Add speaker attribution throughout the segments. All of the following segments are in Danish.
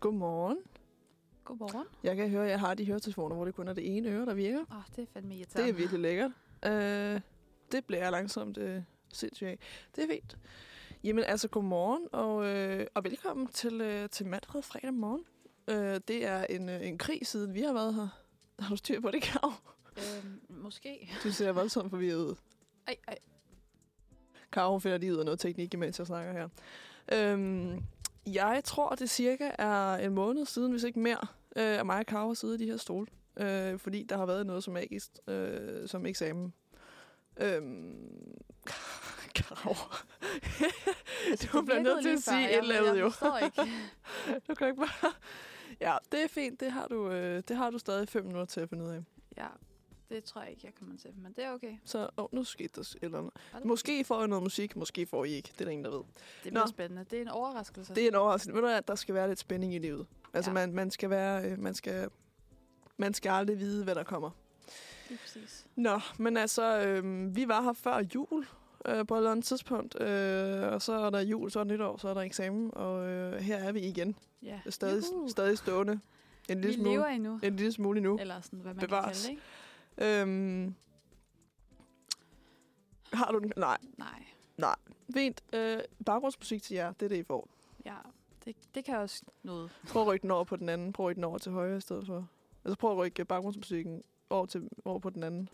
Speaker 1: Godmorgen.
Speaker 2: Godmorgen.
Speaker 1: Jeg kan høre, at jeg har de høretelefoner, hvor det kun er det ene øre, der virker.
Speaker 2: Åh, oh, det er fandme irriterende.
Speaker 1: Det er virkelig lækkert. Øh, det bliver jeg langsomt øh, sindssygt af. Det er fint. Jamen altså, godmorgen og, øh, og velkommen til, øh, til Madred fredag morgen. Øh, det er en, øh, en krig, siden vi har været her. Har du styr på det, Kav?
Speaker 2: Øhm, måske.
Speaker 1: Du ser voldsomt forvirret ud.
Speaker 2: Ej, ej.
Speaker 1: Karo hun finder lige ud af noget teknik, imens jeg snakker her. Øhm, jeg tror, det cirka er en måned siden, hvis ikke mere, øh, at mig og Karo har siddet i de her stole. Øh, fordi der har været noget så magisk øh, som eksamen. Øhm, Karo.
Speaker 2: Altså,
Speaker 1: du bliver nødt til at sige et eller andet, jo.
Speaker 2: Jeg forstår ikke.
Speaker 1: Du kan ikke bare... Ja, det er fint. Det har du, øh, det har du stadig fem minutter til at finde ud af.
Speaker 2: ja, det tror jeg ikke, jeg kommer til. Men det er okay.
Speaker 1: Så åh, nu skete der s- et eller andet.
Speaker 2: Hold
Speaker 1: Måske får jeg noget musik, måske får I ikke. Det er der ingen, der ved.
Speaker 2: Det bliver
Speaker 1: Nå.
Speaker 2: spændende. Det er en overraskelse.
Speaker 1: Det er en overraskelse. Ved du hvad, der skal være lidt spænding i livet. Altså, ja.
Speaker 2: Ja.
Speaker 1: man, man skal være... øh, Man skal, man skal aldrig vide, hvad der kommer.
Speaker 2: Lige præcis.
Speaker 1: Nå, men altså, øh, vi var her før jul øh, på et eller andet tidspunkt. Øh, og så er der jul, så er der nytår, så er der eksamen. Og øh, her er vi igen.
Speaker 2: Ja.
Speaker 1: Stadig,
Speaker 2: Juhu.
Speaker 1: stadig stående. En lille,
Speaker 2: Vi lever
Speaker 1: smule,
Speaker 2: endnu.
Speaker 1: en lille smule endnu.
Speaker 2: Eller sådan, hvad man
Speaker 1: Bevares.
Speaker 2: kan kalde det,
Speaker 1: Øhm, har du den? Nej,
Speaker 2: ikke? Nej.
Speaker 1: fint. Øh, baggrundsmusik til jer, det er det, I får.
Speaker 2: Ja, det, det kan også noget.
Speaker 1: Prøv at rykke den over på den anden. Prøv at rykke den over til højre i stedet for. Altså prøv at rykke baggrundsmusikken over, til, over på den anden.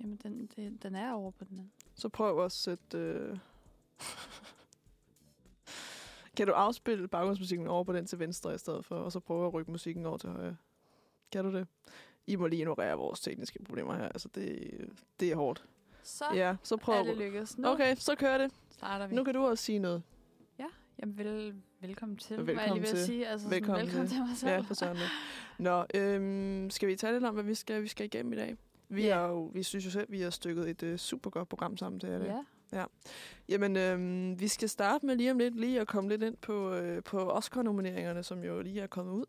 Speaker 2: Jamen, den, det, den er over på den anden.
Speaker 1: Så prøv at sætte... Øh... kan du afspille baggrundsmusikken over på den til venstre i stedet for, og så prøve at rykke musikken over til højre? Kan du det? I må lige ignorere vores tekniske problemer her. Altså, det, det er hårdt.
Speaker 2: Så
Speaker 1: Ja, så prøv
Speaker 2: er
Speaker 1: at...
Speaker 2: det lykkedes. Nu
Speaker 1: Okay, så kører det.
Speaker 2: starter vi.
Speaker 1: Nu kan du også sige noget.
Speaker 2: Jamen, vel, velkommen til,
Speaker 1: Velkommen
Speaker 2: var jeg lige ved
Speaker 1: til.
Speaker 2: at sige. Altså, sådan,
Speaker 1: Velkommen
Speaker 2: velkommen, velkommen
Speaker 1: til.
Speaker 2: til. mig selv.
Speaker 1: Ja, for sådan lidt. Nå, øhm, skal vi tale lidt om, hvad vi skal, vi skal igennem i dag? Vi,
Speaker 2: Ja.
Speaker 1: yeah. er jo, vi synes jo selv, at vi har stykket et øh, super godt program sammen til jer. Ja.
Speaker 2: ja.
Speaker 1: Jamen, øhm, vi skal starte med lige om lidt lige at komme lidt ind på, øh, på Oscar-nomineringerne, som jo lige er kommet ud.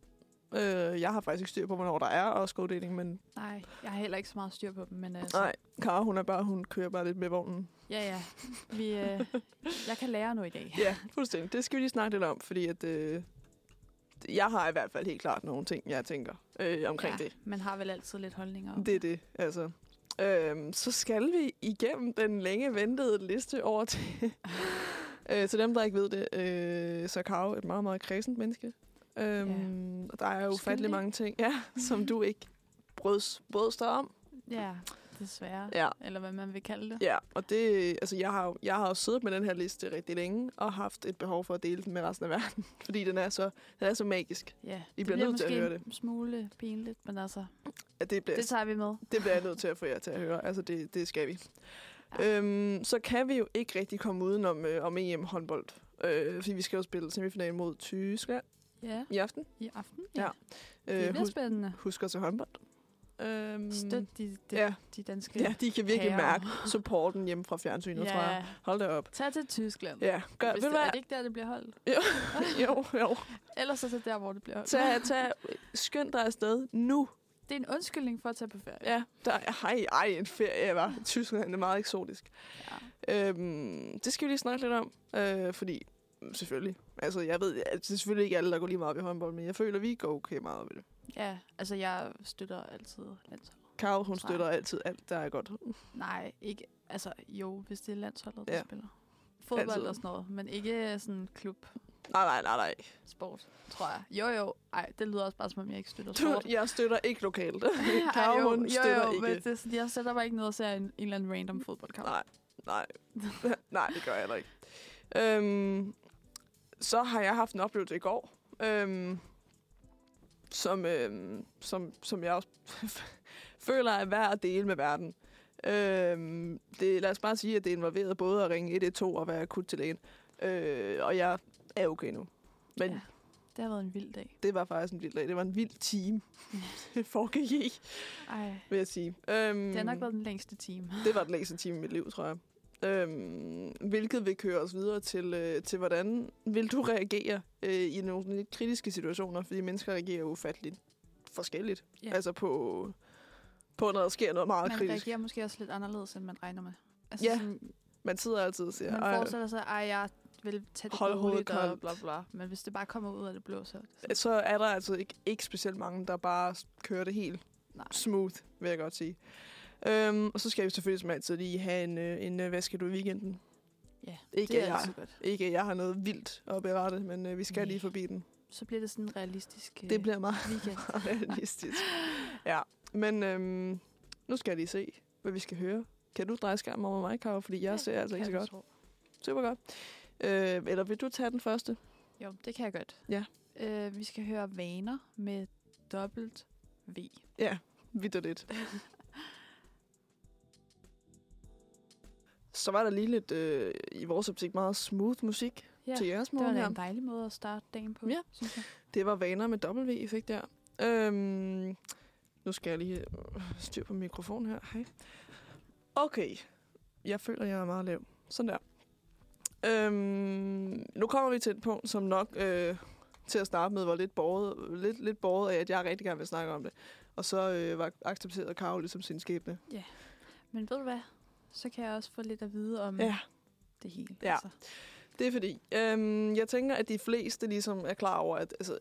Speaker 1: Øh, jeg har faktisk ikke styr på, hvornår der er Oscar-uddeling, men
Speaker 2: Nej, jeg har heller ikke så meget styr på dem, men altså,
Speaker 1: nej, Kara, hun, er bare, hun kører bare lidt med vognen.
Speaker 2: ja, ja. Vi, øh, jeg kan lære noget i dag.
Speaker 1: Ja, fuldstændig. Det skal vi lige snakke lidt om, fordi at, øh, jeg har i hvert fald helt klart nogle ting, jeg tænker øh, omkring ja. det.
Speaker 2: Man har vel altid lidt holdninger. om
Speaker 1: Det er det, altså. Øhm, så skal vi igennem den længe ventede liste over til... øh, til dem, der ikke ved det, øh, så er Karo et meget, meget kredsent menneske. Øhm, og Der er jo
Speaker 2: Skyldig.
Speaker 1: ufattelig mange ting, ja, som du ikke brøds, brøds dig om.
Speaker 2: Ja, desværre.
Speaker 1: Ja.
Speaker 2: Eller hvad man vil kalde det.
Speaker 1: Ja, og det, altså jeg har, jo- jeg har jo siddet med den her liste rigtig længe, og haft et behov for at dele den med resten af verden, fordi den er så, den er så magisk.
Speaker 2: Ja,
Speaker 1: I bliver nødt til at
Speaker 2: måske
Speaker 1: høre det.
Speaker 2: en smule pinligt, men altså,
Speaker 1: At det bliver
Speaker 2: det tager vi med.
Speaker 1: Det bliver jeg nødt til at få jer til at høre. Altså, det, det skal vi. Ja. Øhm, så kan vi jo ikke rigtig komme udenom øh, om EM håndbold. Øh, fordi vi skal jo spille semifinalen mod Tyskland
Speaker 2: Ja,
Speaker 1: i aften.
Speaker 2: i aften.
Speaker 1: Ja.
Speaker 2: Det
Speaker 1: Øh,
Speaker 2: bliver
Speaker 1: hus-
Speaker 2: spændende.
Speaker 1: husk os til håndbold. Øhm,
Speaker 2: Støt de, de,
Speaker 1: ja.
Speaker 2: de danske
Speaker 1: Ja, de kan virkelig
Speaker 2: Herre.
Speaker 1: mærke supporten hjemme fra fjernsynet, ja. tror jeg. Hold da op.
Speaker 2: Tag til Tyskland.
Speaker 1: Ja, gør,
Speaker 2: Hvis
Speaker 1: ved du
Speaker 2: det, er
Speaker 1: hvad?
Speaker 2: det ikke der, det bliver holdt?
Speaker 1: Jo, jo.
Speaker 2: Ellers så tag der, hvor det bliver holdt.
Speaker 1: Tag, tag, skynd dig afsted nu.
Speaker 2: Det er en undskyldning for at tage på ferie.
Speaker 1: Ja, der er, hej, ej, en ferie, var. Tyskland er meget eksotisk.
Speaker 2: Ja.
Speaker 1: Øhm, det skal vi lige snakke lidt om, øh, fordi mm, selvfølgelig, altså jeg ved, at det er selvfølgelig ikke alle, der går lige meget op i håndbold, men jeg føler, vi går okay meget op i det.
Speaker 2: ja. altså jeg støtter altid landsholdet.
Speaker 1: Karo, hun
Speaker 2: Klart.
Speaker 1: støtter altid alt, der er godt.
Speaker 2: Nej, ikke... Altså jo, hvis det er landsholdet, der
Speaker 1: Ja.
Speaker 2: spiller. Fodbold
Speaker 1: Altid.
Speaker 2: og sådan noget, men ikke sådan klub.
Speaker 1: Nej, nej, nej, nej.
Speaker 2: sport, tror jeg. Jo, jo. Ej, det lyder også bare, som om jeg ikke støtter sport.
Speaker 1: Du, jeg støtter ikke lokalt.
Speaker 2: Ej,
Speaker 1: Karo, hun støtter
Speaker 2: jo, Men
Speaker 1: ikke.
Speaker 2: det, er sådan, jeg sætter mig ikke ned og ser en, en eller anden random fodboldkamp.
Speaker 1: Nej, nej. nej, det gør jeg heller ikke. Øhm, så har jeg haft en oplevelse i går, øhm, som, øhm, som, som jeg også føler er værd at dele med verden. Øhm, det, lad os bare sige, at det involverede både at ringe 112 og være akut til lægen. Øh, og jeg er okay nu. Men ja.
Speaker 2: Ja. Det har været en vild dag.
Speaker 1: det var faktisk en vild dag. Det var en vild time. det foregik i,
Speaker 2: Ej,
Speaker 1: vil jeg sige. Øhm,
Speaker 2: det har nok været den længste time.
Speaker 1: det var den længste time i mit liv, tror jeg. Øhm, hvilket vil køre os videre til, øh, til hvordan vil du reagere øh, i nogle sådan lidt kritiske situationer, fordi mennesker reagerer jo ufatteligt forskelligt.
Speaker 2: Ja.
Speaker 1: Altså på, på, når der sker noget meget
Speaker 2: Man
Speaker 1: kritisk.
Speaker 2: reagerer måske også lidt anderledes, end man regner med. Altså,
Speaker 1: Ja.
Speaker 2: sådan,
Speaker 1: Man sidder altid og siger,
Speaker 2: man
Speaker 1: "Ej,
Speaker 2: forestiller sig, at jeg vil tage det
Speaker 1: Hold hovedet
Speaker 2: roligt og
Speaker 1: koldt.
Speaker 2: bla bla. Men hvis det bare kommer ud af det blå, så... så
Speaker 1: Så er der altså ikke, ikke specielt mange, der bare kører det helt
Speaker 2: nej.
Speaker 1: smooth, vil jeg godt sige. Øhm, og så skal vi selvfølgelig som altid lige have en, øh, en øh, hvad skal du i weekenden?
Speaker 2: Ja,
Speaker 1: Ikke,
Speaker 2: det
Speaker 1: at
Speaker 2: er
Speaker 1: jeg,
Speaker 2: altid godt.
Speaker 1: ikke at jeg har noget vildt at berette, men øh, vi skal
Speaker 2: Nej.
Speaker 1: lige forbi den.
Speaker 2: Så bliver det sådan en realistisk øh,
Speaker 1: Det bliver meget
Speaker 2: weekend.
Speaker 1: realistisk. ja, men øhm, nu skal jeg lige se, hvad vi skal høre. Kan du dreje skærmen over mig, Karo? Fordi jeg ja, ser altså ikke så
Speaker 2: kan jeg
Speaker 1: godt.
Speaker 2: tro.
Speaker 1: Super godt. Øh, eller vil du tage den første?
Speaker 2: Jo, det kan jeg godt.
Speaker 1: Ja.
Speaker 2: Øh, vi skal høre Vaner med dobbelt V.
Speaker 1: Vidt lidt. Så var der lige lidt, øh, i vores optik, meget smooth musik
Speaker 2: Ja,
Speaker 1: ja, til jeres
Speaker 2: det var
Speaker 1: morgen
Speaker 2: da
Speaker 1: her.
Speaker 2: en dejlig måde at starte dagen på,
Speaker 1: Ja.
Speaker 2: synes jeg.
Speaker 1: Det var vaner med W, I fik der. Øhm, nu skal jeg lige øh, styr på mikrofonen her. Hej. Okay. Jeg føler, jeg er meget lav. Sådan der. Øhm, nu kommer vi til et punkt, som nok øh, til at starte med var lidt borget, lidt, lidt borget af, at jeg rigtig gerne vil snakke om det. Og så øh, var accepteret Karol ligesom sin skæbne.
Speaker 2: Men ved du hvad? Så kan jeg også få lidt at vide om
Speaker 1: Ja.
Speaker 2: det hele. altså.
Speaker 1: Ja. Det er fordi, øhm, jeg tænker, at de fleste ligesom er klar over, at altså,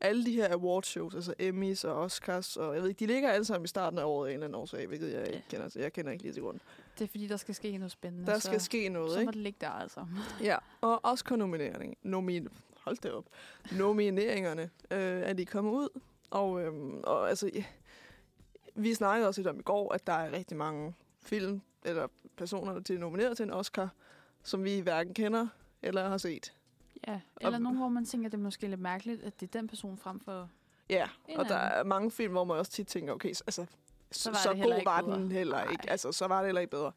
Speaker 1: alle de her awardshows, altså Emmys og Oscars, og jeg ved ikke, de ligger alle sammen i starten af året af en eller anden årsag, hvilket jeg
Speaker 2: Ja.
Speaker 1: ikke kender til. Jeg kender ikke lige til grund.
Speaker 2: Det er fordi, der skal ske noget spændende.
Speaker 1: Der
Speaker 2: så,
Speaker 1: skal ske noget,
Speaker 2: altså, Så må
Speaker 1: ikke?
Speaker 2: det ligge der altså.
Speaker 1: Ja, og Oscar-nominering. Nomin Hold da op. Nomineringerne øh, er de kommet ud, og, øhm, og altså, ja. vi snakkede også lidt om i går, at der er rigtig mange film, eller personer, der er nomineret til en Oscar, som vi hverken kender eller har set.
Speaker 2: Ja. Eller nogen, hvor man tænker, det er måske lidt mærkeligt, at det er den person frem for...
Speaker 1: Ja,
Speaker 2: En
Speaker 1: og der
Speaker 2: anden.
Speaker 1: er mange film, hvor man også tit tænker, okay, s- altså, så,
Speaker 2: var
Speaker 1: så
Speaker 2: det heller
Speaker 1: god
Speaker 2: ikke
Speaker 1: var
Speaker 2: bedre.
Speaker 1: den heller
Speaker 2: Nej.
Speaker 1: ikke. Altså, så var det heller ikke bedre.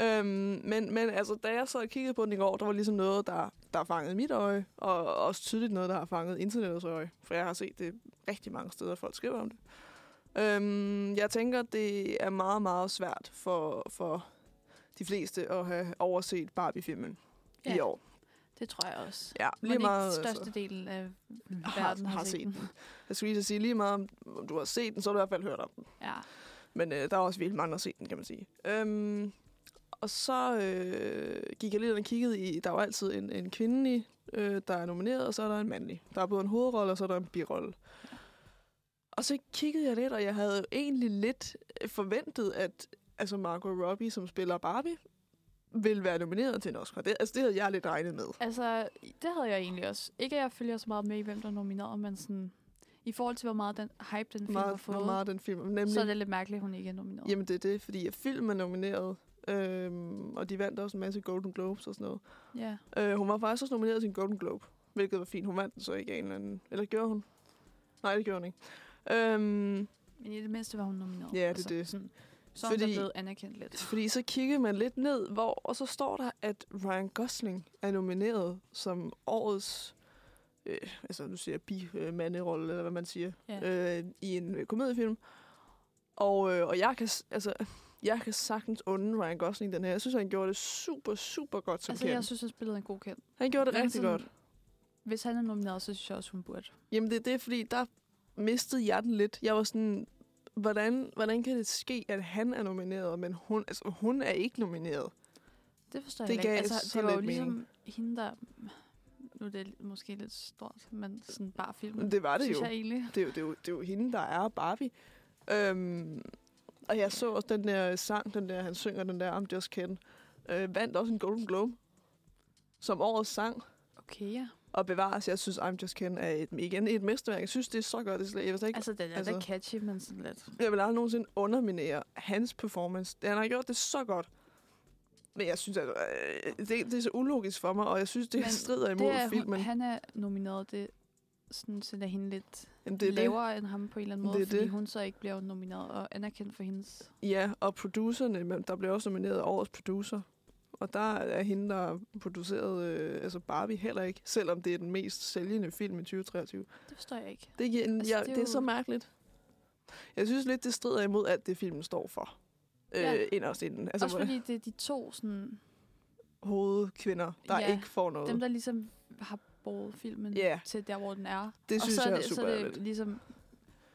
Speaker 1: Øhm, men, men altså, da jeg så og kiggede på den i går, der var ligesom noget, der, der fangede mit øje, og også tydeligt noget, der har fanget internettets øje. For jeg har set det rigtig mange steder, folk skriver om det. Øhm, jeg tænker, det er meget, meget svært for, for de fleste at have overset Barbie-filmen ja. i år.
Speaker 2: det tror jeg også.
Speaker 1: Ja,
Speaker 2: Lige meget, ikke størstedelen af
Speaker 1: altså. Har-
Speaker 2: verden har,
Speaker 1: har set
Speaker 2: set den.
Speaker 1: Jeg skulle lige så sige, lige meget om om du har set den, så har du i hvert fald hørt om den.
Speaker 2: Ja.
Speaker 1: Men øh, der er også vildt mange, der har set den, kan man sige. Øhm, og så øh, gik jeg lidt ind og kiggede i, der er jo altid en, en kvindelig, øh, der er nomineret, og så er der en mandlig. Der er både en hovedrolle, og så er der en birolle. Og så kiggede jeg lidt, og jeg havde jo egentlig lidt forventet, at altså Margot Robbie, som spiller Barbie, ville være nomineret til en Oscar. Det, altså, det havde jeg lidt regnet med.
Speaker 2: Altså, det havde jeg egentlig også. Ikke, at jeg følger så meget med i, hvem der er nomineret, men sådan, i forhold til, hvor meget den hype den film har
Speaker 1: Meget,
Speaker 2: fået,
Speaker 1: hvor meget den film. Nemlig,
Speaker 2: så er det lidt mærkeligt, at hun ikke er nomineret.
Speaker 1: Jamen det er det, fordi film er nomineret, øhm, og de vandt også en masse Golden Globes og sådan noget.
Speaker 2: Ja.
Speaker 1: Øh, hun var faktisk også nomineret til en Golden Globe, hvilket var fint. Hun vandt den så ikke af en eller anden... Eller gjorde hun? Nej, det gjorde hun ikke. Øhm,
Speaker 2: Men i det mindste var hun nomineret. Altså,
Speaker 1: Ja, det er det.
Speaker 2: Sådan, så Fordi... er
Speaker 1: Fordi-
Speaker 2: hun da blevet anerkendt lidt.
Speaker 1: fordi så kiggede man lidt ned, hvor, og så står der, at Ryan Gosling er nomineret som årets... Øh, altså, nu siger jeg bi-manderolle, eller hvad man siger, ja. øh, i en øh, komediefilm. Og, øh, og jeg kan... s- Altså, jeg kan sagtens unde Ryan Gosling den her. Jeg synes, han gjorde det super, super godt som
Speaker 2: Altså,
Speaker 1: altså, Ken.
Speaker 2: jeg synes, han spillede en god kendt.
Speaker 1: Han gjorde det
Speaker 2: Men
Speaker 1: rigtig
Speaker 2: sådan-
Speaker 1: godt.
Speaker 2: Hvis han er nomineret, så synes jeg også, hun burde.
Speaker 1: Jamen det er det, fordi der mistede jeg den lidt. Jeg var sådan, hvordan, hvordan kan det ske, at han er nomineret, men hun, altså, hun er ikke nomineret?
Speaker 2: Det forstår
Speaker 1: Det
Speaker 2: jeg ikke.
Speaker 1: gav
Speaker 2: Altså,
Speaker 1: så
Speaker 2: det var jo
Speaker 1: lidt
Speaker 2: ligesom hende, der... Nu er det måske lidt stort, men sådan bare film.
Speaker 1: Men det var det
Speaker 2: synes
Speaker 1: jo.
Speaker 2: jeg egentlig.
Speaker 1: Det er jo, det er jo, det er jo hende, der er Barbie. Øhm, og jeg så også den der sang, den der, han synger den der I'm Just Ken, øh, vandt også en Golden Globe som årets sang.
Speaker 2: Okay, ja.
Speaker 1: Og bevares, jeg synes, I'm Just Ken er et, igen et mesterværk. Jeg synes, det er så godt. Det er slet, jeg vil slet ikke
Speaker 2: Altså, den er altså...
Speaker 1: altså-
Speaker 2: da catchy, men sådan lidt.
Speaker 1: Jeg vil aldrig nogensinde underminere hans performance. Han har gjort det så godt. Men jeg synes, at øh, det, det er så ulogisk for mig, og jeg synes, det
Speaker 2: Men
Speaker 1: strider imod
Speaker 2: Det er,
Speaker 1: filmen.
Speaker 2: hun, han er nomineret, det sådan sætter hende lidt
Speaker 1: Jamen,
Speaker 2: det lavere det. end ham på en eller anden måde,
Speaker 1: Det er
Speaker 2: det fordi
Speaker 1: det.
Speaker 2: det. hun så ikke bliver nomineret og anerkendt for hendes...
Speaker 1: det. Ja, og producerne, men der blev også nomineret årets producer. Og der er hende, der producerede øh, altså Barbie heller ikke, selvom det er den mest sælgende film i 2023.
Speaker 2: Det forstår jeg ikke.
Speaker 1: Det, giver, altså,
Speaker 2: Altså,
Speaker 1: jeg,
Speaker 2: det
Speaker 1: det,
Speaker 2: er
Speaker 1: er det er
Speaker 2: jo-
Speaker 1: så mærkeligt. Jeg synes lidt, det strider imod alt det, filmen står for.
Speaker 2: Ja.
Speaker 1: Øh, inderst inden.
Speaker 2: Altså,
Speaker 1: Altså
Speaker 2: også
Speaker 1: hvor-
Speaker 2: fordi det er de to, sådan,
Speaker 1: hovedkvinder, der
Speaker 2: Ja,
Speaker 1: ikke får noget.
Speaker 2: dem der ligesom har båret filmen
Speaker 1: Ja.
Speaker 2: til der, hvor den er.
Speaker 1: det
Speaker 2: og
Speaker 1: synes
Speaker 2: så er
Speaker 1: jeg er
Speaker 2: det,
Speaker 1: super
Speaker 2: så er
Speaker 1: ærgerligt.
Speaker 2: det ligesom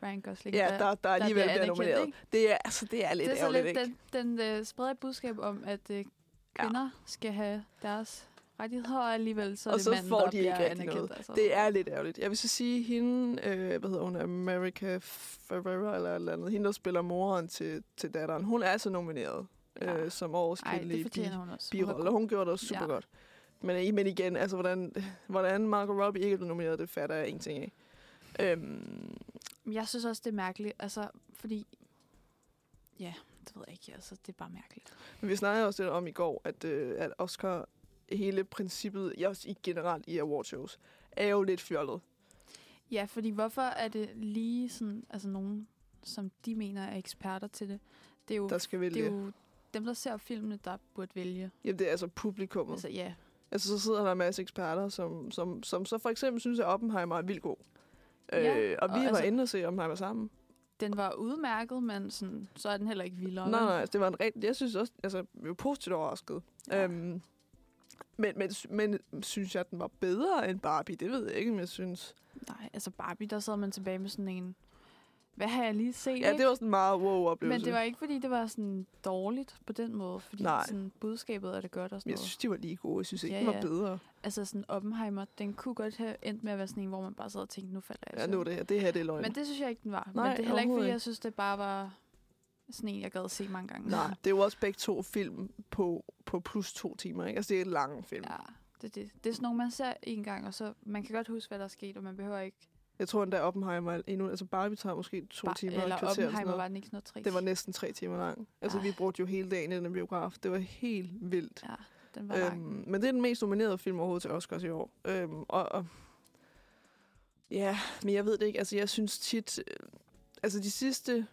Speaker 2: Ryan Gosling,
Speaker 1: Ja, der, der alligevel
Speaker 2: bliver
Speaker 1: bliver
Speaker 2: anerkendt,
Speaker 1: nomineret.
Speaker 2: ikke?
Speaker 1: Det er, altså, det er lidt
Speaker 2: det er så
Speaker 1: ærgerligt,
Speaker 2: lidt,
Speaker 1: ikke?
Speaker 2: den, den øh, spreder et budskab om, at øh, kvinder ja. skal have deres rettigheder, og alligevel så er
Speaker 1: Og
Speaker 2: det
Speaker 1: så
Speaker 2: manden,
Speaker 1: får
Speaker 2: der
Speaker 1: de
Speaker 2: bliver
Speaker 1: ikke rigtig
Speaker 2: anerkendt.
Speaker 1: noget.
Speaker 2: Altså.
Speaker 1: Det er lidt ærgerligt. Jeg vil så sige, hende, øh, hvad hedder hun, America Ferrera eller et eller andet, hende, der spiller moren til, til datteren, hun er altså nomineret ja.
Speaker 2: Ja.
Speaker 1: øh, som årets
Speaker 2: Ej, det
Speaker 1: kvindelige
Speaker 2: fortjener
Speaker 1: bi-
Speaker 2: hun også. Hun var
Speaker 1: birolle, og hun gjorde det også super
Speaker 2: Ja.
Speaker 1: ja. godt. Men, øh, men igen, altså, hvordan, hvordan Margot Robbie ikke blev nomineret, det fatter jeg ingenting af. Øhm,
Speaker 2: Men Jeg synes også, det er mærkeligt, altså, fordi... Ja, det ved jeg ikke, altså, det er bare mærkeligt.
Speaker 1: Men vi snakkede også lidt om i går, at, øh, at Oscar, hele princippet, ja, også i generelt i awardshows, er jo lidt fjollet.
Speaker 2: Ja, fordi hvorfor er det lige sådan, altså nogen, som de mener er eksperter til det? Det er jo,
Speaker 1: Der skal vælge.
Speaker 2: det er
Speaker 1: Det
Speaker 2: jo dem, der ser filmene, der burde vælge.
Speaker 1: Jamen, det er altså publikummet.
Speaker 2: Altså, ja.
Speaker 1: Altså, så sidder der en masse eksperter, som, som, som så for eksempel synes, at Oppenheimer er vildt god.
Speaker 2: Ja,
Speaker 1: øh, og vi
Speaker 2: og
Speaker 1: var
Speaker 2: altså-
Speaker 1: inde og se Oppenheimer sammen.
Speaker 2: Den var udmærket, men sådan, så er den heller ikke vildere.
Speaker 1: Nej,
Speaker 2: vel?
Speaker 1: nej, altså, det var en rigtig... Jeg synes også, altså, vi var positivt overrasket.
Speaker 2: Ja.
Speaker 1: Ja. Øhm, men, men, men synes jeg, at den var bedre end Barbie? Det ved jeg ikke, men jeg synes...
Speaker 2: Nej, altså Barbie, der sad man tilbage med sådan en... Hvad har jeg lige set?
Speaker 1: Ja,
Speaker 2: ikke?
Speaker 1: det var sådan en meget wow-oplevelse.
Speaker 2: Men det var ikke, fordi det var sådan dårligt på den måde, fordi
Speaker 1: Nej.
Speaker 2: sådan, budskabet er det godt og sådan
Speaker 1: Jeg
Speaker 2: noget.
Speaker 1: synes, de var lige gode. Jeg synes ikke,
Speaker 2: Ja,
Speaker 1: ja, den var
Speaker 2: ja.
Speaker 1: bedre.
Speaker 2: Altså sådan Oppenheimer, den kunne godt have endt med at være sådan en, hvor man bare sad og tænkte, nu falder jeg i
Speaker 1: Ja,
Speaker 2: søvn.
Speaker 1: nu er det her. Det her, det er løgn.
Speaker 2: Altså- Men det synes jeg ikke, den var.
Speaker 1: Nej,
Speaker 2: Men det er heller ikke, fordi
Speaker 1: overhovedet
Speaker 2: jeg synes, det bare var sådan en, jeg gad se mange gange.
Speaker 1: Nej, det er jo også begge to film på, på plus to timer, ikke? Altså, det er et langt film. Ja.
Speaker 2: Ja, det, det, det er sådan nogle, man ser en gang, og så man kan godt huske, hvad der er sket, og man behøver ikke...
Speaker 1: Jeg tror endda Oppenheimer endnu... Altså, Barbie tager måske to
Speaker 2: bare-
Speaker 1: timer og et
Speaker 2: eller
Speaker 1: kvarter og sådan
Speaker 2: Oppenheimer
Speaker 1: noget.
Speaker 2: var den ikke sådan noget trist.
Speaker 1: Det var næsten tre timer lang. Altså,
Speaker 2: Ah.
Speaker 1: vi brugte jo hele dagen i den biograf. Det var helt vildt.
Speaker 2: Ja, den var lang.
Speaker 1: øhm, men det er den mest nominerede film overhovedet til Oscars i år. Øhm, og, og, ja, men jeg ved det ikke. Altså, jeg synes tit... Øh, altså, de sidste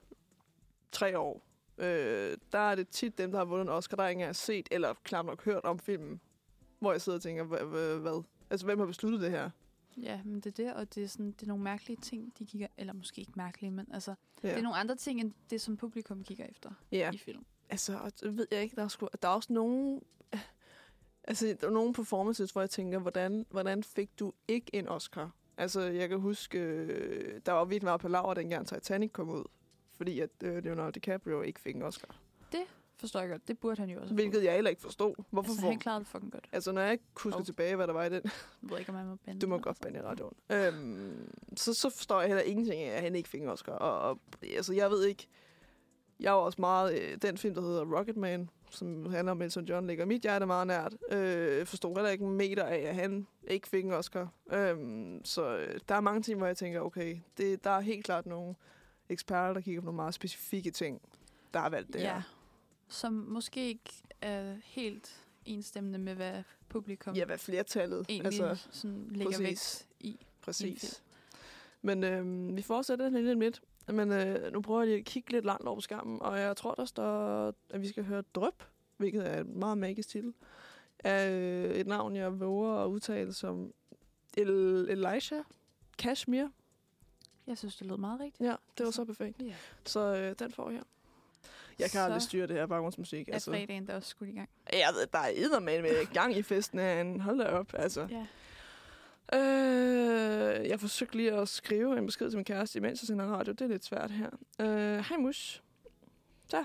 Speaker 1: tre år, øh, der er det tit dem, der har vundet en Oscar, der ikke engang har set eller knap nok hørt om filmen. Hvor jeg sidder og tænker, "Hva- hva- hvad? Altså, hvem har besluttet det her?
Speaker 2: Ja, men det er det, og det er, sådan, det er nogle mærkelige ting, de kigger... Eller måske ikke mærkelige, men altså...
Speaker 1: Ja.
Speaker 2: Det er nogle andre ting, end det, som publikum kigger efter
Speaker 1: ja.
Speaker 2: i film.
Speaker 1: Altså, og det ved jeg ikke, der er, sgu, der er også nogle... Altså, der er nogle performances, hvor jeg tænker, hvordan, hvordan fik du ikke en Oscar? Altså, jeg kan huske, øh, der var virkelig meget palaver, dengang Titanic kom ud. Fordi at øh, Leonardo DiCaprio ikke fik en Oscar.
Speaker 2: Forstår jeg godt. Det burde han jo også. have fået.
Speaker 1: Hvilket jeg heller ikke forstod. Hvorfor
Speaker 2: altså,
Speaker 1: altså,
Speaker 2: han
Speaker 1: får...
Speaker 2: klarede det fucking godt.
Speaker 1: Altså, når jeg ikke husker
Speaker 2: Hov.
Speaker 1: oh. tilbage, hvad der var i den...
Speaker 2: Jeg ved ikke, om han må bande.
Speaker 1: Du må
Speaker 2: den,
Speaker 1: godt
Speaker 2: altså.
Speaker 1: bande i radioen. Øhm, så, så forstår jeg heller ingenting af, at han ikke fik en Oscar. Og, og altså, jeg ved ikke... Jeg var også meget... Øh, den film, der hedder Rocketman, som handler om Elton John, ligger mit hjerte meget nært. Øh, forstod heller ikke en meter af, at han ikke fik en Oscar. Øhm, så øh, der er mange ting, hvor jeg tænker, okay, det, der er helt klart nogle eksperter, der kigger på nogle meget specifikke ting, der har valgt det
Speaker 2: ja.
Speaker 1: her.
Speaker 2: Som måske ikke er helt enstemmende med, hvad publikum
Speaker 1: Ja, hvad flertallet.
Speaker 2: egentlig altså, sådan lægger
Speaker 1: præcis.
Speaker 2: vægt i.
Speaker 1: Præcis. Men øh, vi fortsætter den lidt midt. Men øh, nu prøver jeg lige at kigge lidt langt over på skærmen, og jeg tror, der står, at vi skal høre Drøb, hvilket er et meget magisk titel, af øh, et navn, jeg våger at udtale som El- Elisha Kashmir.
Speaker 2: Jeg synes, det lød meget rigtigt.
Speaker 1: Ja, det var så perfekt.
Speaker 2: Ja.
Speaker 1: Så øh, den får jeg. Jeg kan
Speaker 2: Så
Speaker 1: aldrig styre det her baggrundsmusik.
Speaker 2: Er altså. fredagen der også skudt i gang?
Speaker 1: Jeg ved, der er eddermame med gang i festen herinde. Hold da op, altså.
Speaker 2: Ja.
Speaker 1: Øh, jeg forsøgte lige at skrive en besked til min kæreste, imens jeg sender radio. Det er lidt svært her. Øh, Hej, mus. Så,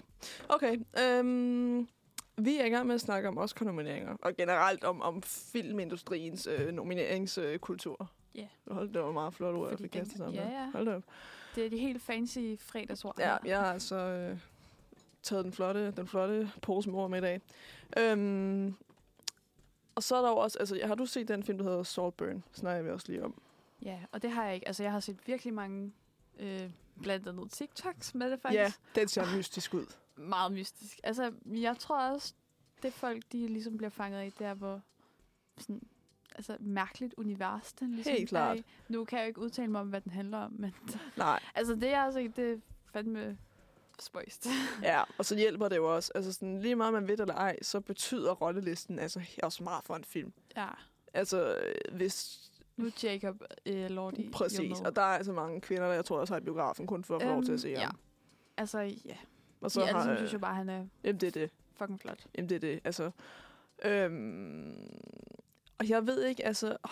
Speaker 1: okay. Øhm, vi er i gang med at snakke om Oscar-nomineringer, og generelt om, om filmindustriens øh, nomineringskultur. Øh, kultur.
Speaker 2: Ja.
Speaker 1: Hold da, det var meget flot ord, jeg
Speaker 2: Fordi
Speaker 1: fik
Speaker 2: den-
Speaker 1: kastet sammen.
Speaker 2: ja,
Speaker 1: med.
Speaker 2: ja.
Speaker 1: Hold da. op.
Speaker 2: Det er de helt fancy fredagsord.
Speaker 1: Ja,
Speaker 2: her.
Speaker 1: jeg har altså øh, taget den flotte, den flotte pose med ord med i dag. Øhm, og så er der jo også, altså har du set den film, der hedder Saltburn? Snakker vi også lige om.
Speaker 2: ja, og det har jeg ikke. Altså, jeg har set virkelig mange, øh, blandt andet TikToks med det faktisk.
Speaker 1: Ja, den ser mystisk ud.
Speaker 2: meget mystisk. Altså, jeg tror også, det folk, de ligesom bliver fanget i, det er, hvor sådan, altså, mærkeligt univers, den ligesom
Speaker 1: Helt klart.
Speaker 2: Er i. Nu kan jeg jo ikke udtale mig om, hvad den handler om, men
Speaker 1: Nej,
Speaker 2: altså, det jeg har set, det er fandme spøjst.
Speaker 1: ja, og så hjælper det jo også. Altså sådan, lige meget man ved eller ej, så betyder rollelisten altså he- også meget for en film.
Speaker 2: ja,
Speaker 1: Altså, øh, hvis...
Speaker 2: nu er Jacob øh, Lordi jo
Speaker 1: Præcis,
Speaker 2: med.
Speaker 1: og der er altså mange kvinder, der jeg tror også har i biografen, kun for at få lov til at se
Speaker 2: Øhm,
Speaker 1: ham.
Speaker 2: ja. Altså, ja.
Speaker 1: Og
Speaker 2: Så
Speaker 1: så
Speaker 2: ja,
Speaker 1: har...
Speaker 2: altså, synes
Speaker 1: Øh,
Speaker 2: jeg bare, han er
Speaker 1: jamen, det er det.
Speaker 2: fucking flot.
Speaker 1: Jamen, det er det. Altså, øhm, og jeg ved ikke, altså... Åh,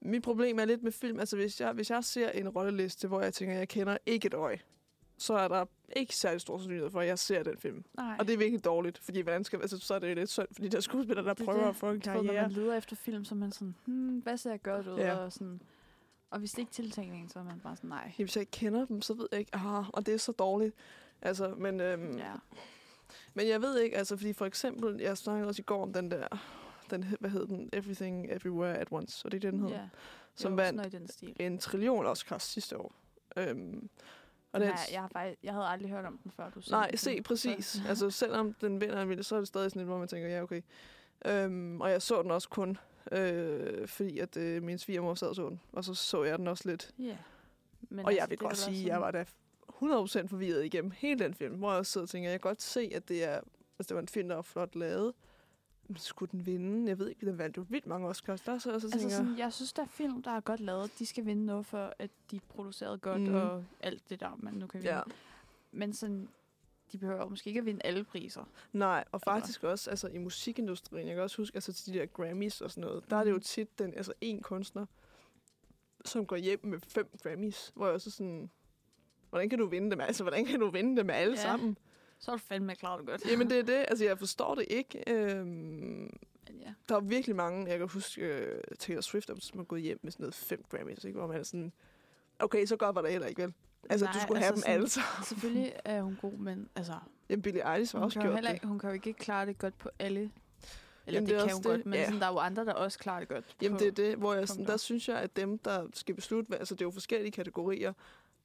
Speaker 1: mit problem er lidt med film. Altså, hvis jeg, hvis jeg ser en rolleliste, hvor jeg tænker, jeg kender ikke et øje, så er der ikke særlig stor sandsynlighed for, at jeg ser den film.
Speaker 2: Nej.
Speaker 1: Og det er virkelig dårligt, fordi hvordan skal, altså, så er det jo lidt synd, fordi der er skuespillere, der
Speaker 2: Det er
Speaker 1: prøver
Speaker 2: det.
Speaker 1: at få en
Speaker 2: Du ved, når
Speaker 1: karriere.
Speaker 2: man leder efter film, så er man sådan, hmm, hvad ser jeg godt ud?
Speaker 1: Ja.
Speaker 2: Og, sådan, og hvis det ikke tiltænker en, så er man bare sådan, nej.
Speaker 1: Hvis jeg ikke kender dem, så ved jeg ikke, ah, og det er så dårligt. Altså, men, øhm,
Speaker 2: Ja.
Speaker 1: Men jeg ved ikke, altså, fordi for eksempel, jeg snakkede også i går om den der, den, hed- hvad hed den? Everything Everywhere at Once, og det er det, den hed,
Speaker 2: ja.
Speaker 1: som
Speaker 2: jo,
Speaker 1: vandt
Speaker 2: sådan noget i den stil.
Speaker 1: en trillion Oscars sidste år. Øhm,
Speaker 2: Og
Speaker 1: og den,
Speaker 2: nej, jeg, har faktisk, jeg havde aldrig hørt om den før, du sagde
Speaker 1: nej,
Speaker 2: den.
Speaker 1: se, præcis.
Speaker 2: Så-
Speaker 1: altså, selvom den vinder en vild, så er det stadig sådan lidt, hvor man tænker, ja, okay. Øhm, og jeg så den også kun, øh, fordi at øh, min svigermor sad og så den, og så så jeg den også lidt.
Speaker 2: Ja. Men
Speaker 1: Men og
Speaker 2: altså,
Speaker 1: jeg vil
Speaker 2: det er
Speaker 1: godt
Speaker 2: vel også
Speaker 1: sige, at jeg
Speaker 2: sådan-
Speaker 1: var da 100% forvirret igennem hele den film, hvor jeg sidder og tænker, jeg kan godt se, at det er altså, det var en film, der var flot lavet. Men skulle den vinde? Jeg ved ikke, den vandt jo vildt mange Oscars. Der så jeg så og
Speaker 2: Altså
Speaker 1: tænker,
Speaker 2: sådan, jeg synes, der er film, der er godt lavet. De skal vinde noget for, at de er produceret godt
Speaker 1: Mhm.
Speaker 2: mm. og alt det der, man nu kan vinde.
Speaker 1: ja.
Speaker 2: Ja. Men sådan, de behøver jo måske ikke at vinde alle priser.
Speaker 1: Nej, og faktisk også altså, i musikindustrien, jeg kan også huske, altså til de der Grammys og sådan noget, der er det
Speaker 2: Mhm.
Speaker 1: jo tit den, altså en kunstner, som går hjem med fem Grammys, hvor jeg også er sådan, hvordan kan du vinde dem? Altså, hvordan kan du vinde dem alle
Speaker 2: Ja.
Speaker 1: sammen?
Speaker 2: Så er du fandme klar, det godt.
Speaker 1: Jamen, det er det. Altså, jeg forstår det ikke. Øhm,
Speaker 2: Men ja.
Speaker 1: Der er virkelig mange, jeg kan huske, øh, Taylor Swift er som er gået hjem med sådan noget fem Grammys, ikke? hvor man er sådan, okay, så godt var det heller ikke, vel? Altså, Nej, du
Speaker 2: Nej,
Speaker 1: skulle altså
Speaker 2: altså
Speaker 1: have dem
Speaker 2: sådan-
Speaker 1: alle sammen.
Speaker 2: Selvfølgelig er hun god, men altså,
Speaker 1: Jamen, Billie Eilish har
Speaker 2: hun
Speaker 1: også
Speaker 2: kan, jo
Speaker 1: gjort
Speaker 2: heller,
Speaker 1: det.
Speaker 2: ikke- hun kan jo ikke klare det godt på alle. Eller
Speaker 1: Jamen,
Speaker 2: Jamen,
Speaker 1: det
Speaker 2: det,
Speaker 1: er
Speaker 2: det kan
Speaker 1: også
Speaker 2: hun det.
Speaker 1: det.
Speaker 2: godt, men
Speaker 1: Ja.
Speaker 2: ja. sådan, der er jo andre, der også klarer det godt.
Speaker 1: Jamen,
Speaker 2: på,
Speaker 1: det er det, hvor jeg, sådan,
Speaker 2: punkter.
Speaker 1: der synes jeg, at dem, der skal beslutte, hvad- altså det er jo forskellige kategorier,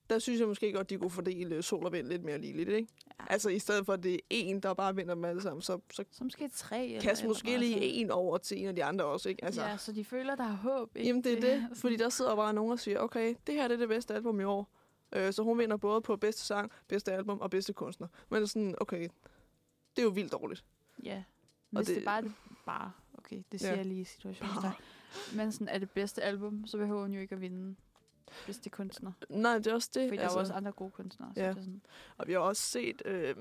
Speaker 1: der synes jeg måske godt, de kunne fordele sol og vind lidt mere ligeligt, ikke?
Speaker 2: Ja.
Speaker 1: Altså, i stedet for, at det er en, der bare vinder dem alle sammen, så, så
Speaker 2: Så måske tre. eller et
Speaker 1: kast
Speaker 2: eller
Speaker 1: måske
Speaker 2: andet,
Speaker 1: lige
Speaker 2: altså.
Speaker 1: en over til en af de andre også, ikke? Altså,
Speaker 2: Ja, så de føler, der er håb. Ikke?
Speaker 1: Jamen, det er det.
Speaker 2: sådan-
Speaker 1: Fordi der sidder bare nogen og siger, okay, det her det er det bedste album i år. Øh, så hun vinder både på bedste sang, bedste album og bedste kunstner. Men det er sådan, okay, det er jo vildt dårligt.
Speaker 2: Ja.
Speaker 1: Og
Speaker 2: Hvis det,
Speaker 1: det-
Speaker 2: det bare er det bare, okay, det siger
Speaker 1: Ja.
Speaker 2: ja. jeg lige i situationen. Men sådan, er det bedste album, så behøver hun jo ikke at vinde, hvis det er kunstner.
Speaker 1: Nej, det er også det. altså.
Speaker 2: Fordi der er jo også andre gode kunstnere. Så
Speaker 1: Øh, Ja.
Speaker 2: det er sådan,
Speaker 1: Og vi har også set, øh,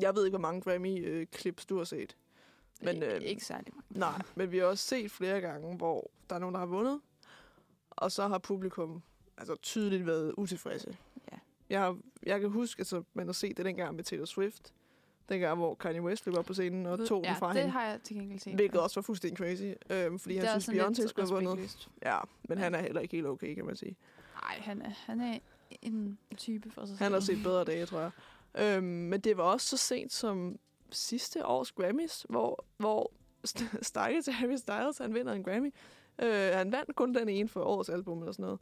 Speaker 1: jeg ved ikke, hvor mange Grammy-klips du har set. Men,
Speaker 2: men, øh,
Speaker 1: øhm,
Speaker 2: ikke særlig mange.
Speaker 1: Nej, men vi har også set flere gange, hvor der er nogen, der har vundet, og så har publikum altså, tydeligt været utilfredse.
Speaker 2: Ja.
Speaker 1: Jeg, har, jeg kan huske, altså, man har set det dengang med Taylor Swift, dengang, hvor Kanye West løb op på scenen og
Speaker 2: Ved-
Speaker 1: tog den fra
Speaker 2: ja,
Speaker 1: hende.
Speaker 2: det har jeg til gengæld set.
Speaker 1: Hvilket også var fuldstændig crazy, øhm, fordi
Speaker 2: Det er
Speaker 1: han synes,
Speaker 2: sådan
Speaker 1: Beyoncé
Speaker 2: lidt
Speaker 1: skulle have vundet.
Speaker 2: respektløst.
Speaker 1: Ja, men
Speaker 2: Ja.
Speaker 1: han er heller ikke helt okay, kan man sige.
Speaker 2: Nej, han er, han er en type for sig selv.
Speaker 1: Han har set bedre dage, tror jeg. Øhm, men det var også så sent som sidste års Grammys, hvor, hvor st- stakkels Harry Styles, han vinder en Grammy. Øh, han vandt kun den ene for årets album eller sådan noget.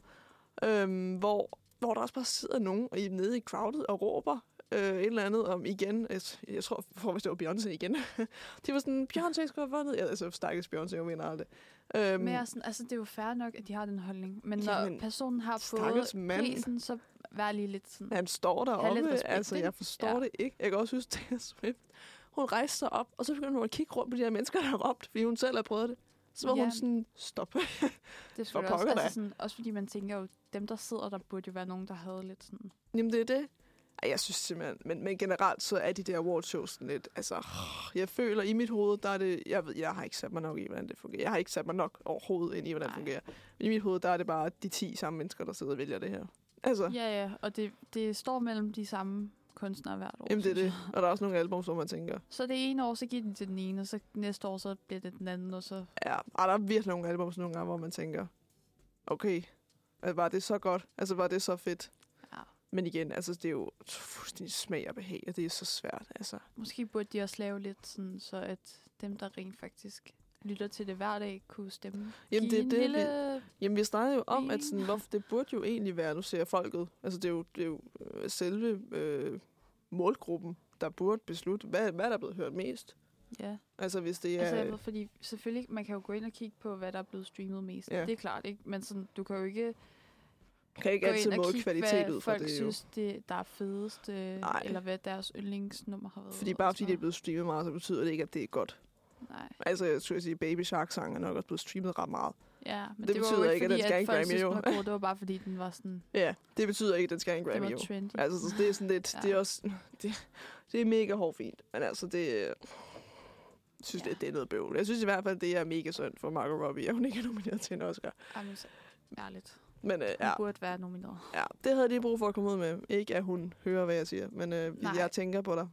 Speaker 1: Øhm, hvor, hvor der også bare sidder nogen og i- nede i crowdet og råber øh, et eller andet om igen. Jeg, t- jeg tror, for hvis det var Beyoncé igen. de var sådan, Beyoncé skulle have vundet. Ja, altså, stakkels Beyoncé, hun vinder aldrig. Øhm,
Speaker 2: Men jeg er sådan, altså, det er jo fair nok, at de har den holdning. Men når
Speaker 1: Jamen,
Speaker 2: personen har
Speaker 1: stakkels
Speaker 2: fået
Speaker 1: mand.
Speaker 2: prisen, så vær lige lidt sådan.
Speaker 1: Han står deroppe,
Speaker 2: lidt respekt,
Speaker 1: altså
Speaker 2: ikke?
Speaker 1: jeg forstår ja.
Speaker 2: Ja.
Speaker 1: det ikke. Jeg kan også huske, Taylor Swift, hun rejste sig op, og så begyndte hun at kigge rundt på de her mennesker, der har råbt, fordi hun selv har prøvet det. Så var ja.
Speaker 2: Ja.
Speaker 1: hun sådan, stop.
Speaker 2: Det er selvfølgelig
Speaker 1: pokker
Speaker 2: også,
Speaker 1: da.
Speaker 2: altså sådan, også fordi man tænker jo, dem der sidder der, burde jo være nogen, der havde lidt sådan...
Speaker 1: Jamen det er det. Ej, jeg synes simpelthen, men, men generelt så er de der awardshows sådan lidt, altså, jeg føler i mit hoved, der er det, jeg ved, jeg har ikke sat mig nok i, hvordan det fungerer. Jeg har ikke sat mig nok overhovedet ind i, hvordan det
Speaker 2: Nej.
Speaker 1: fungerer. Men i mit hoved, der er det bare de 10 samme mennesker, der sidder og vælger det her. Altså, ja,
Speaker 2: Ja, ja, og det, det står mellem de samme kunstnere hvert år.
Speaker 1: jamen det er
Speaker 2: synes
Speaker 1: det.
Speaker 2: jeg.
Speaker 1: Og der er også nogle album, hvor man tænker,
Speaker 2: Så det ene år, så giver de til den ene, og så næste år, så bliver det den anden, og så...
Speaker 1: Ja, og der er virkelig nogle albums nogle gange, hvor man tænker, okay, altså, var det så godt? Altså, var det så fedt?
Speaker 2: Ja.
Speaker 1: Men igen, altså, det er jo fuldstændig smag og behag, og det er så svært, altså.
Speaker 2: Måske burde de også lave lidt sådan, så at dem, der rent faktisk lytter til det hver dag, kunne stemme.
Speaker 1: Jamen, det
Speaker 2: Give
Speaker 1: er
Speaker 2: en
Speaker 1: det, vi,
Speaker 2: lille...
Speaker 1: jamen, vi snakkede jo om, at
Speaker 2: mening.
Speaker 1: sådan, hvorfor, det burde jo egentlig være, nu ser jeg folket, altså, det er jo, det er jo øh, selve øh, målgruppen, der burde beslutte, hvad, hvad der er blevet hørt mest.
Speaker 2: Ja.
Speaker 1: Altså, hvis det er...
Speaker 2: Altså, jeg ved, fordi selvfølgelig, man kan jo gå ind og kigge på, hvad der er blevet streamet mest.
Speaker 1: Ja.
Speaker 2: Det er klart, ikke? Men sådan, du kan jo ikke
Speaker 1: kan ikke
Speaker 2: gå
Speaker 1: altid
Speaker 2: ind og
Speaker 1: måle
Speaker 2: kigge,
Speaker 1: kvalitet
Speaker 2: hvad
Speaker 1: ud fra
Speaker 2: folk
Speaker 1: det, jo.
Speaker 2: synes, det, der er fedest, øh,
Speaker 1: Nej.
Speaker 2: eller hvad deres yndlingsnummer har været.
Speaker 1: Fordi
Speaker 2: og
Speaker 1: bare fordi
Speaker 2: sådan
Speaker 1: det er blevet streamet meget, så betyder det ikke, at det er godt.
Speaker 2: noget. Nej.
Speaker 1: Altså, jeg skulle sige, Baby Shark-sangen er nok også blevet streamet ret meget.
Speaker 2: Ja,
Speaker 1: Det
Speaker 2: men det, det var
Speaker 1: betyder
Speaker 2: jo
Speaker 1: ikke,
Speaker 2: ikke,
Speaker 1: at
Speaker 2: fordi,
Speaker 1: den skal
Speaker 2: at,
Speaker 1: en
Speaker 2: folk synes,
Speaker 1: Grammy,
Speaker 2: den
Speaker 1: jo.
Speaker 2: var god. Det var bare, fordi den var sådan,
Speaker 1: Ja, det betyder ikke, at den skal have en
Speaker 2: den
Speaker 1: Grammy,
Speaker 2: var
Speaker 1: jo.
Speaker 2: trendy.
Speaker 1: Altså, så det er sådan lidt, ja.
Speaker 2: Ja.
Speaker 1: det er også, det, det er mega hårdt fint. Men altså, det, øh, jeg synes, ja.
Speaker 2: Ja.
Speaker 1: det, det er noget bøvl. Jeg synes i hvert fald, det er mega synd for Margot Robbie, at hun ikke er nomineret til en Oscar.
Speaker 2: Ej, men så- Ærligt.
Speaker 1: Men øh,
Speaker 2: Hun
Speaker 1: ja,
Speaker 2: ja. burde være nomineret.
Speaker 1: ja, det havde de brug for at komme ud med. Ikke at hun hører, hvad jeg siger, men øh,
Speaker 2: Nej.
Speaker 1: jeg tænker på dig.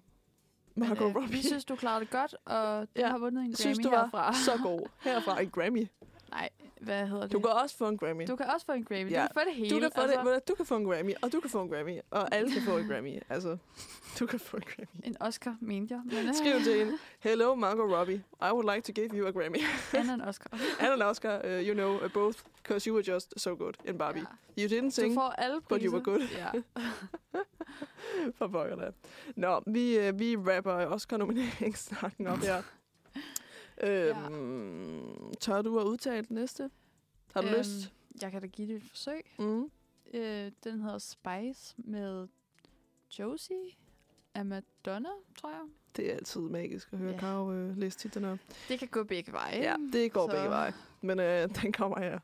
Speaker 2: Men,
Speaker 1: Margot
Speaker 2: øh,
Speaker 1: Robbie.
Speaker 2: Vi synes, du klarede det godt, og du
Speaker 1: Ja.
Speaker 2: ja. har vundet en Grammy
Speaker 1: Synes, du var
Speaker 2: herfra.
Speaker 1: så god. Herfra en Grammy.
Speaker 2: Nej, hvad hedder det?
Speaker 1: Du kan også få en Grammy.
Speaker 2: du kan også få en Grammy.
Speaker 1: Ja.
Speaker 2: Du kan få det hele.
Speaker 1: Du kan, få altså... det, ved du, du kan få en Grammy, og du kan få en Grammy, og alle kan få en Grammy. Altså, du kan få en Grammy.
Speaker 2: En Oscar, mente jeg. Men,
Speaker 1: Skriv til hende, Hello Margot Robbie, I would like to give you a Grammy.
Speaker 2: Han er en Oscar.
Speaker 1: And an Oscar, uh, you know, uh, both, because you were just so good in Barbie.
Speaker 2: Ja.
Speaker 1: You didn't
Speaker 2: Du
Speaker 1: sing,
Speaker 2: får alle priser.
Speaker 1: but you were good.
Speaker 2: Ja.
Speaker 1: For pokker da. Nå, vi, øh, vi rapper Oscar-nomineringssnakken op her. øhm, tør du at udtale den næste? Har du øhm.
Speaker 2: Øhm,
Speaker 1: lyst?
Speaker 2: Jeg kan da give det et forsøg.
Speaker 1: Mm.
Speaker 2: Øh, den hedder Spice med Josie af Madonna, tror jeg.
Speaker 1: Det er altid magisk at høre yeah.
Speaker 2: Ja.
Speaker 1: Karo øh, læse titlerne op.
Speaker 2: Det kan gå begge veje.
Speaker 1: Ja, det går
Speaker 2: så-
Speaker 1: begge veje. Men øh, den kommer her.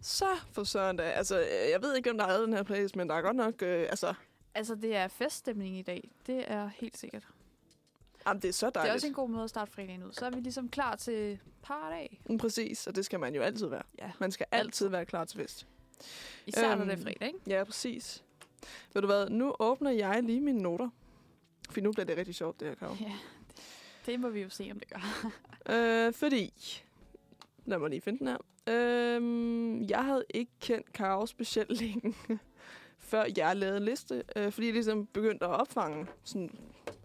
Speaker 1: Så for søren da. Altså, øh, jeg ved ikke, hvem der har lavet den her playlist, men der er godt nok... Øh, altså,
Speaker 2: Altså, det er feststemning i dag. Det er helt sikkert. Dejligt.
Speaker 1: jamen, det er så
Speaker 2: Det er
Speaker 1: dejligt.
Speaker 2: også en god måde at starte fredagen ud. Så er vi ligesom klar til pardag.
Speaker 1: Mm, Præcis, og det skal man jo altid være.
Speaker 2: Ja.
Speaker 1: Man skal altid være klar til fest.
Speaker 2: Især når
Speaker 1: Øhm,
Speaker 2: det er fredag, ikke?
Speaker 1: Ja, præcis. Ved du hvad, nu åbner jeg lige mine noter. For nu bliver det rigtig sjovt, det her, Karo.
Speaker 2: Ja. Det må vi jo se, om det gør.
Speaker 1: Øh, fordi... Lad mig lige finde den her. Øh, jeg havde ikke kendt Karo specielt længe, før jeg lavede en liste. Øh, fordi jeg ligesom begyndte at opfange sådan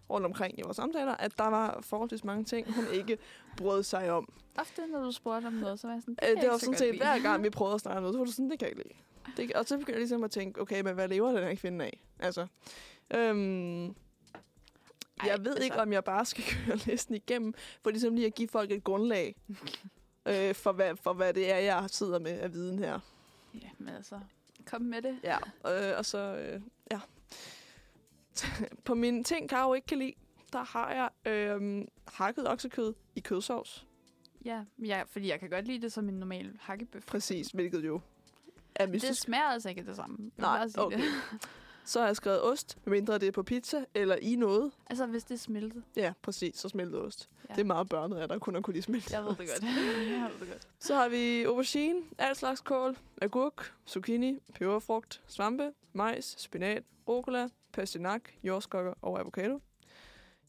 Speaker 1: rundt omkring i vores samtaler, at der var forholdsvis mange ting, hun ikke brød sig om.
Speaker 2: Ofte, når du spurgte om noget, så var jeg sådan,
Speaker 1: Øh,
Speaker 2: kan
Speaker 1: det
Speaker 2: jeg
Speaker 1: var
Speaker 2: ikke så
Speaker 1: sådan
Speaker 2: godt
Speaker 1: set
Speaker 2: lide.
Speaker 1: hver gang, vi prøvede at snakke om noget, så var du sådan, det kan jeg ikke lide. Det, kan- og så begyndte jeg ligesom at tænke, okay, men hvad lever den her kvinde af? Altså, øhm,
Speaker 2: Ej,
Speaker 1: jeg ved
Speaker 2: altså.
Speaker 1: ikke, om jeg bare skal køre listen igennem, for ligesom lige at give folk et grundlag øh, for, hvad, for, hvad det er, jeg sidder med af viden her.
Speaker 2: Ja, men altså, kom med det.
Speaker 1: Ja. Øh, og så, øh, ja. På mine ting, Karo ikke kan lide, der har jeg øh, hakket oksekød i kødsovs.
Speaker 2: Ja, men jeg, fordi jeg kan godt lide det som en normal hakkebøf.
Speaker 1: Præcis, hvilket jo er mystisk.
Speaker 2: Det smager altså ikke af det samme. Jeg vil
Speaker 1: Nej,
Speaker 2: bare sige
Speaker 1: okay.
Speaker 2: det.
Speaker 1: Så har jeg skrevet ost, mindre det er på pizza eller i noget.
Speaker 2: Altså, hvis det er smeltet.
Speaker 1: Ja, præcis, så smeltet ost. Ja.
Speaker 2: Ja.
Speaker 1: Det er meget børnet af dig, kun at kunne lide smeltet
Speaker 2: Jeg ved det
Speaker 1: ost.
Speaker 2: godt. jeg ved det godt.
Speaker 1: Så har vi aubergine, alt slags kål, agurk, zucchini, peberfrugt, svampe, majs, spinat, rucola, pastinak, jordskokker og avocado.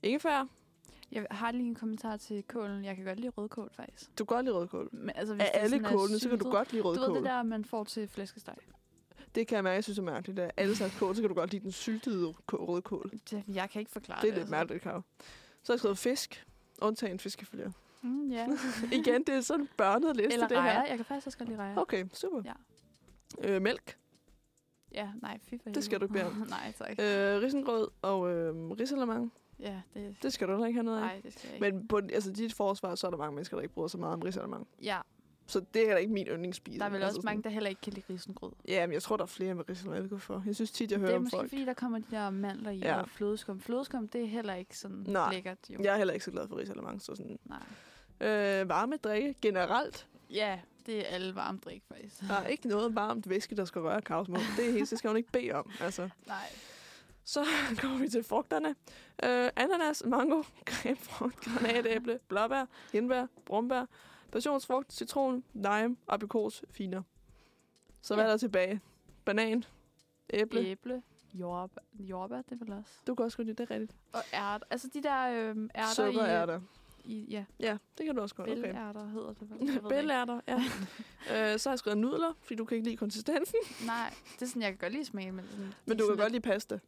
Speaker 1: Ingefær.
Speaker 2: Jeg har lige en kommentar til kålen. Jeg kan godt lide rødkål, faktisk.
Speaker 1: Du kan godt lide rødkål.
Speaker 2: Men, altså, hvis
Speaker 1: Af
Speaker 2: det
Speaker 1: alle
Speaker 2: sådan er
Speaker 1: kålene, så kan du
Speaker 2: syltet-
Speaker 1: godt lide
Speaker 2: Du ved
Speaker 1: rødkål.
Speaker 2: det
Speaker 1: Det,
Speaker 2: der, man får til flæskesteg.
Speaker 1: det kan jeg mærke, jeg synes er mærkeligt. Af alle slags kål, så kan du godt lide den syltede kå- rødkål.
Speaker 2: Det, jeg kan ikke forklare
Speaker 1: Det
Speaker 2: det. altså.
Speaker 1: er lidt mærkeligt, Kav. Så har jeg skrevet fisk, undtagen fiskefilet.
Speaker 2: Mm, ja.
Speaker 1: Igen, det er sådan en børnet liste,
Speaker 2: Eller
Speaker 1: det her.
Speaker 2: rejer. Jeg kan faktisk også godt lide rejer.
Speaker 1: Okay, super.
Speaker 2: Ja.
Speaker 1: Øh, mælk,
Speaker 2: Ja, nej, fy for
Speaker 1: Det skal
Speaker 2: helvede.
Speaker 1: du ikke
Speaker 2: nej, tak.
Speaker 1: øh, risengrød og øh, risalemang.
Speaker 2: Ja, det,
Speaker 1: Det skal du heller ikke have noget af.
Speaker 2: nej, det skal jeg ikke.
Speaker 1: Men på altså, dit forsvar, så er der mange mennesker, der ikke bruger så meget om risalemang.
Speaker 2: Ja,
Speaker 1: Så det er heller ikke min yndlingsspise.
Speaker 2: der er vel
Speaker 1: altså
Speaker 2: også mange, der heller ikke kan lide risengrød.
Speaker 1: Ja, men jeg tror, der er flere med risalemang for. Jeg synes tit, jeg hører
Speaker 2: Det er
Speaker 1: om
Speaker 2: måske
Speaker 1: folk.
Speaker 2: fordi, der kommer de der mandler i
Speaker 1: Ja.
Speaker 2: ja. og flødeskum. Flødeskum, det er heller ikke sådan
Speaker 1: Nej.
Speaker 2: lækkert, jo.
Speaker 1: Jeg er heller ikke så glad for risalemang. Så sådan.
Speaker 2: Nej.
Speaker 1: Øh, varme drikke generelt.
Speaker 2: Ja, det er alle varmt drik, faktisk.
Speaker 1: Der er ikke noget varmt væske, der skal røre kavsmål. Det er helt, det skal hun ikke bede om. Altså.
Speaker 2: Nej.
Speaker 1: Så kommer vi til frugterne. Øh, ananas, mango, cremefrugt, granatæble, blåbær, hindbær, brumbær, passionsfrugt, citron, lime, aprikos, finer. Så hvad
Speaker 2: Ja.
Speaker 1: er der tilbage? Banan, æble.
Speaker 2: Æble, jordbær, jordbær, det er vel også.
Speaker 1: Du kan også godt lide det er rigtigt.
Speaker 2: Og ærter. Altså de der øhm, ærter i,
Speaker 1: Sukkerærter.
Speaker 2: i... Ja,
Speaker 1: Ja, det kan du også godt. Okay.
Speaker 2: bælærter hedder det vel. Jeg ved det ikke.
Speaker 1: Bælærter, ja. øh, så har jeg skrevet nudler, fordi du kan ikke lide konsistensen.
Speaker 2: Nej, det er sådan, jeg kan godt lide smagen. Men, sådan, de
Speaker 1: Men
Speaker 2: er
Speaker 1: du kan
Speaker 2: sådan
Speaker 1: godt
Speaker 2: lidt-
Speaker 1: lide pasta.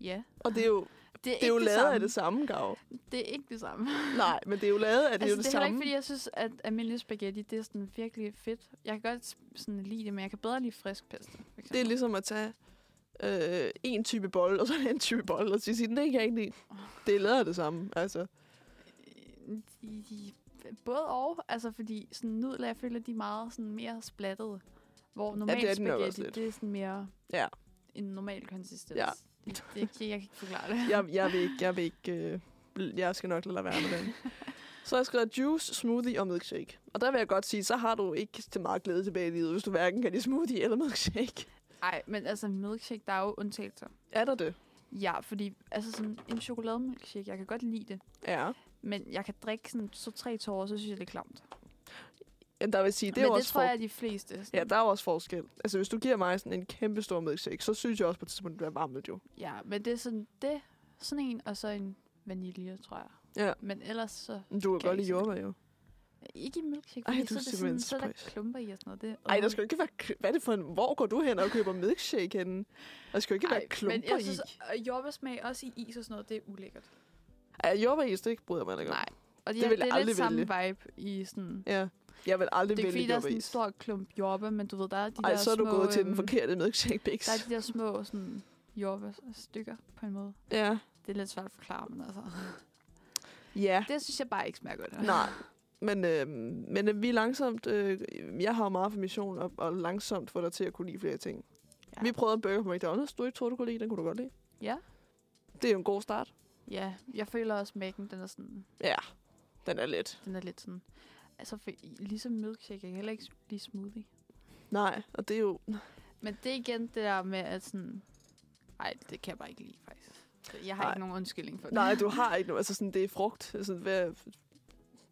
Speaker 2: Ja.
Speaker 1: Og det er jo,
Speaker 2: Det er,
Speaker 1: det er jo
Speaker 2: ikke
Speaker 1: lavet
Speaker 2: samme.
Speaker 1: af det samme, Gav.
Speaker 2: Det er ikke det samme.
Speaker 1: Nej, men det er jo lavet af det, jo
Speaker 2: altså,
Speaker 1: det,
Speaker 2: det er heller
Speaker 1: samme.
Speaker 2: ikke, fordi jeg synes, at almindelig spaghetti, det er sådan virkelig fedt. Jeg kan godt sådan lide det, men jeg kan bedre lide frisk pesto. for
Speaker 1: Det er
Speaker 2: eksempel.
Speaker 1: ligesom at tage øh, en type bolle, og så en anden type bolle, og så sige, det kan jeg ikke lide. Det er lavet af det samme, altså.
Speaker 2: Øh, de- de- Både og, altså fordi sådan nudler, jeg føler, de er meget sådan mere splattede. Hvor normal
Speaker 1: det er
Speaker 2: ja,
Speaker 1: de nok også
Speaker 2: spaghetti,
Speaker 1: lidt.
Speaker 2: det er sådan mere
Speaker 1: Ja.
Speaker 2: en normal konsistens.
Speaker 1: Ja.
Speaker 2: Det, det, jeg, jeg kan ikke forklare det.
Speaker 1: Jeg, jeg vil ikke, jeg vil ikke, øh, bl- jeg skal nok lade være med den. Så har jeg skrevet juice, smoothie og milkshake. Og der vil jeg godt sige, så har du ikke til meget glæde tilbage i livet, hvis du hverken kan lide smoothie eller milkshake.
Speaker 2: Nej, men altså milkshake, der er jo undtagelser.
Speaker 1: Er der det?
Speaker 2: Ja, fordi altså sådan en chokolademilkshake, jeg kan godt lide det.
Speaker 1: Ja.
Speaker 2: Men jeg kan drikke sådan så tre tårer, så synes jeg, det er klamt.
Speaker 1: Jamen, der vil sige, det er
Speaker 2: Men
Speaker 1: jo
Speaker 2: det
Speaker 1: også
Speaker 2: tror
Speaker 1: for...
Speaker 2: jeg, at de fleste... Sådan,
Speaker 1: Ja, der er jo også forskel. Altså, hvis du giver mig sådan en kæmpe stor milkshake, så synes jeg også på et tidspunkt, det er varmt jo.
Speaker 2: Ja, men det er sådan det. Sådan en, og så en vanilje, tror jeg.
Speaker 1: Ja.
Speaker 2: Men ellers så...
Speaker 1: Men du kan
Speaker 2: Kan
Speaker 1: godt
Speaker 2: jeg
Speaker 1: lide
Speaker 2: ikke
Speaker 1: jordbær jo.
Speaker 2: Ikke i milkshake,
Speaker 1: Ej,
Speaker 2: fordi
Speaker 1: du
Speaker 2: så,
Speaker 1: er
Speaker 2: er det
Speaker 1: simpelthen
Speaker 2: sådan, så er der
Speaker 1: spøjs.
Speaker 2: klumper i og sådan noget. Det,
Speaker 1: Ej, der skal jo ikke være... kl- Hvad er det for en... Hvor går du hen og køber milkshake henne? Der skal jo ikke være klumper
Speaker 2: men jeg synes,
Speaker 1: i.
Speaker 2: at jordbærsmag også i is og sådan noget, det er ulækkert.
Speaker 1: Ej, jordbæris, det bryder jeg mig ikke om.
Speaker 2: Nej. Og det,
Speaker 1: Det
Speaker 2: ja,
Speaker 1: vil
Speaker 2: det
Speaker 1: jeg
Speaker 2: er lidt
Speaker 1: aldrig
Speaker 2: samme
Speaker 1: vælge.
Speaker 2: vibe i sådan...
Speaker 1: Ja. Jeg vil aldrig
Speaker 2: Det er ikke
Speaker 1: vælge
Speaker 2: fordi, der er sådan en
Speaker 1: jordbæris.
Speaker 2: stor klump jordbær, men du ved, der er de
Speaker 1: Ej,
Speaker 2: der
Speaker 1: så er du
Speaker 2: små,
Speaker 1: gået til den
Speaker 2: øhm,
Speaker 1: forkerte milkshake bix.
Speaker 2: Der er de der små sådan, jordbærstykker på en måde.
Speaker 1: Ja.
Speaker 2: Det er lidt svært at forklare, men altså...
Speaker 1: Ja.
Speaker 2: Det synes jeg bare ikke smager godt.
Speaker 1: Nej. Men, øh, men øh, vi er langsomt... Øh, jeg har jo meget for mission, og, og langsomt får dig til at kunne lide flere ting. Ja.
Speaker 2: Ja.
Speaker 1: Vi prøvede en burger på McDonald's. Du ikke troede, du kunne lide. Den kunne du godt lide.
Speaker 2: Ja.
Speaker 1: Det er jo en god start.
Speaker 2: Ja, jeg føler også, at den er sådan...
Speaker 1: Ja, den er let.
Speaker 2: Den er lidt sådan... Altså, for, ligesom milkshake, jeg kan heller ikke blive smoothie.
Speaker 1: Nej, og det er jo...
Speaker 2: Men det er igen det der med, at sådan... Ej, det kan jeg bare ikke lide, faktisk. Så Jeg har
Speaker 1: Nej.
Speaker 2: Ej. ikke nogen undskyldning for det.
Speaker 1: Nej, du har ikke noget. Altså sådan, det er frugt. Altså, hvad...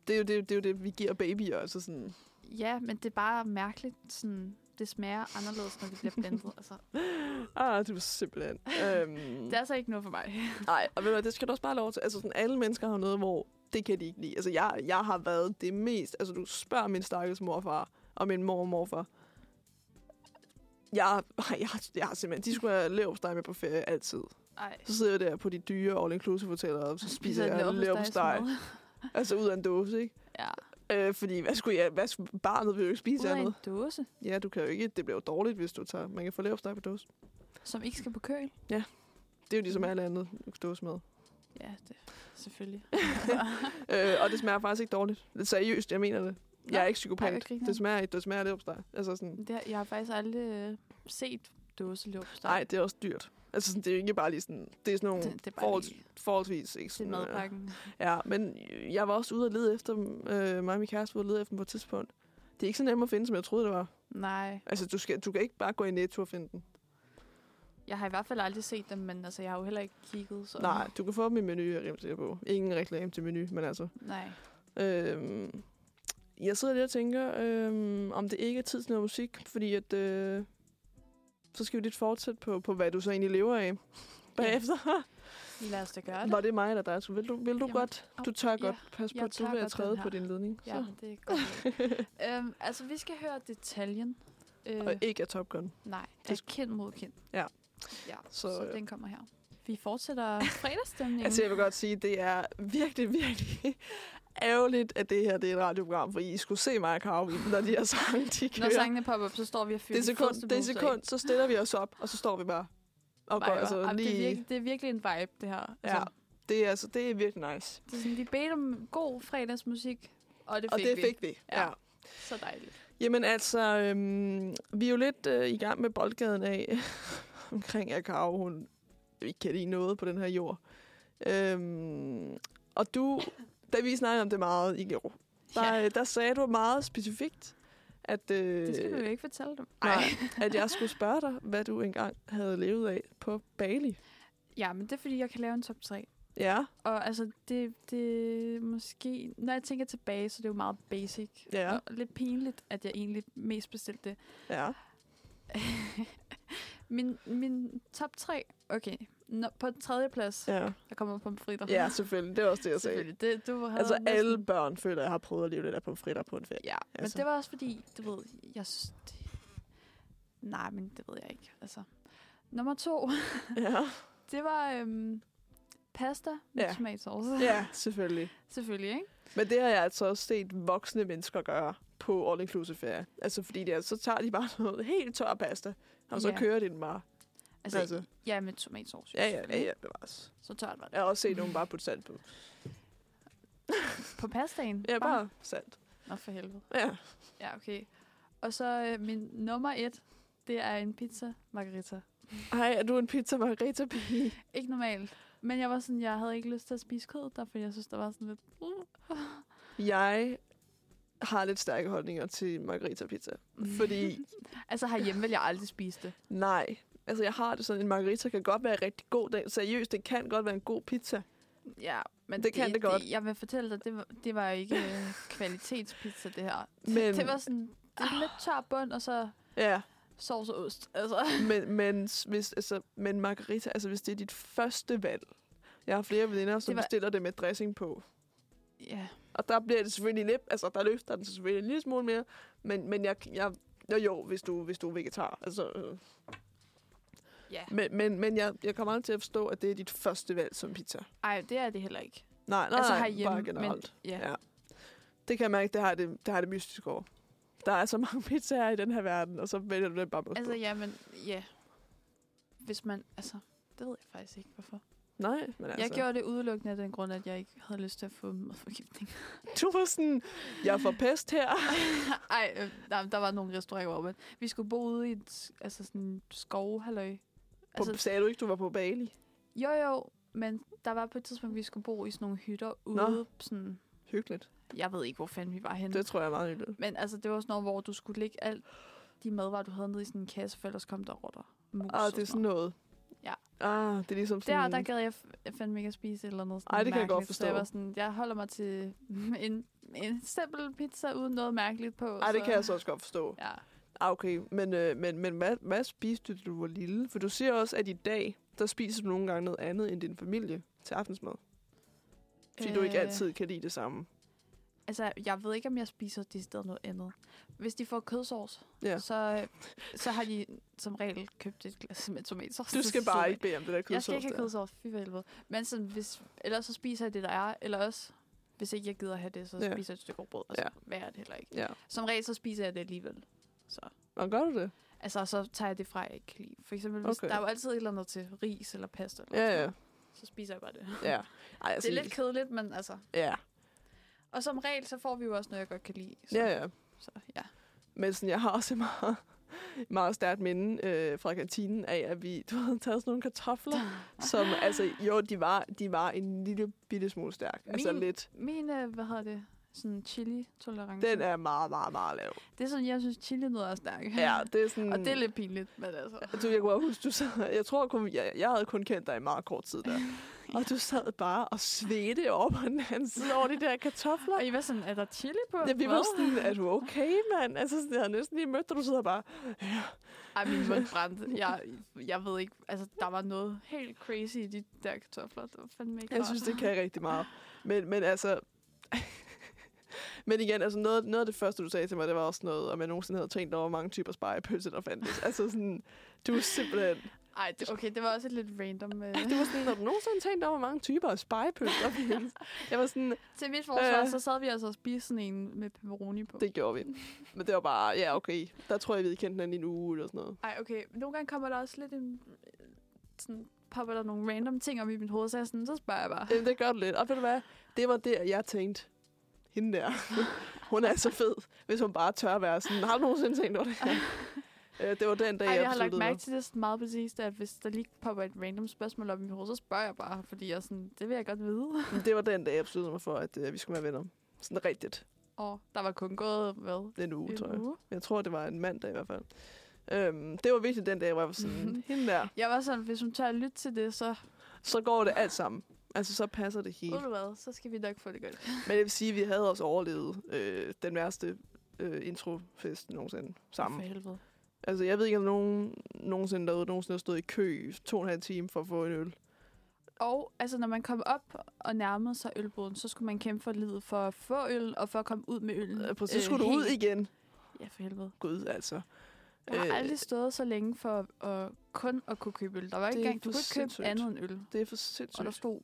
Speaker 1: det, er jo, det, er jo, det er jo det, vi giver babyer. Altså sådan...
Speaker 2: Ja, men det er bare mærkeligt, sådan... Det smager anderledes, når det bliver blendet. altså,
Speaker 1: Ah, du er simpelthen... øhm...
Speaker 2: det er altså ikke noget for mig.
Speaker 1: Nej, og ved du hvad, det skal du også bare have lov til. Altså sådan, alle mennesker har noget, hvor det kan de ikke lide. Altså jeg, jeg har været det mest... Altså du spørger min stakkels morfar og min mor og morfar. Jeg, ej, jeg, har- jeg har simpelthen... De skulle have leverpostej med på ferie altid.
Speaker 2: Ej.
Speaker 1: Så sidder jeg der på de dyre all-inclusive hoteller, og så spiser
Speaker 2: den
Speaker 1: jeg
Speaker 2: leverpostej
Speaker 1: leverpostej.
Speaker 2: som mad.
Speaker 1: Altså ud af en dåse, ikke?
Speaker 2: Ja.
Speaker 1: Øh, fordi hvad skulle jeg, hvad skulle, barnet vil jo ikke spise
Speaker 2: Ud af en
Speaker 1: andet.
Speaker 2: dåse,
Speaker 1: Ja, du kan jo ikke, det bliver jo dårligt, hvis du tager, man kan få leverpostej på dåse.
Speaker 2: som ikke skal på køl.
Speaker 1: Det er jo
Speaker 2: Mm.
Speaker 1: ligesom alt andet dåse med.
Speaker 2: Ja, det selvfølgelig.
Speaker 1: Øh, og det smager faktisk ikke dårligt. Det er seriøst, jeg mener det. Jeg er ikke
Speaker 2: ej,
Speaker 1: psykopat.
Speaker 2: hvor griner
Speaker 1: det smager ikke, det smager leverpostej. Altså sådan,
Speaker 2: Det, har- jeg har faktisk aldrig øh, set dåseløbstøj.
Speaker 1: nej, det er også dyrt. Altså sådan, det er jo ikke bare lige sådan, det er sådan nogle
Speaker 2: det, det er bare
Speaker 1: forholds,
Speaker 2: lige
Speaker 1: forholdsvis, ikke
Speaker 2: til
Speaker 1: sådan, øh,
Speaker 2: madpakken.
Speaker 1: ja, men jeg var også ude og lede efter dem, øh, mig og min kæreste var ude og lede efter dem på et tidspunkt. Det er ikke så nemt at finde, som jeg troede, det var.
Speaker 2: Nej,
Speaker 1: Altså, du, skal, du kan ikke bare gå i Netto og finde den.
Speaker 2: jeg har i hvert fald aldrig set dem, men altså, jeg har jo heller ikke kigget. Så.
Speaker 1: Nej, du kan få dem i menu, jeg er rimelig sikker på. Ingen reklame til menu, men altså.
Speaker 2: Nej.
Speaker 1: Øhm, jeg sidder lige og tænker, øhm, om det ikke er tid til noget musik, fordi at, øh, så skal vi lidt fortsætte på, på, hvad du så egentlig lever af bagefter.
Speaker 2: Lad os da gøre det.
Speaker 1: Var det mig eller dig? Vil du, vil du
Speaker 2: Jamen,
Speaker 1: godt? Du tør
Speaker 2: oh, ja,
Speaker 1: godt passe på,
Speaker 2: jeg
Speaker 1: at du
Speaker 2: tør
Speaker 1: vil at
Speaker 2: godt den
Speaker 1: træde på
Speaker 2: her.
Speaker 1: din ledning.
Speaker 2: Ja,
Speaker 1: Så.
Speaker 2: det er godt. øhm, altså, vi skal høre detaljen. Øh,
Speaker 1: Og ikke af Top Gun.
Speaker 2: nej,
Speaker 1: det
Speaker 2: det er
Speaker 1: sk-
Speaker 2: kind mod kind.
Speaker 1: Ja.
Speaker 2: ja
Speaker 1: Så,
Speaker 2: så, så
Speaker 1: øh,
Speaker 2: den kommer her. Vi fortsætter fredagsstemningen.
Speaker 1: Altså, jeg vil godt sige, det er virkelig, virkelig ærgerligt, at det her det er et radioprogram, for I skulle se mig og Karoline, når de her sange, de kører.
Speaker 2: Når sangene popper op, så står vi og fyrer
Speaker 1: det er
Speaker 2: de
Speaker 1: sekund,
Speaker 2: første
Speaker 1: det er
Speaker 2: bukser af.
Speaker 1: sekund, så stiller vi os op, og så står vi bare og går
Speaker 2: Viber.
Speaker 1: altså
Speaker 2: Jamen, det, er
Speaker 1: lige...
Speaker 2: virkelig, det er virkelig en vibe, det her. Altså,
Speaker 1: Ja, det er, altså, det er virkelig nice.
Speaker 2: Det er sådan, vi bedte om god fredagsmusik, og det fik
Speaker 1: og det
Speaker 2: vi.
Speaker 1: fik vi. Ja.
Speaker 2: Ja.
Speaker 1: ja.
Speaker 2: Så dejligt.
Speaker 1: Jamen altså, øhm, vi er jo lidt øh, i gang med boldgaden af omkring, at Karo, hun ikke kan lide noget på den her jord. Øhm, og du, da vi snakkede om det meget i går, der, ja. der sagde du meget specifikt, at, øh,
Speaker 2: Det skal du jo ikke fortælle dem.
Speaker 1: nej, at jeg skulle spørge dig, hvad du engang havde levet af på Bali.
Speaker 2: Ja, men det er fordi, jeg kan lave en top 3.
Speaker 1: Ja,
Speaker 2: Og altså, det, det er måske... Når jeg tænker tilbage, så er det jo meget basic.
Speaker 1: Ja.
Speaker 2: Og lidt pinligt, at jeg egentlig mest bestilte det.
Speaker 1: ja.
Speaker 2: Min, min top 3... Okay. Nå, på den tredje plads, ja.
Speaker 1: Ja,
Speaker 2: der kommer pomfritter.
Speaker 1: ja selvfølgelig. Det er også det, jeg sagde.
Speaker 2: Selvfølgelig. Det, du havde
Speaker 1: Altså
Speaker 2: næsten-
Speaker 1: alle børn føler, at jeg har prøvet at leve lidt af pomfritter på en ferie.
Speaker 2: Ja, men
Speaker 1: altså.
Speaker 2: det var også fordi, du ved, jeg... synes, det- Nej, men det ved jeg ikke. Altså, nummer to,
Speaker 1: Ja,
Speaker 2: det var øhm, pasta med
Speaker 1: Ja.
Speaker 2: ja. tomatsauce.
Speaker 1: ja selvfølgelig.
Speaker 2: Selvfølgelig, ikke?
Speaker 1: Men det har jeg altså også set voksne mennesker gøre på all-inclusive ferie. Altså fordi det er, så tager de bare noget helt tør pasta, og så
Speaker 2: Ja.
Speaker 1: kører de den bare.
Speaker 2: Altså,
Speaker 1: Altså.
Speaker 2: altså. ja, med tomatsauce.
Speaker 1: Ja, ja, ja,
Speaker 2: selvfølgelig,
Speaker 1: ja,
Speaker 2: ikke?
Speaker 1: bevares.
Speaker 2: Så tørt var det.
Speaker 1: Jeg har også set nogen bare putte salt på.
Speaker 2: På pastaen?
Speaker 1: Ja, bare salt.
Speaker 2: Nå, for helvede.
Speaker 1: Ja.
Speaker 2: Ja, okay. Og så øh, min nummer et, det er en pizza margarita.
Speaker 1: Ej, er du en pizza margarita pige?
Speaker 2: Ikke normalt. Men jeg var sådan, jeg havde ikke lyst til at spise kød, derfor jeg synes, der var sådan lidt... Uh.
Speaker 1: Jeg har lidt stærke holdninger til margarita pizza. Fordi,
Speaker 2: Altså herhjemme vil jeg aldrig spise det.
Speaker 1: nej. Altså, jeg har det sådan, en margarita kan godt være rigtig god. Den- Seriøst, det kan godt være en god pizza.
Speaker 2: Ja, men
Speaker 1: Det kan det godt.
Speaker 2: Jeg vil fortælle dig, det var, det var ikke øh, kvalitetspizza, det her.
Speaker 1: Men-
Speaker 2: Men... Det var sådan, det er lidt tør bund, og så
Speaker 1: Ja,
Speaker 2: sovs og ost. Altså.
Speaker 1: men, men, s- hvis, altså, men margarita, altså hvis det er dit første valg. Jeg har flere veninder, som
Speaker 2: Det var-
Speaker 1: bestiller det med dressing på.
Speaker 2: Ja,
Speaker 1: Og der bliver det selvfølgelig lidt, altså der løfter den selvfølgelig en lille smule mere. Men, men jeg, jeg, jo, jo, hvis du, hvis du er vegetar. Altså, øh.
Speaker 2: ja.
Speaker 1: Men, men, men jeg, jeg kommer aldrig til at forstå, at det er dit første valg som pizza.
Speaker 2: Ej, det er det heller ikke.
Speaker 1: Nej, nej,
Speaker 2: altså
Speaker 1: nej,
Speaker 2: herhjemme,
Speaker 1: bare generelt.
Speaker 2: Men, ja.
Speaker 1: Ja. Det kan jeg mærke, det har det, det, har det mystisk over. Der er så mange pizzaer i den her verden, og så vælger du den bare med.
Speaker 2: Altså, ja, men ja. Hvis man, altså, det ved jeg faktisk ikke, hvorfor.
Speaker 1: Nej, men altså.
Speaker 2: Jeg gjorde det udelukkende af den grund, at jeg ikke havde lyst til at få madforgiftning.
Speaker 1: Du var sådan, jeg får pest her.
Speaker 2: Ej, øh, nej, der var nogle restauranter, hvor man- vi skulle bo ude i et, altså sådan skov, halløj.
Speaker 1: Altså,
Speaker 2: Altså,
Speaker 1: sagde du ikke, du var på Bali?
Speaker 2: jo jo, men der var på et tidspunkt, vi skulle bo i sådan nogle hytter
Speaker 1: Nå.
Speaker 2: ude, sådan,
Speaker 1: Hyggeligt.
Speaker 2: jeg ved ikke, hvor fanden vi var henne.
Speaker 1: Det tror jeg er meget hyggeligt.
Speaker 2: Men altså, det var sådan noget, hvor du skulle lægge alt de madvarer, du havde nede i sådan en kasse, for ellers kom der rotter. Mus
Speaker 1: Ah,
Speaker 2: og
Speaker 1: det er sådan
Speaker 2: noget.
Speaker 1: noget.
Speaker 2: Ja.
Speaker 1: Ah, det er ligesom
Speaker 2: Der,
Speaker 1: sådan...
Speaker 2: der gad jeg, f- jeg fandme ikke at spise et eller andet. sådan
Speaker 1: Ej, det kan jeg godt
Speaker 2: mærkeligt, Så jeg,
Speaker 1: forstå.
Speaker 2: var sådan, jeg holder mig til en, en simpel pizza uden noget mærkeligt på.
Speaker 1: Ej, det
Speaker 2: så-
Speaker 1: kan jeg så også godt forstå.
Speaker 2: Ja.
Speaker 1: Ah, okay. Men, øh, men, men hvad, hvad spiste du, da du var lille? For du siger også, at i dag, der spiser du nogle gange noget andet end din familie til aftensmad. Fordi øh... du ikke
Speaker 2: Øh,
Speaker 1: altid kan lide det samme.
Speaker 2: Altså, jeg ved ikke, om jeg spiser de steder noget andet. Hvis de får kødsovs,
Speaker 1: Ja.
Speaker 2: ja. så, så har de som regel købt et glas med tomatsovs.
Speaker 1: Du
Speaker 2: til
Speaker 1: skal
Speaker 2: siden af.
Speaker 1: bare ikke bede om det der kødsovs.
Speaker 2: Jeg skal ikke have
Speaker 1: der.
Speaker 2: kødsovs, fy for helvede. Men sådan, hvis, ellers så spiser jeg det, der er. Eller også, hvis ikke jeg gider have det, så
Speaker 1: Ja.
Speaker 2: ja. spiser jeg et stykke brød, og så
Speaker 1: Ja.
Speaker 2: ja. værre er det heller ikke.
Speaker 1: Ja.
Speaker 2: Som regel, så spiser jeg det alligevel. Så.
Speaker 1: Og gør du det?
Speaker 2: Altså, så tager jeg det fra, jeg ikke kan lide. For eksempel, hvis
Speaker 1: Okay.
Speaker 2: okay. der er jo altid et eller andet til ris eller pasta. Eller
Speaker 1: Ja,
Speaker 2: sådan
Speaker 1: ja. Altså,
Speaker 2: noget, Så spiser jeg bare det.
Speaker 1: ja. Ej,
Speaker 2: det er lidt kedeligt, men altså...
Speaker 1: Ja,
Speaker 2: Og som regel, så får vi jo også noget, jeg godt kan lide. Så,
Speaker 1: ja, ja.
Speaker 2: Så, ja.
Speaker 1: Men sådan, jeg har også et meget, meget stærkt minde øh, fra kantinen af, at vi du havde taget sådan nogle kartofler, som altså, jo, de var, de var en lille bitte smule stærk. Altså
Speaker 2: Min-
Speaker 1: lidt.
Speaker 2: Min, øh, hvad hedder det? Sådan chili-tolerance.
Speaker 1: Den er meget, meget, meget lav.
Speaker 2: Det er sådan, jeg synes, chili noget er stærk.
Speaker 1: Ja, det er sådan...
Speaker 2: Og det er lidt pinligt, men altså...
Speaker 1: Du, jeg kunne også huske, du sad, jeg tror kun, jeg, jeg havde kun kendt dig i meget kort tid der. Og du sad bare og svedte op på den anden side over de der kartofler.
Speaker 2: Og I var sådan, er der chili på?
Speaker 1: Ja, vi
Speaker 2: Hvad?
Speaker 1: var sådan, er du okay, mand? Altså, sådan, jeg havde næsten lige mødt dig, du sidder bare,
Speaker 2: Ej, min mund brændte. Jeg, jeg ved ikke, altså, der var noget helt crazy i de der kartofler. Det var fandme ikke
Speaker 1: Jeg
Speaker 2: rart.
Speaker 1: synes, det kan rigtig meget. Men, men altså... men igen, altså noget, noget af det første, du sagde til mig, det var også noget, om jeg nogensinde havde tænkt over, hvor mange typer spejepølse, der fandtes. altså sådan, du er simpelthen...
Speaker 2: Ej, det, okay, det var også et lidt random. Øh.
Speaker 1: Du var sådan, når du nogensinde tænkt over, hvor mange typer af spejepølse, der findes. Jeg var sådan,
Speaker 2: Til mit forsvar,
Speaker 1: Øh.
Speaker 2: øh. så sad vi altså og spiste sådan en med pepperoni på.
Speaker 1: det gjorde vi. Men det var bare, ja, okay. Der tror jeg, vi havde kendt hinanden i en uge eller sådan noget.
Speaker 2: Ej, okay. Nogle gange kommer der også lidt en... øh, Sådan, popper der nogle random ting om i mit hoved, så jeg er sådan, så spørger jeg bare.
Speaker 1: Jamen, det gør du lidt. Og ved du hvad? Det var der, jeg tænkte, hende der, hun er så fed, hvis hun bare tør være sådan, har du nogensinde tænkt over det her? Øh, det var den dag,
Speaker 2: Ej, jeg har lagt
Speaker 1: besluttede mig.
Speaker 2: mærke til det sådan meget præcist, at hvis der lige popper et random spørgsmål op i mit hoved, så spørger jeg bare, fordi jeg er sådan, det vil jeg godt vide.
Speaker 1: Men det var den dag, jeg besluttede mig for, at øh, vi skulle være venner. Sådan rigtigt.
Speaker 2: Og der var kun gået, hvad?
Speaker 1: Den uge, tror jeg.
Speaker 2: uge.
Speaker 1: Jeg tror, det var en mandag i hvert fald. Øhm, det var virkelig den dag, hvor jeg var sådan, hende der,
Speaker 2: Jeg var sådan, hvis hun tør at lytte til det, så,
Speaker 1: så går det alt sammen. Altså, så passer det hele.
Speaker 2: ved du hvad, så skal vi nok få det godt.
Speaker 1: Men det vil sige, at vi havde også overlevet øh, den værste øh, introfest nogensinde
Speaker 2: For
Speaker 1: sammen.
Speaker 2: helvede.
Speaker 1: Altså, jeg ved ikke, om nogen nogensinde derude nogensinde har stået i kø i to og en halv time for at få en øl.
Speaker 2: Og altså, når man kom op og nærmede sig ølboden, så skulle man kæmpe for livet for at få øl, og for at komme ud med øllen.
Speaker 1: Øh, så skulle øh, du ud
Speaker 2: Mm. helt-
Speaker 1: igen.
Speaker 2: Ja, for helvede.
Speaker 1: Gud, altså.
Speaker 2: Jeg har
Speaker 1: Øh,
Speaker 2: øh, aldrig stået så længe for at, kun at kunne købe øl. Der var
Speaker 1: Det
Speaker 2: ikke
Speaker 1: er
Speaker 2: engang, du
Speaker 1: for
Speaker 2: kunne ikke
Speaker 1: sindssygt.
Speaker 2: købe andet end øl.
Speaker 1: Det er for
Speaker 2: Og
Speaker 1: sindssygt.
Speaker 2: der stod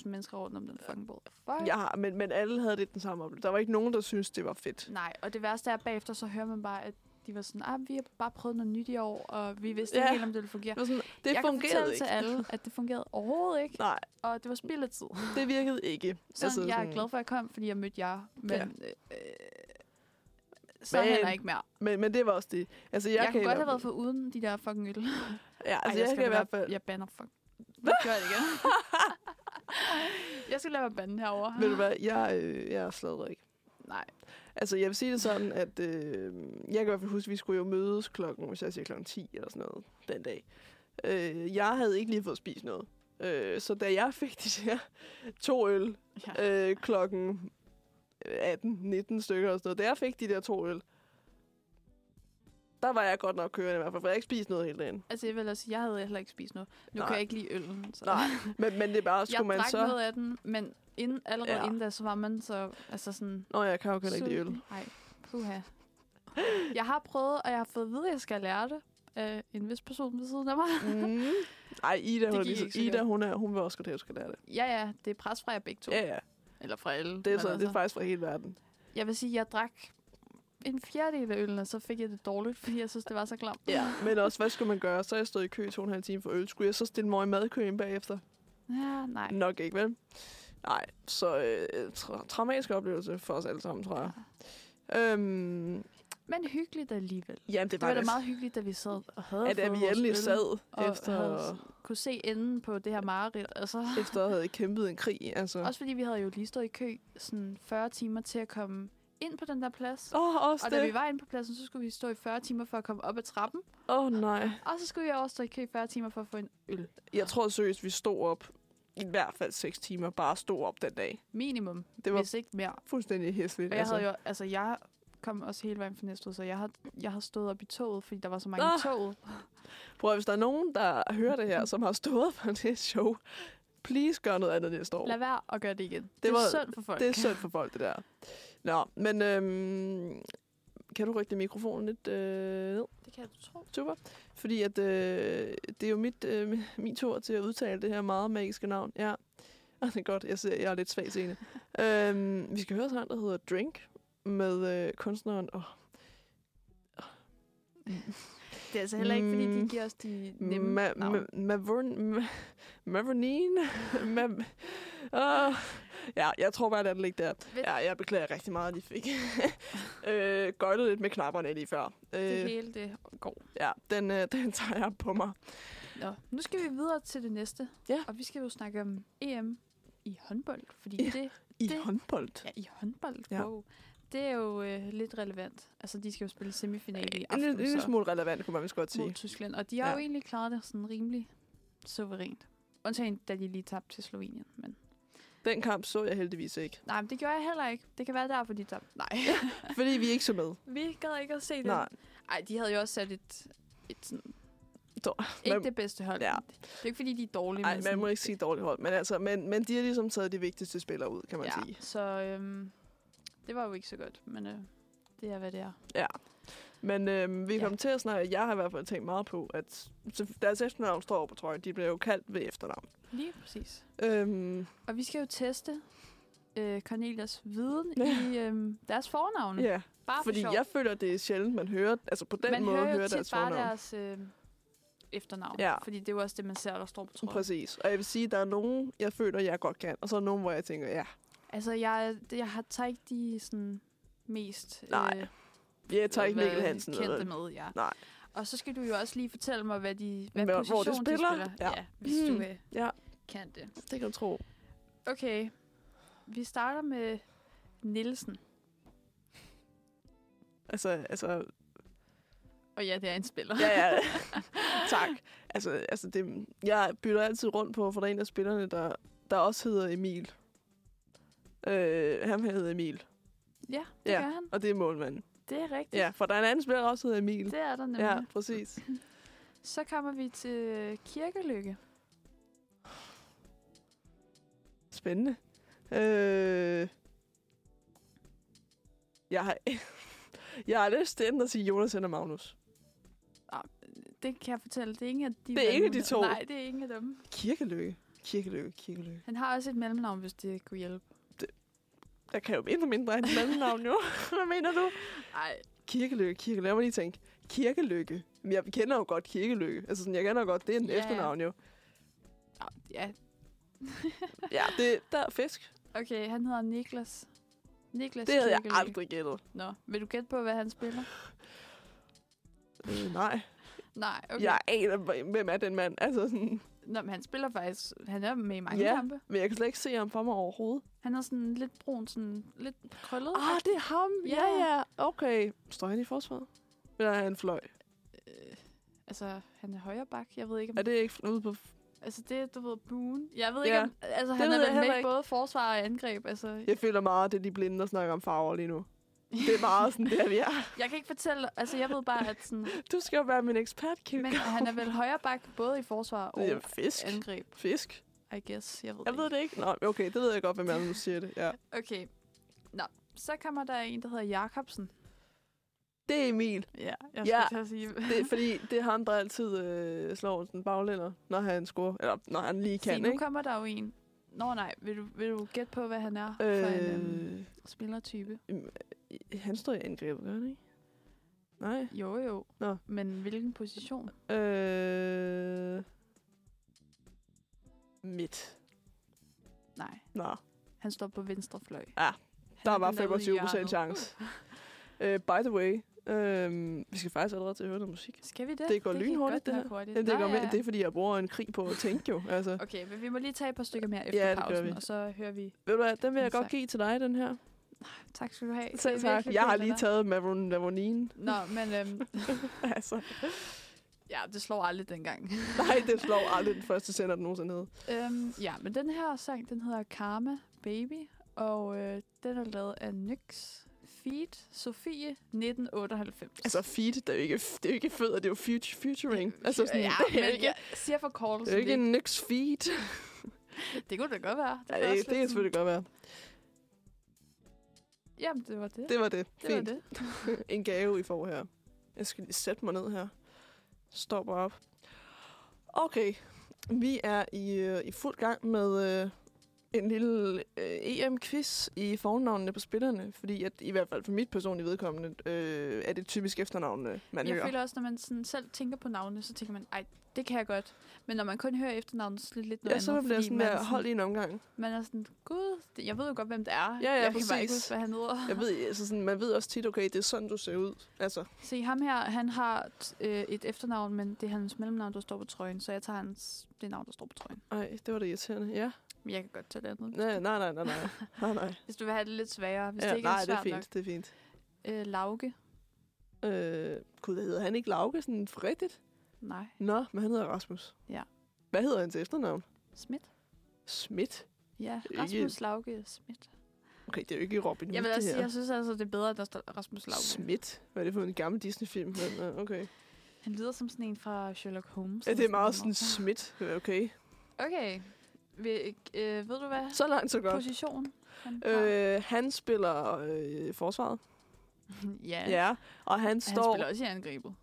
Speaker 2: 40.000 mennesker rundt om den fucking båd. Fuck.
Speaker 1: Ja, men, men alle havde lidt den samme oplevelse. Der var ikke nogen, der syntes, det var fedt.
Speaker 2: Nej, og det værste er, at bagefter så hører man bare, at de var sådan, ah, vi har bare prøvet noget nyt i år, og vi vidste
Speaker 1: Ja.
Speaker 2: ikke helt, om det ville fungere.
Speaker 1: Det, var sådan, det
Speaker 2: jeg kan
Speaker 1: fungerede
Speaker 2: fortælle
Speaker 1: ikke.
Speaker 2: til alle, at det fungerede overhovedet ikke,
Speaker 1: Nej,
Speaker 2: og det var spild af tid.
Speaker 1: det virkede ikke.
Speaker 2: Sådan, altså, jeg er glad for, at jeg kom, fordi jeg mødte jer, men
Speaker 1: Ja.
Speaker 2: ja. øh, så er
Speaker 1: Men
Speaker 2: han der ikke mere.
Speaker 1: Men, men det var også det. Altså, jeg,
Speaker 2: Jeg, jeg
Speaker 1: kan
Speaker 2: kunne
Speaker 1: i
Speaker 2: godt have
Speaker 1: hvert
Speaker 2: været
Speaker 1: fald-
Speaker 2: for uden de der fucking øl. Altså,
Speaker 1: Ja, altså, jeg, jeg kan i hvert fald...
Speaker 2: Jeg banner fuck. Jeg gør det igen. jeg skal lade mig bande herovre.
Speaker 1: Ved du hvad, jeg, øh, jeg er slet ikke.
Speaker 2: Nej.
Speaker 1: Altså, jeg vil sige det sådan, at øh, jeg kan i hvert fald huske, at vi skulle jo mødes klokken, hvis jeg siger klokken 10 eller sådan noget, den dag. Øh, jeg havde ikke lige fået spist noget. Øh, så da jeg fik de her to øl
Speaker 2: Ja.
Speaker 1: øh, klokken 18-19 stykker og sådan noget, da jeg fik de der to øl, der var jeg godt nok kørende i hvert fald, for jeg har ikke spist noget hele dagen.
Speaker 2: Altså, jeg vil også sige, jeg havde heller ikke spist noget. Nu
Speaker 1: Nej.
Speaker 2: kan jeg ikke lide øllen. Så.
Speaker 1: Nej, Men, men det er bare,
Speaker 2: jeg
Speaker 1: skulle man
Speaker 2: drak
Speaker 1: så...
Speaker 2: noget af den, men inden, allerede
Speaker 1: Ja.
Speaker 2: ja. inden da, så var man så... Altså sådan...
Speaker 1: Nå, jeg kan jo heller ikke lide øl.
Speaker 2: Nej, puha. Jeg har prøvet, og jeg har fået at vide, at jeg skal lære det af en vis person ved siden af mig.
Speaker 1: Mm. Ej, Ida, hun, er
Speaker 2: gik
Speaker 1: lige,
Speaker 2: ikke
Speaker 1: så-
Speaker 2: så
Speaker 1: Ida,
Speaker 2: godt.
Speaker 1: hun, er, hun vil også godt have, at du skal lære det.
Speaker 2: Ja, ja, det er pres fra jer begge to.
Speaker 1: Ja, ja.
Speaker 2: Eller fra alle.
Speaker 1: Det er,
Speaker 2: men altså-
Speaker 1: så, det er faktisk fra hele verden.
Speaker 2: Jeg vil sige, at jeg drak en fjerdedel af øllen, og så fik jeg det dårligt, fordi jeg synes, det var så klamt.
Speaker 1: Men også, hvad skulle man gøre? Så er jeg stået i kø i to og en halv time for øl. Skulle jeg så stille mig i madkøen bagefter?
Speaker 2: Ja, nej.
Speaker 1: Nok ikke, vel? Nej, så øh, tra- traumatisk oplevelse for os alle sammen, tror jeg. Øhm,
Speaker 2: Men hyggeligt alligevel.
Speaker 1: jamen, det
Speaker 2: Det
Speaker 1: var,
Speaker 2: var da meget hyggeligt, da vi sad og havde
Speaker 1: at, at vi
Speaker 2: fået vores
Speaker 1: endelig
Speaker 2: øl,
Speaker 1: sad
Speaker 2: og
Speaker 1: efter,
Speaker 2: havde- kunne se enden på det her mareridt. Altså.
Speaker 1: efter at have kæmpet en krig. Altså.
Speaker 2: Også fordi vi havde jo lige stået i kø sådan 40 timer til at komme ind på den der plads.
Speaker 1: Åh, også
Speaker 2: Og da
Speaker 1: det.
Speaker 2: vi var inde på pladsen, så skulle vi stå i 40 timer for at komme op ad trappen.
Speaker 1: Åh, oh, nej.
Speaker 2: Og så skulle vi også stå i kø i 40 timer for at få en øl.
Speaker 1: Jeg tror seriøst, vi stod op i hvert fald 6 timer, bare stod op den dag.
Speaker 2: Minimum,
Speaker 1: Det
Speaker 2: det
Speaker 1: var
Speaker 2: var... hvis ikke mere.
Speaker 1: Fuldstændig hæsligt.
Speaker 2: Og jeg havde jo, altså jeg kom også hele vejen fra Næstved, så jeg har, jeg har stået op i toget, fordi der var så mange
Speaker 1: Ah.
Speaker 2: i toget.
Speaker 1: Prøv at, hvis der er nogen, der hører det her, som har stået for det show, please gør noget andet næste år.
Speaker 2: Lad være og gøre det igen. Det,
Speaker 1: var-
Speaker 2: er synd for folk.
Speaker 1: Det er synd for folk, det der. Nå, men øhm, kan du rykke din mikrofon lidt øh, ned?
Speaker 2: det kan du tro.
Speaker 1: Super. Fordi at, øh, det er jo mit, øh, min tur til at udtale det her meget magiske navn. Ja, og det er godt. Jeg, ser, jeg er lidt svag scene. øhm, vi skal høre sangen, der hedder Drink, med øh, kunstneren og
Speaker 2: Det er altså heller ikke, fordi
Speaker 1: Mm.
Speaker 2: de giver os de nemme
Speaker 1: Ma-
Speaker 2: navne.
Speaker 1: ma- Mavern- ma- Maverneen? Ma- Åh. Ja, jeg tror bare, at det ligger der.
Speaker 2: Ved-
Speaker 1: Ja, jeg beklager rigtig meget, at I fik øh, gøjlet lidt med knapperne lige før.
Speaker 2: Det
Speaker 1: Øh,
Speaker 2: hele, det går.
Speaker 1: ja, den, øh, den tager jeg på mig.
Speaker 2: Nå, nu skal vi videre til det næste.
Speaker 1: Ja.
Speaker 2: Og vi skal jo snakke om EM i håndbold, fordi
Speaker 1: Ja.
Speaker 2: ja. det
Speaker 1: I det.
Speaker 2: Det-
Speaker 1: håndbold.
Speaker 2: ja, i håndbold,
Speaker 1: Ja.
Speaker 2: ja. wow, det er jo øh, lidt relevant. Altså, de skal jo spille semifinale i
Speaker 1: En
Speaker 2: aften,
Speaker 1: lille, lille
Speaker 2: så
Speaker 1: smule relevant, kunne man vist godt
Speaker 2: mod
Speaker 1: sige.
Speaker 2: Tyskland. Og de har
Speaker 1: Ja.
Speaker 2: ja. jo egentlig klaret det sådan rimelig suverænt. Undtagen, da de lige tabte til Slovenien. Men,
Speaker 1: Den kamp så jeg heldigvis ikke.
Speaker 2: nej, men det gjorde jeg heller ikke. Det kan være derfor, de tabte. Nej,
Speaker 1: Fordi vi er ikke så med.
Speaker 2: vi gad ikke at se det.
Speaker 1: Nej.
Speaker 2: Ej, de havde jo også sat et, et sådan,
Speaker 1: Dår-
Speaker 2: ikke
Speaker 1: Man-
Speaker 2: det bedste hold.
Speaker 1: Ja.
Speaker 2: Det er jo ikke, fordi de er dårlige.
Speaker 1: Nej,
Speaker 2: men
Speaker 1: man
Speaker 2: sådan-
Speaker 1: må ikke sige dårligt hold. Men, altså, men, men de har ligesom taget de vigtigste spillere ud, kan man
Speaker 2: ja,
Speaker 1: sige.
Speaker 2: så øhm, det var jo ikke så godt, men øh, det er, hvad det er.
Speaker 1: Men øhm, vi
Speaker 2: Ja.
Speaker 1: kom til at snakke, jeg har i hvert fald tænkt meget på, at så- deres efternavn står over på trøjen. De bliver jo kaldt ved efternavn.
Speaker 2: Lige præcis.
Speaker 1: Øhm,
Speaker 2: Og vi skal jo teste øh, Cornelias viden
Speaker 1: Ja.
Speaker 2: i øh, deres fornavne.
Speaker 1: ja,
Speaker 2: Bare
Speaker 1: fordi
Speaker 2: for sjov.
Speaker 1: jeg føler, at det er sjældent, man hører, altså på den
Speaker 2: man
Speaker 1: måde
Speaker 2: hører jo
Speaker 1: hører
Speaker 2: tit
Speaker 1: deres
Speaker 2: bare
Speaker 1: fornavn.
Speaker 2: deres øh, efternavn.
Speaker 1: Ja.
Speaker 2: Fordi det er jo også det, man ser, der står på tråden.
Speaker 1: Præcis. Og jeg vil sige, at der er nogen, jeg føler, jeg godt kan, og så er der nogen, hvor jeg tænker, ja,
Speaker 2: Altså, jeg, det- jeg har tager ikke de sådan, mest... øh,
Speaker 1: Nej, jeg tager ikke
Speaker 2: hvad
Speaker 1: Mikkel Hansen.
Speaker 2: Kendte
Speaker 1: Eller.
Speaker 2: med, ja.
Speaker 1: Nej.
Speaker 2: Og så skal du jo også lige fortælle mig, hvad, de, hvad
Speaker 1: Hvor- hvor de
Speaker 2: position de
Speaker 1: spiller.
Speaker 2: spiller.
Speaker 1: Ja.
Speaker 2: ja hvis
Speaker 1: Hmm.
Speaker 2: du øh,
Speaker 1: Ja.
Speaker 2: kan det.
Speaker 1: Det kan du tro.
Speaker 2: Okay. Vi starter med Nielsen.
Speaker 1: Altså, altså
Speaker 2: Og ja, det er en spiller.
Speaker 1: Ja, ja. tak. Altså, altså det, jeg bytter altid rundt på, for der er en af spillerne, der, der også hedder Emil. Øh, han hedder Emil,
Speaker 2: ja det
Speaker 1: Ja.
Speaker 2: ja. gør han.
Speaker 1: og det er målmanden.
Speaker 2: Det er rigtigt.
Speaker 1: Ja, for der er en anden spiller, der også hedder Emil.
Speaker 2: Det er der nemlig.
Speaker 1: ja,
Speaker 2: Ja.
Speaker 1: præcis.
Speaker 2: Så kommer vi til Kirkelykke.
Speaker 1: Spændende. Øh, jeg har, jeg har lyst til enten at sige Jonas eller Magnus.
Speaker 2: Det kan jeg fortælle. Det er ingen af de
Speaker 1: Det er ikke de
Speaker 2: valgmuligheder.
Speaker 1: to.
Speaker 2: Nej, det er ingen af dem.
Speaker 1: Kirkelykke. Kirkelykke, kirkelykke.
Speaker 2: Han har også et mellemnavn, hvis det kunne hjælpe.
Speaker 1: Jeg kan jo endnu mindre end mellemnavn, jo. Hvad mener du?
Speaker 2: Nej.
Speaker 1: Kirkelykke, kirkelykke. Lad mig lige tænke. Kirkelykke. Men jeg kender jo godt kirkelykke. Altså sådan, jeg kender jo godt, det er en
Speaker 2: Ja, ja.
Speaker 1: efternavn jo.
Speaker 2: Ja,
Speaker 1: Ja, det, der er fisk.
Speaker 2: okay. Han hedder Niklas. Niklas
Speaker 1: Det havde jeg
Speaker 2: Altså, Kirkelykke.
Speaker 1: aldrig gættet.
Speaker 2: Nå, vil du gætte på, hvad han spiller?
Speaker 1: Øh, nej.
Speaker 2: Nej, okay.
Speaker 1: Okay. Jeg aner, hv- hvem er den mand. Altså sådan,
Speaker 2: Nå, men han spiller faktisk... Han er med i mange
Speaker 1: Ja.
Speaker 2: ja. kampe.
Speaker 1: men jeg kan slet ikke se ham for mig overhovedet.
Speaker 2: Han er sådan lidt brun, sådan lidt krøllet.
Speaker 1: Ah, det er ham. Ja,
Speaker 2: Ja.
Speaker 1: ja. Okay. Står han i forsvaret? Eller er han fløj?
Speaker 2: Øh, altså, han er højre bak. Jeg ved ikke, om...
Speaker 1: Er det ikke ude på...
Speaker 2: Altså det, du ved, buen. Jeg ved ikke,
Speaker 1: Ja.
Speaker 2: om, altså
Speaker 1: Det
Speaker 2: han
Speaker 1: ved
Speaker 2: er
Speaker 1: jeg
Speaker 2: vel
Speaker 1: heller
Speaker 2: med i
Speaker 1: ikke.
Speaker 2: både forsvar og angreb. Altså,
Speaker 1: Jeg føler meget, at det er de blinde, der snakker om farver lige nu. Det er meget sådan der, vi er.
Speaker 2: jeg kan ikke fortælle, altså jeg ved bare, at sådan,
Speaker 1: Du skal jo være min ekspert, Kim.
Speaker 2: men han er vel højre bak både i forsvar og
Speaker 1: Det er fisk.
Speaker 2: angreb,
Speaker 1: Fisk?
Speaker 2: I guess. Jeg ved,
Speaker 1: Jeg ved det ikke. Nå, okay, det ved jeg godt, hvem er, når du siger det. Ja.
Speaker 2: Okay. Nå, så kommer der en, der hedder Jakobsen.
Speaker 1: Det er Emil.
Speaker 2: Ja, jeg
Speaker 1: Ja.
Speaker 2: skal til at sige.
Speaker 1: Det er, fordi det er ham, der altid øh, slår den baglænder, når han scorer. Eller når han lige
Speaker 2: Se,
Speaker 1: kan,
Speaker 2: nu
Speaker 1: ikke?
Speaker 2: kommer der jo en. Nå nej, vil du, vil du gætte på, hvad han er øh. for en um,
Speaker 1: Øh,
Speaker 2: spillertype?
Speaker 1: han står i angrebet, gør han ikke? Nej.
Speaker 2: Jo jo,
Speaker 1: Nå.
Speaker 2: men hvilken position?
Speaker 1: Øh, midt.
Speaker 2: Nej,
Speaker 1: Nej,
Speaker 2: han står på venstre fløj.
Speaker 1: Ja, Ah, der
Speaker 2: Han
Speaker 1: er
Speaker 2: er
Speaker 1: bare
Speaker 2: den derude i
Speaker 1: 25 procent
Speaker 2: hjørnet.
Speaker 1: chance. Øh, by the way, øh, vi skal faktisk allerede til at høre noget musik.
Speaker 2: Skal vi det?
Speaker 1: Det går
Speaker 2: gik
Speaker 1: lynhurtigt,
Speaker 2: godt
Speaker 1: det
Speaker 2: nok
Speaker 1: her.
Speaker 2: Hurtigt.
Speaker 1: Jamen, det,
Speaker 2: Nå,
Speaker 1: går med,
Speaker 2: ja.
Speaker 1: det er, fordi jeg bruger en krig på at tænke jo. Altså,
Speaker 2: Okay, men vi må lige tage et par stykker mere efter
Speaker 1: Ja, det gør
Speaker 2: pausen,
Speaker 1: vi.
Speaker 2: og så hører vi.
Speaker 1: ved du hvad, den vil jeg
Speaker 2: Tak.
Speaker 1: godt give til dig, den her.
Speaker 2: Tak skal du have.
Speaker 1: Selv
Speaker 2: Det er
Speaker 1: tak.
Speaker 2: virkelig
Speaker 1: Jeg har
Speaker 2: fint af
Speaker 1: lige
Speaker 2: dig.
Speaker 1: taget Maroon Lavanine.
Speaker 2: Nå, men øhm,
Speaker 1: altså,
Speaker 2: ja, det slår aldrig dengang.
Speaker 1: nej, det slår aldrig den første sender, den nogensinde hed.
Speaker 2: Øhm, ja, men den her sang, den hedder Karma Baby, og øh, den er lavet af Nyx Feed Sofie 1998.
Speaker 1: Altså, feed, det er jo ikke, det er jo ikke fed, det er jo future, featuring. Altså, sådan,
Speaker 2: ja,
Speaker 1: det er jo
Speaker 2: men
Speaker 1: ikke,
Speaker 2: jeg siger for kort,
Speaker 1: det er jo ikke en nyks feed.
Speaker 2: det, det kunne da godt være.
Speaker 1: Ja, det,
Speaker 2: var også lidt
Speaker 1: det kan
Speaker 2: sådan-
Speaker 1: selvfølgelig godt være.
Speaker 2: Jamen, det var det.
Speaker 1: Det var det.
Speaker 2: det var
Speaker 1: Fint.
Speaker 2: det.
Speaker 1: en gave, I får her. Jeg skal lige sætte mig ned her. Stopper op. Okay, vi er i, øh, i fuld gang med øh, en lille øh, EM-quiz i fornavnene på spillerne. Fordi at, i hvert fald for mit personlige vedkommende, øh, er det typisk efternavnene, man
Speaker 2: jeg
Speaker 1: hører.
Speaker 2: føler også, når man sådan selv tænker på navnene, så tænker man, ej, det kan jeg godt. Men når man kun hører efternavnet, så er det lidt noget
Speaker 1: ja, så
Speaker 2: andet.
Speaker 1: bliver jeg
Speaker 2: fordi
Speaker 1: sådan
Speaker 2: man,
Speaker 1: med,
Speaker 2: er
Speaker 1: hold i en omgang.
Speaker 2: man er sådan, gud, det, jeg ved jo godt, hvem det er.
Speaker 1: Ja, ja,
Speaker 2: jeg kan bare ikke
Speaker 1: præcis.
Speaker 2: huske, hvad han hedder.
Speaker 1: Jeg ved, altså sådan, man ved også tit, okay, det er sådan, du ser ud. Altså,
Speaker 2: Se, ham her, han har t- øh, et efternavn, men det er hans mellemnavn, der står på trøjen, så jeg tager hans, det navn, der står på trøjen.
Speaker 1: ej, det var da irriterende. Ja,
Speaker 2: Men jeg kan godt tage det andet.
Speaker 1: nej, nej, nej, nej, nej, nej, nej.
Speaker 2: Hvis du vil have det lidt sværere, hvis ja, det
Speaker 1: Ja,
Speaker 2: ikke nej,
Speaker 1: nej,
Speaker 2: er
Speaker 1: det er
Speaker 2: svært det er
Speaker 1: fint, det er fint.
Speaker 2: nok. Øh, Lauke?
Speaker 1: Øh, gud, hedder han ikke Lauke sådan for rigtigt?
Speaker 2: Nej.
Speaker 1: Nå, men han hedder Rasmus.
Speaker 2: Ja.
Speaker 1: Hvad hedder hans efternavn?
Speaker 2: Schmidt?
Speaker 1: Schmidt.
Speaker 2: Ja,
Speaker 1: Ikke-
Speaker 2: Rasmus Lauke Schmidt.
Speaker 1: Okay, det er jo ikke Robin Hood,
Speaker 2: Jeg vil
Speaker 1: det
Speaker 2: også sige,
Speaker 1: her.
Speaker 2: jeg synes altså, det er bedre, at der står Rasmus Lauke.
Speaker 1: Schmidt? Hvad er det for en gammel Disney-film? Men, øh, okay.
Speaker 2: Han lyder som sådan en fra Sherlock Holmes.
Speaker 1: Ja, det er
Speaker 2: eller
Speaker 1: meget sådan
Speaker 2: sådan
Speaker 1: Schmidt, okay.
Speaker 2: noget. Okay. Ved, øh, ved du hvad?
Speaker 1: Så langt, så godt.
Speaker 2: Position? Han har?
Speaker 1: Øh, han spiller øh, forsvaret.
Speaker 2: ja.
Speaker 1: Ja. ja. Og han
Speaker 2: Han
Speaker 1: står...
Speaker 2: spiller også i angrebet.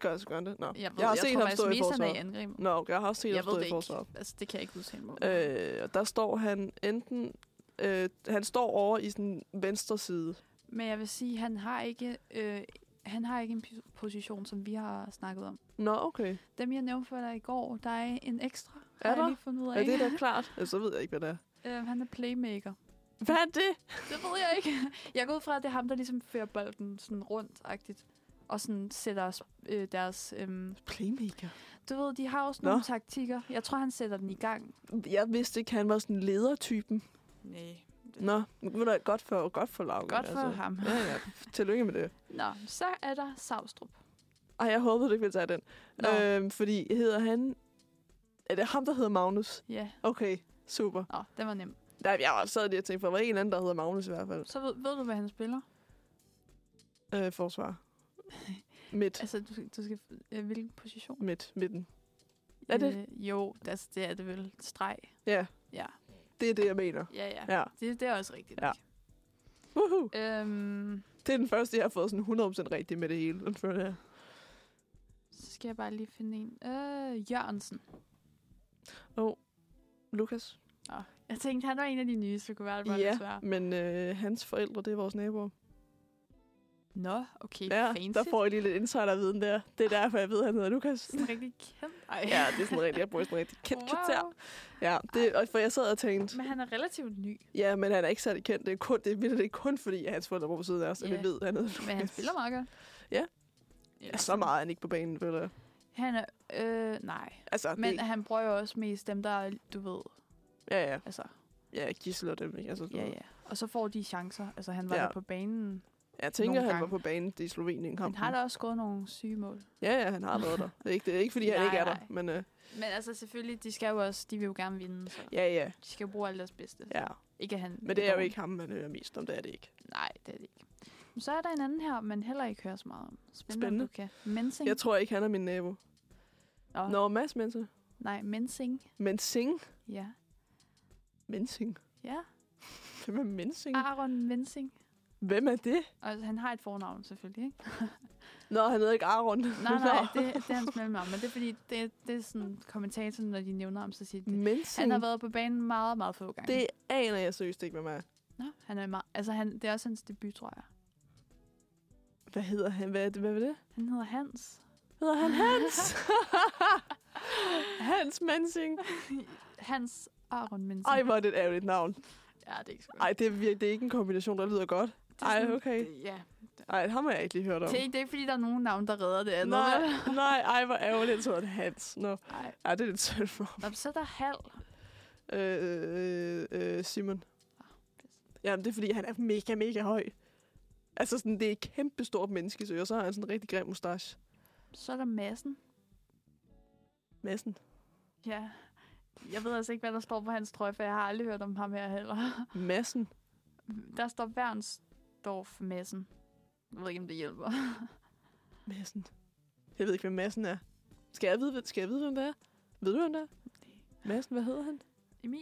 Speaker 1: Gør så godt det? Nå.
Speaker 2: Jeg, ved,
Speaker 1: jeg har set ham
Speaker 2: faktisk
Speaker 1: stå i
Speaker 2: mest, han er i
Speaker 1: forsvaret.
Speaker 2: angrebet.
Speaker 1: Nå, okay, jeg har også set
Speaker 2: jeg
Speaker 1: ham
Speaker 2: ved
Speaker 1: stå
Speaker 2: det
Speaker 1: i
Speaker 2: ikke.
Speaker 1: forsvaret.
Speaker 2: Altså, det kan jeg ikke udtale mig om.
Speaker 1: Øh, og der står han enten... Øh, han står over i sådan venstre side.
Speaker 2: Men jeg vil sige, han har ikke, øh, han har ikke en pos- position, som vi har snakket om.
Speaker 1: Nå, okay.
Speaker 2: Dem, jeg nævnte for dig i går, der er en ekstra,
Speaker 1: Er
Speaker 2: har
Speaker 1: der?
Speaker 2: jeg lige fundet ud af.
Speaker 1: Ja, det er da klart. Ja, så ved jeg ikke, hvad det er.
Speaker 2: øh, han er playmaker.
Speaker 1: Hvad er det?
Speaker 2: Det ved jeg ikke. Jeg går ud fra, at det er ham, der ligesom fører bolden sådan rundt-agtigt. Og sådan sætter os, øh, deres... Øh,
Speaker 1: Playmaker.
Speaker 2: du ved, de har også
Speaker 1: Nå.
Speaker 2: nogle taktikker. Jeg tror, han sætter den i gang.
Speaker 1: Jeg vidste ikke, han var sådan ledertypen.
Speaker 2: Nej.
Speaker 1: Nå, men det var godt for, godt for Lauke.
Speaker 2: Godt for altså. ham.
Speaker 1: Ja, ja. Tillykke med det.
Speaker 2: Nå, så er der Savstrup.
Speaker 1: Ej, jeg håbede, du ikke ville tage den.
Speaker 2: Nå, øh.
Speaker 1: Øhm, fordi hedder han... Er det ham, der hedder Magnus?
Speaker 2: ja.
Speaker 1: Okay, super.
Speaker 2: Nå, den var nem.
Speaker 1: Der, jeg var sad lige og tænkte, for der var en anden, der hedder Magnus i hvert fald.
Speaker 2: Så ved, ved du, hvad han spiller?
Speaker 1: Øh, forsvar. Midt.
Speaker 2: Altså, du, du skal... Øh, hvilken position?
Speaker 1: Midt. Midten. Er det?
Speaker 2: Øh, jo, det, altså, det er det vel. Streg.
Speaker 1: Ja,
Speaker 2: Ja,
Speaker 1: det er det, jeg mener.
Speaker 2: ja, ja. ja.
Speaker 1: Ja.
Speaker 2: Det, det er også rigtigt.
Speaker 1: Ja.
Speaker 2: nok.
Speaker 1: Woohoo.
Speaker 2: Øhm,
Speaker 1: Det er den første, jeg har fået sådan 100% rigtig med det hele. Den føler jeg.
Speaker 2: så skal jeg bare lige finde en. Øh, Jørgensen.
Speaker 1: Lukas.
Speaker 2: Oh, jeg tænkte, han var en af de nye, så det kunne være, det var lidt
Speaker 1: Ja,
Speaker 2: svært.
Speaker 1: men øh, hans forældre, det er vores naboer.
Speaker 2: Nå, okay,
Speaker 1: Ja,
Speaker 2: fancy.
Speaker 1: der får jeg lige lidt insiderviden der. Det er derfor, jeg ved, at han hedder Lukas.
Speaker 2: Sådan rigtig kendt. Ej.
Speaker 1: Ja, det er sådan rigtig, jeg bruger sådan rigtig kendt wow. Ja, det, og for jeg sad og tænkte,
Speaker 2: Men han er relativt ny,
Speaker 1: ja, men han er ikke særlig kendt. Det er, kun, det er, vildt, det er kun fordi, at hans forældre bor på siden af os, at
Speaker 2: Ja.
Speaker 1: vi ved, at han hedder
Speaker 2: men han spiller meget godt.
Speaker 1: Ja.
Speaker 2: Eller
Speaker 1: Ja, så meget er han ikke på banen, føler jeg.
Speaker 2: Han er, øh, nej.
Speaker 1: Altså,
Speaker 2: Men
Speaker 1: det,
Speaker 2: han bruger jo også mest dem, der, er, du ved,
Speaker 1: ja, ja,
Speaker 2: altså,
Speaker 1: ja, Gissel og dem, ikke? Altså, du
Speaker 2: ja,
Speaker 1: ved.
Speaker 2: ja. Og så får de chancer. Altså, han var
Speaker 1: Ja.
Speaker 2: der på banen.
Speaker 1: Jeg tænker,
Speaker 2: Nogle
Speaker 1: han var
Speaker 2: gange.
Speaker 1: på banen i Slovenien
Speaker 2: Han
Speaker 1: kampen.
Speaker 2: har da også scoret nogle syge mål.
Speaker 1: Ja, ja, han har været der. Det er ikke, det er ikke fordi, han
Speaker 2: Nej,
Speaker 1: ikke er der.
Speaker 2: nej.
Speaker 1: Men øh,
Speaker 2: Men altså selvfølgelig, de skal jo også, de vil jo gerne vinde, så
Speaker 1: ja, ja,
Speaker 2: de skal jo bruge alt deres bedste.
Speaker 1: ja.
Speaker 2: Ikke at han
Speaker 1: Men det er jo
Speaker 2: dårlig.
Speaker 1: ikke ham, man hører mest om. Det er det ikke.
Speaker 2: Nej, det er det ikke. Men Så er der en anden her, man heller ikke hører så meget om. Spændende,
Speaker 1: Spændende.
Speaker 2: Spændende. du kan. Mensing.
Speaker 1: Jeg tror ikke, han er min nabo.
Speaker 2: Nå,
Speaker 1: Nå, Mads Mense.
Speaker 2: Nej, Mensing.
Speaker 1: Mensing.
Speaker 2: Ja.
Speaker 1: Mensing.
Speaker 2: Ja,
Speaker 1: Hvem er Mensing?
Speaker 2: Aaron Mensing.
Speaker 1: Hvem er det?
Speaker 2: Og altså, han har et fornavn selvfølgelig, ikke?
Speaker 1: Nå, han hedder ikke Aron.
Speaker 2: Nej, nej, det, det er hans mellemnavn. Men det er fordi, det, det er sådan kommentatoren, når de nævner ham, så siger de det.
Speaker 1: Mensing.
Speaker 2: Han har været på banen meget, meget få gange.
Speaker 1: Det aner jeg seriøst ikke, hvem er.
Speaker 2: Nå, han er meget, altså han, det er også hans debut, tror jeg.
Speaker 1: Hvad hedder han? Hvad, er det- hvad var det?
Speaker 2: Han hedder Hans.
Speaker 1: Hedder han Hans? Hans Mensing.
Speaker 2: Hans Aaron Mensing.
Speaker 1: Ej, hvor er det et ærgerligt navn.
Speaker 2: Ja, det er ikke så godt.
Speaker 1: Ej, det er, vir- det er ikke en kombination, der lyder godt.
Speaker 2: Det er
Speaker 1: ej,
Speaker 2: sådan-
Speaker 1: okay.
Speaker 2: Det, ja.
Speaker 1: Ej, ham har jeg ikke lige hørt om.
Speaker 2: Det, er ikke- det er ikke, fordi der er nogen navn, der redder det andet.
Speaker 1: Nej,
Speaker 2: vel?
Speaker 1: nej, ej, hvor ærgerligt, så var det Hans. Nå,
Speaker 2: Ej.
Speaker 1: ej, det er lidt synd for ham.
Speaker 2: Nå, men så er der Hal.
Speaker 1: Øh, øh, øh, Simon.
Speaker 2: pis.
Speaker 1: Jamen, det er, fordi han er mega, mega høj. Altså, sådan, det er et kæmpe stort menneske, så jeg så har han sådan en rigtig grim mustache.
Speaker 2: Så er der Massen.
Speaker 1: Massen.
Speaker 2: Ja. Jeg ved altså ikke, hvad der står på hans trøje, for jeg har aldrig hørt om ham her heller.
Speaker 1: Massen.
Speaker 2: Der står Bernsdorf Massen. Jeg ved ikke, om det hjælper.
Speaker 1: Massen. Jeg ved ikke, hvem Massen er. Skal jeg vide, skal jeg vide hvem det er? Ved du, hvem det er? Massen, hvad hedder han?
Speaker 2: Emil?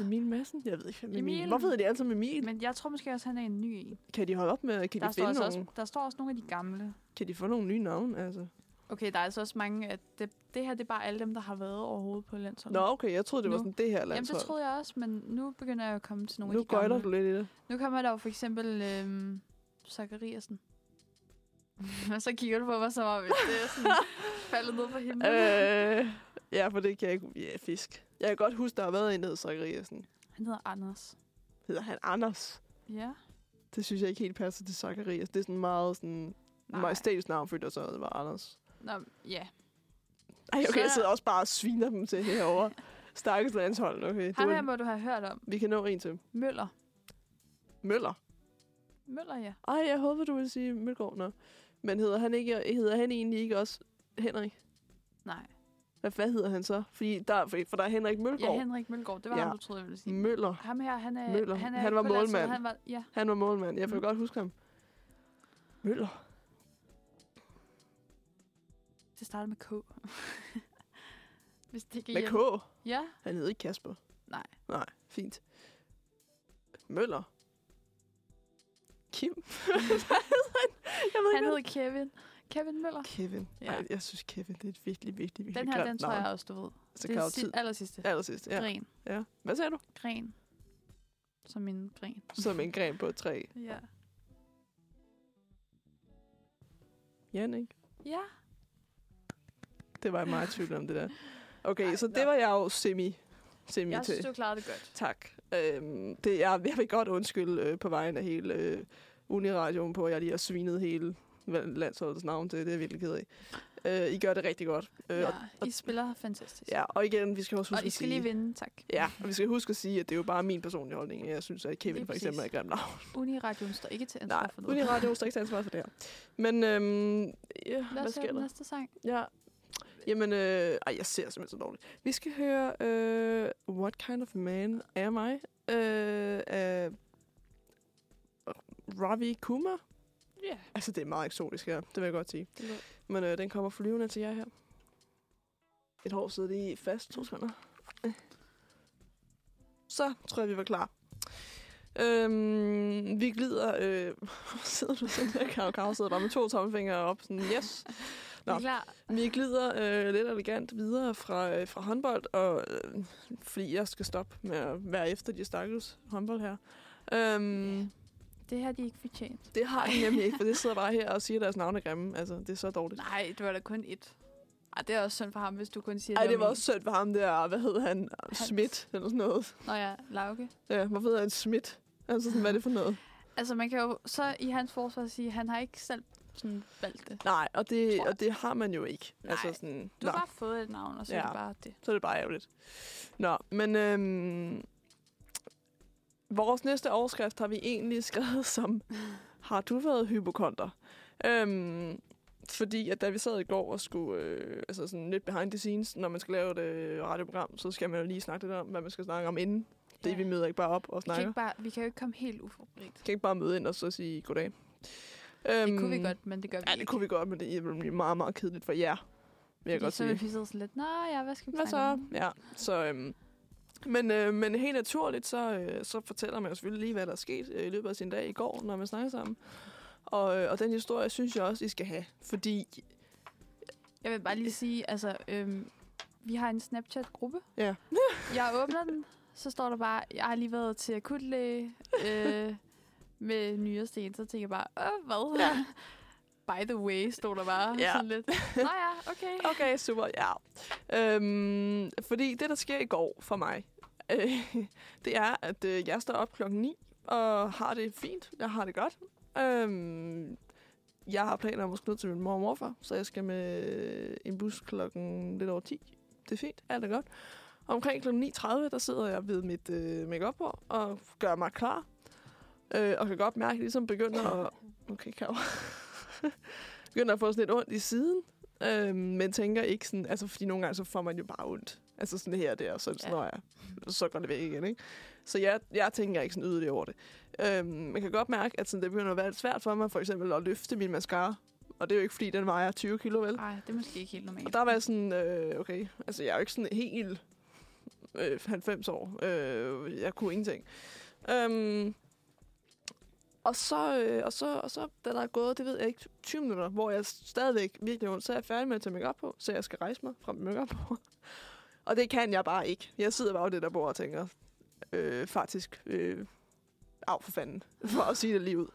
Speaker 1: Emil Massen? Jeg ved ikke, hvem Emil.
Speaker 2: Emil.
Speaker 1: Hvorfor hedder de alle sammen Emil?
Speaker 2: Men jeg tror måske også, han er en ny en.
Speaker 1: Kan de holde op med, kan
Speaker 2: Der
Speaker 1: de
Speaker 2: står,
Speaker 1: finde
Speaker 2: altså
Speaker 1: nogle,
Speaker 2: også, der står også nogle af de gamle.
Speaker 1: kan de få nogle nye navne, altså?
Speaker 2: Okay, der er altså også mange, at det, det her det er bare alle dem, der har været overhovedet på landsholdet.
Speaker 1: Nå, okay, jeg troede, det var
Speaker 2: Nu.
Speaker 1: sådan det her
Speaker 2: Jamen,
Speaker 1: landshold.
Speaker 2: det troede jeg også, men nu begynder jeg at komme til nogle
Speaker 1: nu
Speaker 2: af de gamle.
Speaker 1: gøjler du lidt i det.
Speaker 2: Nu kommer der jo for eksempel øhm, Zachariasen. Og så kigger du på mig, som om at det er sådan faldet ned på himlen.
Speaker 1: øh, ja, for det kan jeg ikke... Ja, fisk. Jeg kan godt huske, der har været en, der hed Zachariasen.
Speaker 2: Han hedder Anders.
Speaker 1: Hedder han Anders?
Speaker 2: Ja.
Speaker 1: Det synes jeg ikke helt passer til Zacharias. Det er sådan meget sådan...
Speaker 2: Nej.
Speaker 1: Majestætisk navn, fordi der så det var Anders.
Speaker 2: Nå, ja.
Speaker 1: Ej, okay,
Speaker 2: Så-
Speaker 1: jeg sidder også bare og sviner dem til herovre. Stakkels landshold, okay. Det
Speaker 2: Ham her
Speaker 1: var,
Speaker 2: må du have hørt om.
Speaker 1: vi kan nå en til.
Speaker 2: Møller.
Speaker 1: Møller.
Speaker 2: Møller, ja.
Speaker 1: Ej, jeg håber, du vil sige Mølgaard. Nå. Men hedder han, ikke, hedder han egentlig ikke også Henrik?
Speaker 2: Nej.
Speaker 1: Hvad, hvad hedder han så? Fordi der, for for der er Henrik Mølgaard.
Speaker 2: Ja, Henrik Mølgaard. Det var
Speaker 1: Ja.
Speaker 2: ja. ham, du troede, jeg ville sige.
Speaker 1: Møller.
Speaker 2: Ham her, han er...
Speaker 1: Møller.
Speaker 2: Han, er
Speaker 1: Han var
Speaker 2: på landsholdet.
Speaker 1: målmand.
Speaker 2: Han var, ja.
Speaker 1: Han var målmand. Jeg kan
Speaker 2: Mm.
Speaker 1: godt huske ham. Møller.
Speaker 2: Det starter med K. Hvis det kan
Speaker 1: Med
Speaker 2: hjælpe.
Speaker 1: K.
Speaker 2: Ja.
Speaker 1: Han hed ikke Kasper.
Speaker 2: Nej.
Speaker 1: Nej, fint. Møller. Kim. Hvad hedder han? Jeg ved
Speaker 2: Han
Speaker 1: ikke,
Speaker 2: hedder Kevin. Kevin Møller.
Speaker 1: Kevin. Ja.
Speaker 2: Ja.
Speaker 1: Ej, jeg synes Kevin, det er et virkelig, virkelig, virkelig
Speaker 2: Den her,
Speaker 1: grimt
Speaker 2: den tror
Speaker 1: navn.
Speaker 2: jeg også, du ved.
Speaker 1: Så
Speaker 2: det
Speaker 1: kan
Speaker 2: er
Speaker 1: jo
Speaker 2: si-
Speaker 1: tid.
Speaker 2: allersidste.
Speaker 1: Allersidst, ja.
Speaker 2: Gren.
Speaker 1: ja. Hvad sagde du?
Speaker 2: Gren. Som en gren.
Speaker 1: Som en gren på et træ.
Speaker 2: Ja.
Speaker 1: Jan, ikke?
Speaker 2: Ja.
Speaker 1: Det var jeg meget i tvivl om, det der. Okay,
Speaker 2: Ej,
Speaker 1: så det
Speaker 2: nå.
Speaker 1: var jeg jo semi, semi
Speaker 2: Jeg
Speaker 1: til.
Speaker 2: synes, du klarede det godt.
Speaker 1: Tak. Øhm, det, jeg, jeg vil godt undskylde øh, på vejen af hele øh, Uniradioen på, at jeg lige har svinet hele val- landsholdets navn til. Det er jeg virkelig ked af. Øh, I gør det rigtig godt. Øh, ja. Og,
Speaker 2: Ja, I spiller fantastisk.
Speaker 1: ja, og igen, vi skal også
Speaker 2: Og
Speaker 1: huske
Speaker 2: I
Speaker 1: at
Speaker 2: skal
Speaker 1: sige...
Speaker 2: lige vinde, tak.
Speaker 1: Ja, og vi skal huske at sige, at det er jo bare min personlige holdning. Jeg synes, at Kevin
Speaker 2: Lige
Speaker 1: for eksempel er et grimt
Speaker 2: præcis.
Speaker 1: navn.
Speaker 2: Uniradion står ikke til ansvar
Speaker 1: Nej,
Speaker 2: for noget.
Speaker 1: Uniradio står ikke til ansvar for det her. Men øhm, ja, hvad
Speaker 2: Lad os høre
Speaker 1: sker
Speaker 2: den
Speaker 1: der?
Speaker 2: næste sang.
Speaker 1: Ja. Jamen, øh, ej, jeg ser simpelthen så dårligt. Vi skal høre øh, What Kind of Man Am I? Øh, af Ravi Kumar.
Speaker 2: Ja.
Speaker 1: Altså, det er meget eksotisk her, det vil jeg godt sige. Men øh, den kommer flyvende til jer her. Et hår sidder lige fast, to sekunder. Øh. Så tror jeg, vi var klar. Øhm, vi glider... Øh, sidder du sådan der, Karo Karo sidder bare med to tommelfingre op, sådan, yes. Nå.
Speaker 2: Nå. Er I klar?
Speaker 1: Vi glider øh, lidt elegant videre fra, øh, fra håndbold, og, øh, fordi jeg skal stoppe med at være efter de stakkels håndbold her. Øhm,
Speaker 2: Det her, de ikke fortjent.
Speaker 1: det har jeg nemlig ikke, for det sidder bare her og siger, at deres navne er grimme. Altså, det er så dårligt.
Speaker 2: Nej, det var da kun et. Ej, det er også synd for ham, hvis du kun siger
Speaker 1: Ej,
Speaker 2: var
Speaker 1: det var
Speaker 2: min.
Speaker 1: også sødt for ham der, hvad hed han?
Speaker 2: Hans.
Speaker 1: Schmidt, eller sådan noget.
Speaker 2: Nå ja, Lauke.
Speaker 1: Ja, hvorfor hedder han Schmidt? Altså, sådan, hvad er det for noget?
Speaker 2: Altså, man kan jo så i hans forsvar sige, at han har ikke selv sådan valgt det.
Speaker 1: Nej, og det,
Speaker 2: Tror jeg.
Speaker 1: og det har man jo ikke.
Speaker 2: Nej.
Speaker 1: Altså, sådan,
Speaker 2: Du
Speaker 1: nå,
Speaker 2: har bare fået et navn, og så ja.
Speaker 1: Ja.
Speaker 2: er det bare det.
Speaker 1: så er det bare ærgerligt. Nå, men øhm, vores næste overskrift har vi egentlig skrevet som har du været hypokonter? Øhm, fordi at da vi sad i går og skulle, øh, altså sådan lidt behind the scenes, når man skal lave et øh, radioprogram, så skal man jo lige snakke lidt om, hvad man skal snakke om inden. Det vi møder ikke bare op og
Speaker 2: vi, kan
Speaker 1: snakker.
Speaker 2: ikke bare, vi kan jo ikke komme helt uforberedt.
Speaker 1: Vi kan ikke bare møde ind og så sige goddag.
Speaker 2: Det
Speaker 1: Øhm,
Speaker 2: kunne vi godt, men det gør vi
Speaker 1: Ja, det
Speaker 2: ikke.
Speaker 1: kunne vi godt, men det ville blive meget, meget kedeligt for jer. Vil jeg
Speaker 2: Fordi
Speaker 1: godt
Speaker 2: så
Speaker 1: sige.
Speaker 2: ville vi sidde sådan lidt, nå ja, hvad skal vi
Speaker 1: Hvad
Speaker 2: snakke
Speaker 1: så?
Speaker 2: om?
Speaker 1: Ja, så... Øhm, men, øh, men helt naturligt, så, øh, så fortæller man jo selvfølgelig lige, hvad der er sket øh, i løbet af sin dag i går, når man snakker sammen. Og, øh, og den historie, synes jeg også, I skal have. Fordi,
Speaker 2: Jeg vil bare lige sige, altså, øhm, vi har en Snapchat-gruppe.
Speaker 1: Ja.
Speaker 2: jeg åbner den, så står der bare, jeg har lige været til akutlæge øh, med nyresten. Så tænker jeg bare, åh, hvad? Ja. By the way, stod der bare
Speaker 1: Ja.
Speaker 2: ja. sådan lidt. Nå ja, okay.
Speaker 1: okay, super, ja. Øhm, fordi det, der sker i går for mig, øh, det er, at øh, jeg står op klokken 9 og har det fint. Jeg har det godt. Øhm, jeg har planer om at skulle ned til min mor og morfar, så jeg skal med en bus klokken lidt over 10. Det er fint, alt er godt. Omkring kl. 9.30, der sidder jeg ved mit øh, makeup på og gør mig klar. Øh, og kan godt mærke, at jeg ligesom begynder at... Okay, kan begynder at få sådan lidt ondt i siden. Øh, men tænker ikke sådan... Altså, fordi nogle gange, så får man jo bare ondt. Altså sådan her og der, og så, er det sådan,
Speaker 2: Ja.
Speaker 1: ja. jeg, så går det væk igen, ikke? Så jeg, jeg tænker ikke sådan yderligere over det. Øhm, man kan godt mærke, at sådan, det begynder at være lidt svært for mig, for eksempel at løfte min mascara. Og det er jo ikke, fordi den vejer 20 kilo, vel?
Speaker 2: Nej, det er måske ikke helt normalt.
Speaker 1: Og der var jeg sådan, øh, okay, altså jeg er jo ikke sådan helt øh, 90 år. Øh, jeg kunne ingenting. Øhm, og så, øh, og så, og så, da der er gået, det ved jeg ikke, 20 minutter, hvor jeg stadigvæk virkelig har ondt, så er jeg færdig med at tage makeup på, så jeg skal rejse mig fra mit makeup på. Og det kan jeg bare ikke. Jeg sidder bare ved det der bord og tænker, øh, faktisk, øh, af for fanden, for at sige det lige ud.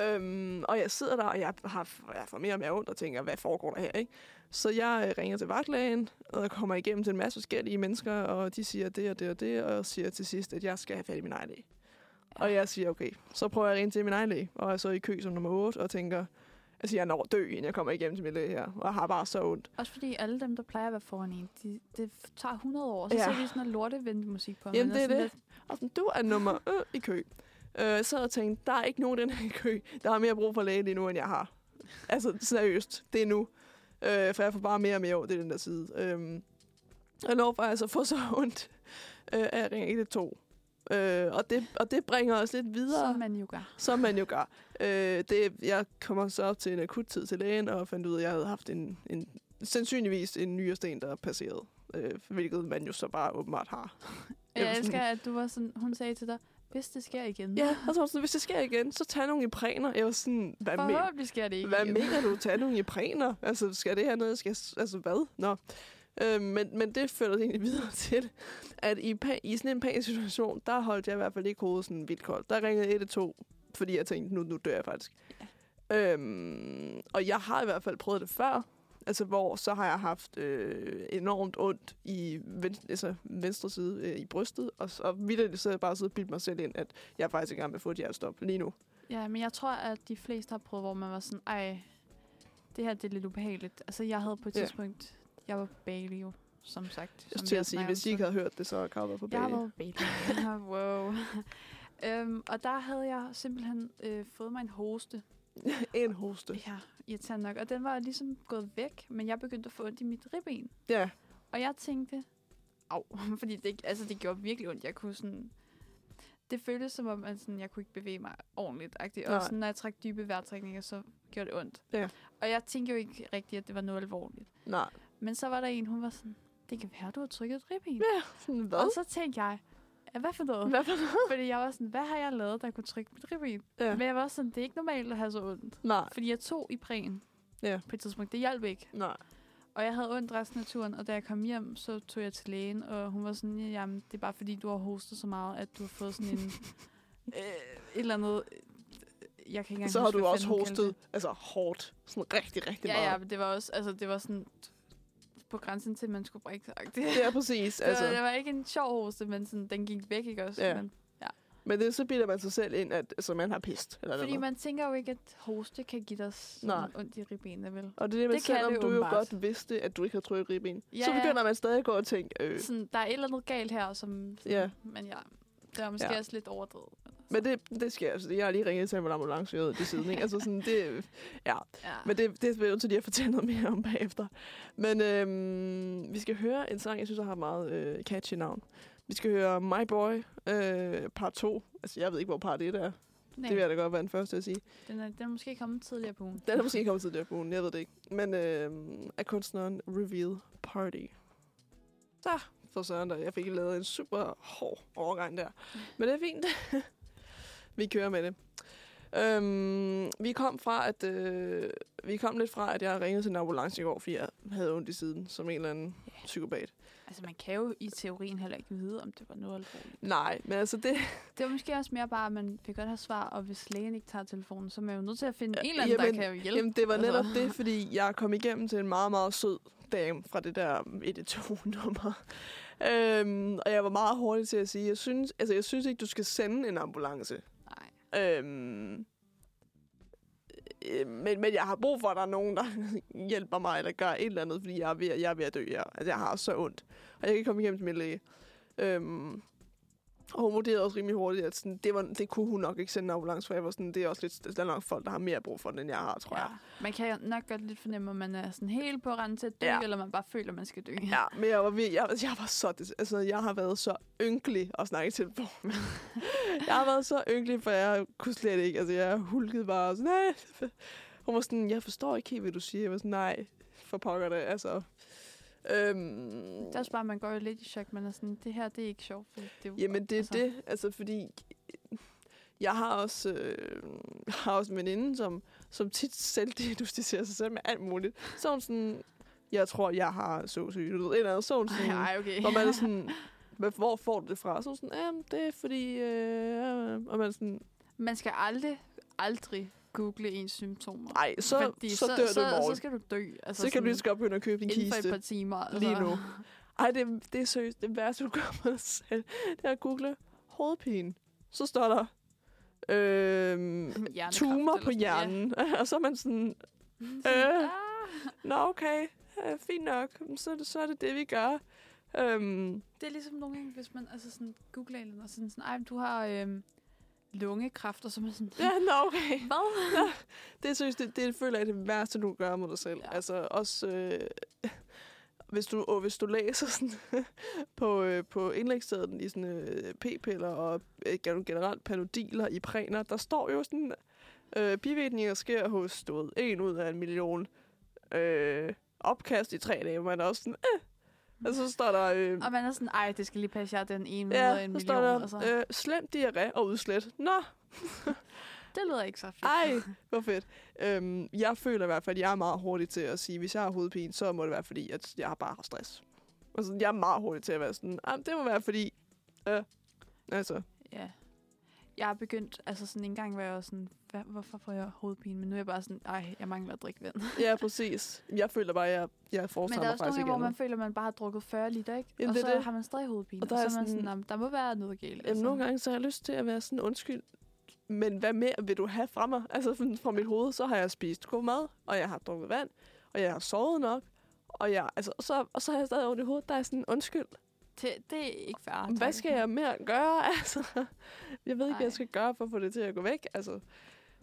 Speaker 1: Øhm, og jeg sidder der, og jeg, har, jeg får mere og mere ondt og tænker, hvad foregår der her, ikke? Så jeg øh, ringer til vagtlægen, og jeg kommer igennem til en masse forskellige mennesker, og de siger det og det og det, og siger til sidst, at jeg skal have fat i min egen læge. Og jeg siger, okay, så prøver jeg at ringe til min egen læge, og er så i kø som nummer 8, og tænker, altså jeg når at dø, inden jeg kommer igennem til min læge her, og jeg har bare så ondt.
Speaker 2: Også fordi alle dem, der plejer at være foran en, de, det tager 100 år, så
Speaker 1: Ja.
Speaker 2: ja. sidder de sådan og lortevente musik på.
Speaker 1: Jamen,
Speaker 2: men
Speaker 1: det er
Speaker 2: sådan
Speaker 1: Og sådan, du er nummer øh, i kø. Øh, jeg sad og tænkte, der er ikke nogen i den her kø, der har mere brug for læge lige nu, end jeg har. Altså seriøst, det er nu. Øh, for jeg får bare mere og mere over det er den der side. Øh, jeg lover faktisk at få så ondt, øh, at jeg ringer 112. Øh, og, det, og det bringer os lidt
Speaker 2: Lidt,
Speaker 1: videre
Speaker 2: som man jo gør.
Speaker 1: som man jo gør. Øh, det, jeg kommer så op til en akut tid til lægen, og fandt ud af, at jeg havde haft en, en sandsynligvis en nyresten, der passerede. Øh, hvilket man jo så bare åbenbart har. var
Speaker 2: Jeg
Speaker 1: sådan-
Speaker 2: elsker, at du var sådan, hun sagde til dig, hvis det sker igen.
Speaker 1: Ja, og så var hun sådan, hvis det sker igen, så tag nogle ipraner. Jeg var sådan, hvad, men,
Speaker 2: Forhåbentlig sker det ikke
Speaker 1: hvad
Speaker 2: igen.
Speaker 1: mener du, tag nogle ipraner? Altså, skal det her noget? Skal, jeg s- altså, hvad? Nå. Øh, men, men det førte os egentlig videre til, at i, pa- i sådan en panisk situation, der holdt jeg i hvert fald ikke hovedet sådan vildt koldt. Der ringede 112, fordi jeg tænkte, nu, nu dør jeg faktisk. Øhm, og jeg har i hvert fald prøvet det før, altså hvor så har jeg haft øh, enormt ondt i ven, altså, venstre side øh, i brystet, og, s- og vildt så har jeg bare siddet og bildt mig selv ind, at jeg er faktisk i gang med at få et hjertestop lige nu.
Speaker 2: Ja, men jeg tror, at de fleste har prøvet, hvor man var sådan, ej, det her det er lidt ubehageligt. Altså, jeg havde på et
Speaker 1: Ja.
Speaker 2: tidspunkt, jeg var på Bailey jo, som sagt.
Speaker 1: Jeg skulle
Speaker 2: som
Speaker 1: til
Speaker 2: vi har
Speaker 1: at sige,
Speaker 2: snakket
Speaker 1: hvis
Speaker 2: om
Speaker 1: I ikke havde hørt det, så er Karl på
Speaker 2: Jeg har
Speaker 1: bag.
Speaker 2: været på Bailey. wow. øhm, og der havde jeg simpelthen øh, fået mig en hoste.
Speaker 1: en hoste.
Speaker 2: Ja, irriterende nok. Og den var ligesom gået væk, men jeg begyndte at få ondt i mit ribben.
Speaker 1: Ja,
Speaker 2: Og jeg tænkte, au, fordi det, altså, det gjorde virkelig ondt. Jeg kunne sådan, det føltes som om, at sådan, jeg kunne ikke bevæge mig ordentligt. -agtigt.
Speaker 1: Nej.
Speaker 2: Og sådan, når jeg trak dybe vejrtrækninger, så gjorde det ondt.
Speaker 1: Ja.
Speaker 2: Og jeg tænkte jo ikke rigtigt, at det var noget alvorligt.
Speaker 1: nej.
Speaker 2: Men så var der en, hun var sådan, det kan være, du har trykket et ribben.
Speaker 1: Ja, sådan,
Speaker 2: Og
Speaker 1: hvad?
Speaker 2: så tænkte jeg, "Ja, hvad for noget?
Speaker 1: Hvad for noget?
Speaker 2: Fordi jeg var sådan, hvad har jeg lavet, der kunne trykke mit ribben?
Speaker 1: Ja.
Speaker 2: Men jeg var også sådan, det er ikke normalt at have så ondt.
Speaker 1: Nej,
Speaker 2: Fordi jeg tog i præn
Speaker 1: Ja.
Speaker 2: på et tidspunkt. Det hjalp ikke.
Speaker 1: nej.
Speaker 2: Og jeg havde ondt resten af turen, og da jeg kom hjem, så tog jeg til lægen, og hun var sådan, "Ja, jamen, det er bare fordi, du har hostet så meget, at du har fået sådan en, øh, et eller andet, øh, jeg kan ikke engang
Speaker 1: Så har
Speaker 2: huske,
Speaker 1: du
Speaker 2: hvad
Speaker 1: også
Speaker 2: fanden hun kaldte
Speaker 1: hostet, altså hårdt. Sådan rigtig, rigtig
Speaker 2: Det. Ja,
Speaker 1: meget.
Speaker 2: ja, men det var også, altså det var sådan på grænsen til, at man skulle brække sig. Det,
Speaker 1: Det er præcis.
Speaker 2: altså.
Speaker 1: Altså.
Speaker 2: det, var, det var ikke en sjov hoste, men sådan, den gik væk, ikke også?
Speaker 1: Ja.
Speaker 2: Men,
Speaker 1: Men det, så bilder man sig selv ind, at altså, man har pist. Eller
Speaker 2: fordi
Speaker 1: noget.
Speaker 2: man tænker jo ikke, at hoste kan give dig
Speaker 1: Nej.
Speaker 2: sådan ondt i ribbenene, vel?
Speaker 1: Og det er det, man
Speaker 2: Det kan
Speaker 1: selvom
Speaker 2: det
Speaker 1: du jo
Speaker 2: åbenbart.
Speaker 1: godt vidste, at du ikke har trykket ribben, ja,
Speaker 2: Ja,
Speaker 1: så
Speaker 2: ja.
Speaker 1: begynder man stadig at gå og tænke, øh,
Speaker 2: Sådan, der er et eller andet galt her, som...
Speaker 1: Ja.
Speaker 2: Men ja, det var måske
Speaker 1: Ja.
Speaker 2: også lidt overdrevet.
Speaker 1: Men det, det sker, altså. Jeg har lige ringet til en ambulance, jeg ved det siden, ikke? Altså sådan, det,
Speaker 2: Ja.
Speaker 1: men det, det er jeg nødt til lige at fortælle noget mere om bagefter. Men øhm, vi skal høre en sang, jeg synes, der har et meget øh, catchy navn. Vi skal høre My Boy, øh, part 2. Altså, jeg ved ikke, hvor part 1 er. Nej.
Speaker 2: Nej,
Speaker 1: Det vil jeg da godt være den første til at sige.
Speaker 2: den, er, den er måske kommet tidligere på ugen.
Speaker 1: Den er måske kommet tidligere på ugen, jeg ved det ikke. Men øh, af kunstneren Reveal Party. Så for søren der. Jeg fik lavet en super hård overgang der. Men det er fint. vi kører med det. Øhm, vi kom fra, at øh, vi kom lidt fra, at jeg ringede til en ambulance i går, fordi jeg havde ondt i siden, som en eller anden psykopat.
Speaker 2: Altså, man kan jo i teorien heller ikke vide, om det var noget alvorligt.
Speaker 1: Nej, men altså det...
Speaker 2: Det var måske også mere bare, at man vil godt have svar, og hvis lægen ikke tager telefonen, så er man jo nødt til at finde en eller anden,
Speaker 1: Jamen,
Speaker 2: der kan hjælpe.
Speaker 1: Jamen, det var
Speaker 2: Altså.
Speaker 1: netop det, fordi jeg kom igennem til en meget, meget sød dame fra det der 1-2-nummer. Øhm, og jeg var meget hurtig til at sige, jeg synes, altså, jeg synes ikke, du skal sende en ambulance.
Speaker 2: Nej.
Speaker 1: Øhm, øh, men, men jeg har brug for, at der er nogen, der hjælper mig, eller gør et eller andet, fordi jeg er ved, jeg er ved at dø. Jeg, altså, jeg har så ondt. Og jeg kan komme hjem til min læge. Øhm, og hun vurderede også rimelig hurtigt, at sådan, det, var, det kunne hun nok ikke sende en ambulance for. Jeg var sådan, det er også lidt, altså, der er nok folk, der har mere brug for den, end jeg har, tror jeg.
Speaker 2: Man kan jo nok godt lidt fornemme, om man er sådan helt på randen til at dø,
Speaker 1: Ja.
Speaker 2: ja. eller man bare føler, man skal dø.
Speaker 1: Ja, men jeg var, vir- jeg, jeg var så, dis- altså, jeg har været så ynkelig at snakke til på. jeg har været så ynkelig, for jeg kunne slet ikke, altså jeg hulkede bare og sådan, nej. Hun var sådan, jeg forstår ikke helt, hvad du siger. Jeg var sådan, nej, for pokker det, altså. Øhm,
Speaker 2: Det er også bare, at man går jo lidt i chok, men er sådan, det her, det er ikke sjovt. For det er jo,
Speaker 1: Jamen, det er
Speaker 2: altså,
Speaker 1: altså. det. Altså, fordi jeg har også, øh, jeg har også en veninde, som, som tit selv diagnostiserer sig selv med alt muligt. Så er hun sådan, jeg tror, jeg har sovesyge. Du ved, et eller andet. Så er hun sådan,
Speaker 2: Nej, okay.
Speaker 1: Hvor man er sådan, "Hvad- hvor får du det fra? Så er hun sådan, ja, det er fordi... Øh, og man er sådan,
Speaker 2: Man skal aldrig, aldrig google ens symptomer.
Speaker 1: nej, så,
Speaker 2: Fordi
Speaker 1: så, dør
Speaker 2: så,
Speaker 1: du i morgen.
Speaker 2: Så
Speaker 1: Så,
Speaker 2: skal du dø. Altså
Speaker 1: så kan du lige så godt begynde at købe din
Speaker 2: inden for et
Speaker 1: kiste
Speaker 2: par timer. Altså.
Speaker 1: lige nu. Ej, det, er- det er seriøst det værste, du gør på dig selv. Det er at google hovedpine. Så står der øhm,
Speaker 2: Hjernekræft
Speaker 1: tumor
Speaker 2: eller
Speaker 1: på
Speaker 2: sådan. Ja. Mm-hmm. ah.
Speaker 1: hjernen. og så er man sådan, øh, nå okay, øh, fint nok, så, er det- så er det det, vi gør. Øhm,
Speaker 2: Det er ligesom nogle gange, hvis man altså sådan, googler en, og sådan, sådan, ej, men du har øhm, lungekræft, og så er man sådan,
Speaker 1: ja, nå okay.
Speaker 2: hvad?
Speaker 1: Det, er seriøst, det, det føler jeg er det værste, du gør mod dig selv. Ja.
Speaker 2: Ja.
Speaker 1: Altså også, øh, hvis, du, og hvis du læser sådan, på, øh, på indlægsstedet i sådan, øh, p-piller og øh, gen- generelt panodiler i præner, der står jo sådan, øh, bivirkninger sker hos du ved, en ud af en million øh, opkast i tre dage, hvor man er også sådan, øh. Og så står der... Øh,
Speaker 2: Og man er sådan, ej, det skal lige passe, jeg er den ene ja, ud af
Speaker 1: Ja,
Speaker 2: en
Speaker 1: så
Speaker 2: million.
Speaker 1: står der
Speaker 2: altså.
Speaker 1: øh, slem diarré og udslæt. Nå,
Speaker 2: Det lyder ikke så fedt.
Speaker 1: Ej, hvor fedt. Øhm, jeg føler i hvert fald, at jeg er meget hurtig til at sige, hvis jeg har hovedpine, så må det være fordi, at jeg bare har stress. Altså, jeg er meget hurtig til at være sådan, ah, det må være fordi, øh, altså,
Speaker 2: Ja. Jeg er begyndt, altså sådan en gang var jeg også sådan, "Hva- hvorfor får jeg hovedpine? Men nu er jeg bare sådan, ej, jeg mangler at drikke vand.
Speaker 1: ja, præcis. Jeg føler bare, at jeg, jeg
Speaker 2: Men
Speaker 1: foretager
Speaker 2: der er
Speaker 1: mig
Speaker 2: også
Speaker 1: faktisk ikke
Speaker 2: nogle gange, hvor man
Speaker 1: andet.
Speaker 2: føler, at man bare har drukket 40 liter, ikke?
Speaker 1: Jamen,
Speaker 2: og
Speaker 1: det er
Speaker 2: så
Speaker 1: det.
Speaker 2: har man stadig hovedpine.
Speaker 1: Og
Speaker 2: Og,
Speaker 1: der
Speaker 2: der så
Speaker 1: er
Speaker 2: er man
Speaker 1: sådan-
Speaker 2: sådan, "Nå, men der må være noget galt. altså."
Speaker 1: Jamen, nogle gange så har jeg lyst til at være sådan, undskyld, men hvad mere vil du have fra mig? Altså, sådan fra mit hoved, så har jeg spist god mad, og jeg har drukket vand, og jeg har sovet nok, og, jeg, altså, og, så, og så har jeg stadig ondt i hovedet, der er sådan, undskyld,
Speaker 2: Det, det er ikke fair.
Speaker 1: Hvad
Speaker 2: tak.
Speaker 1: skal jeg mere gøre? Altså, jeg ved ikke, hvad
Speaker 2: Ej.
Speaker 1: jeg skal gøre for at få det til at gå væk. Altså,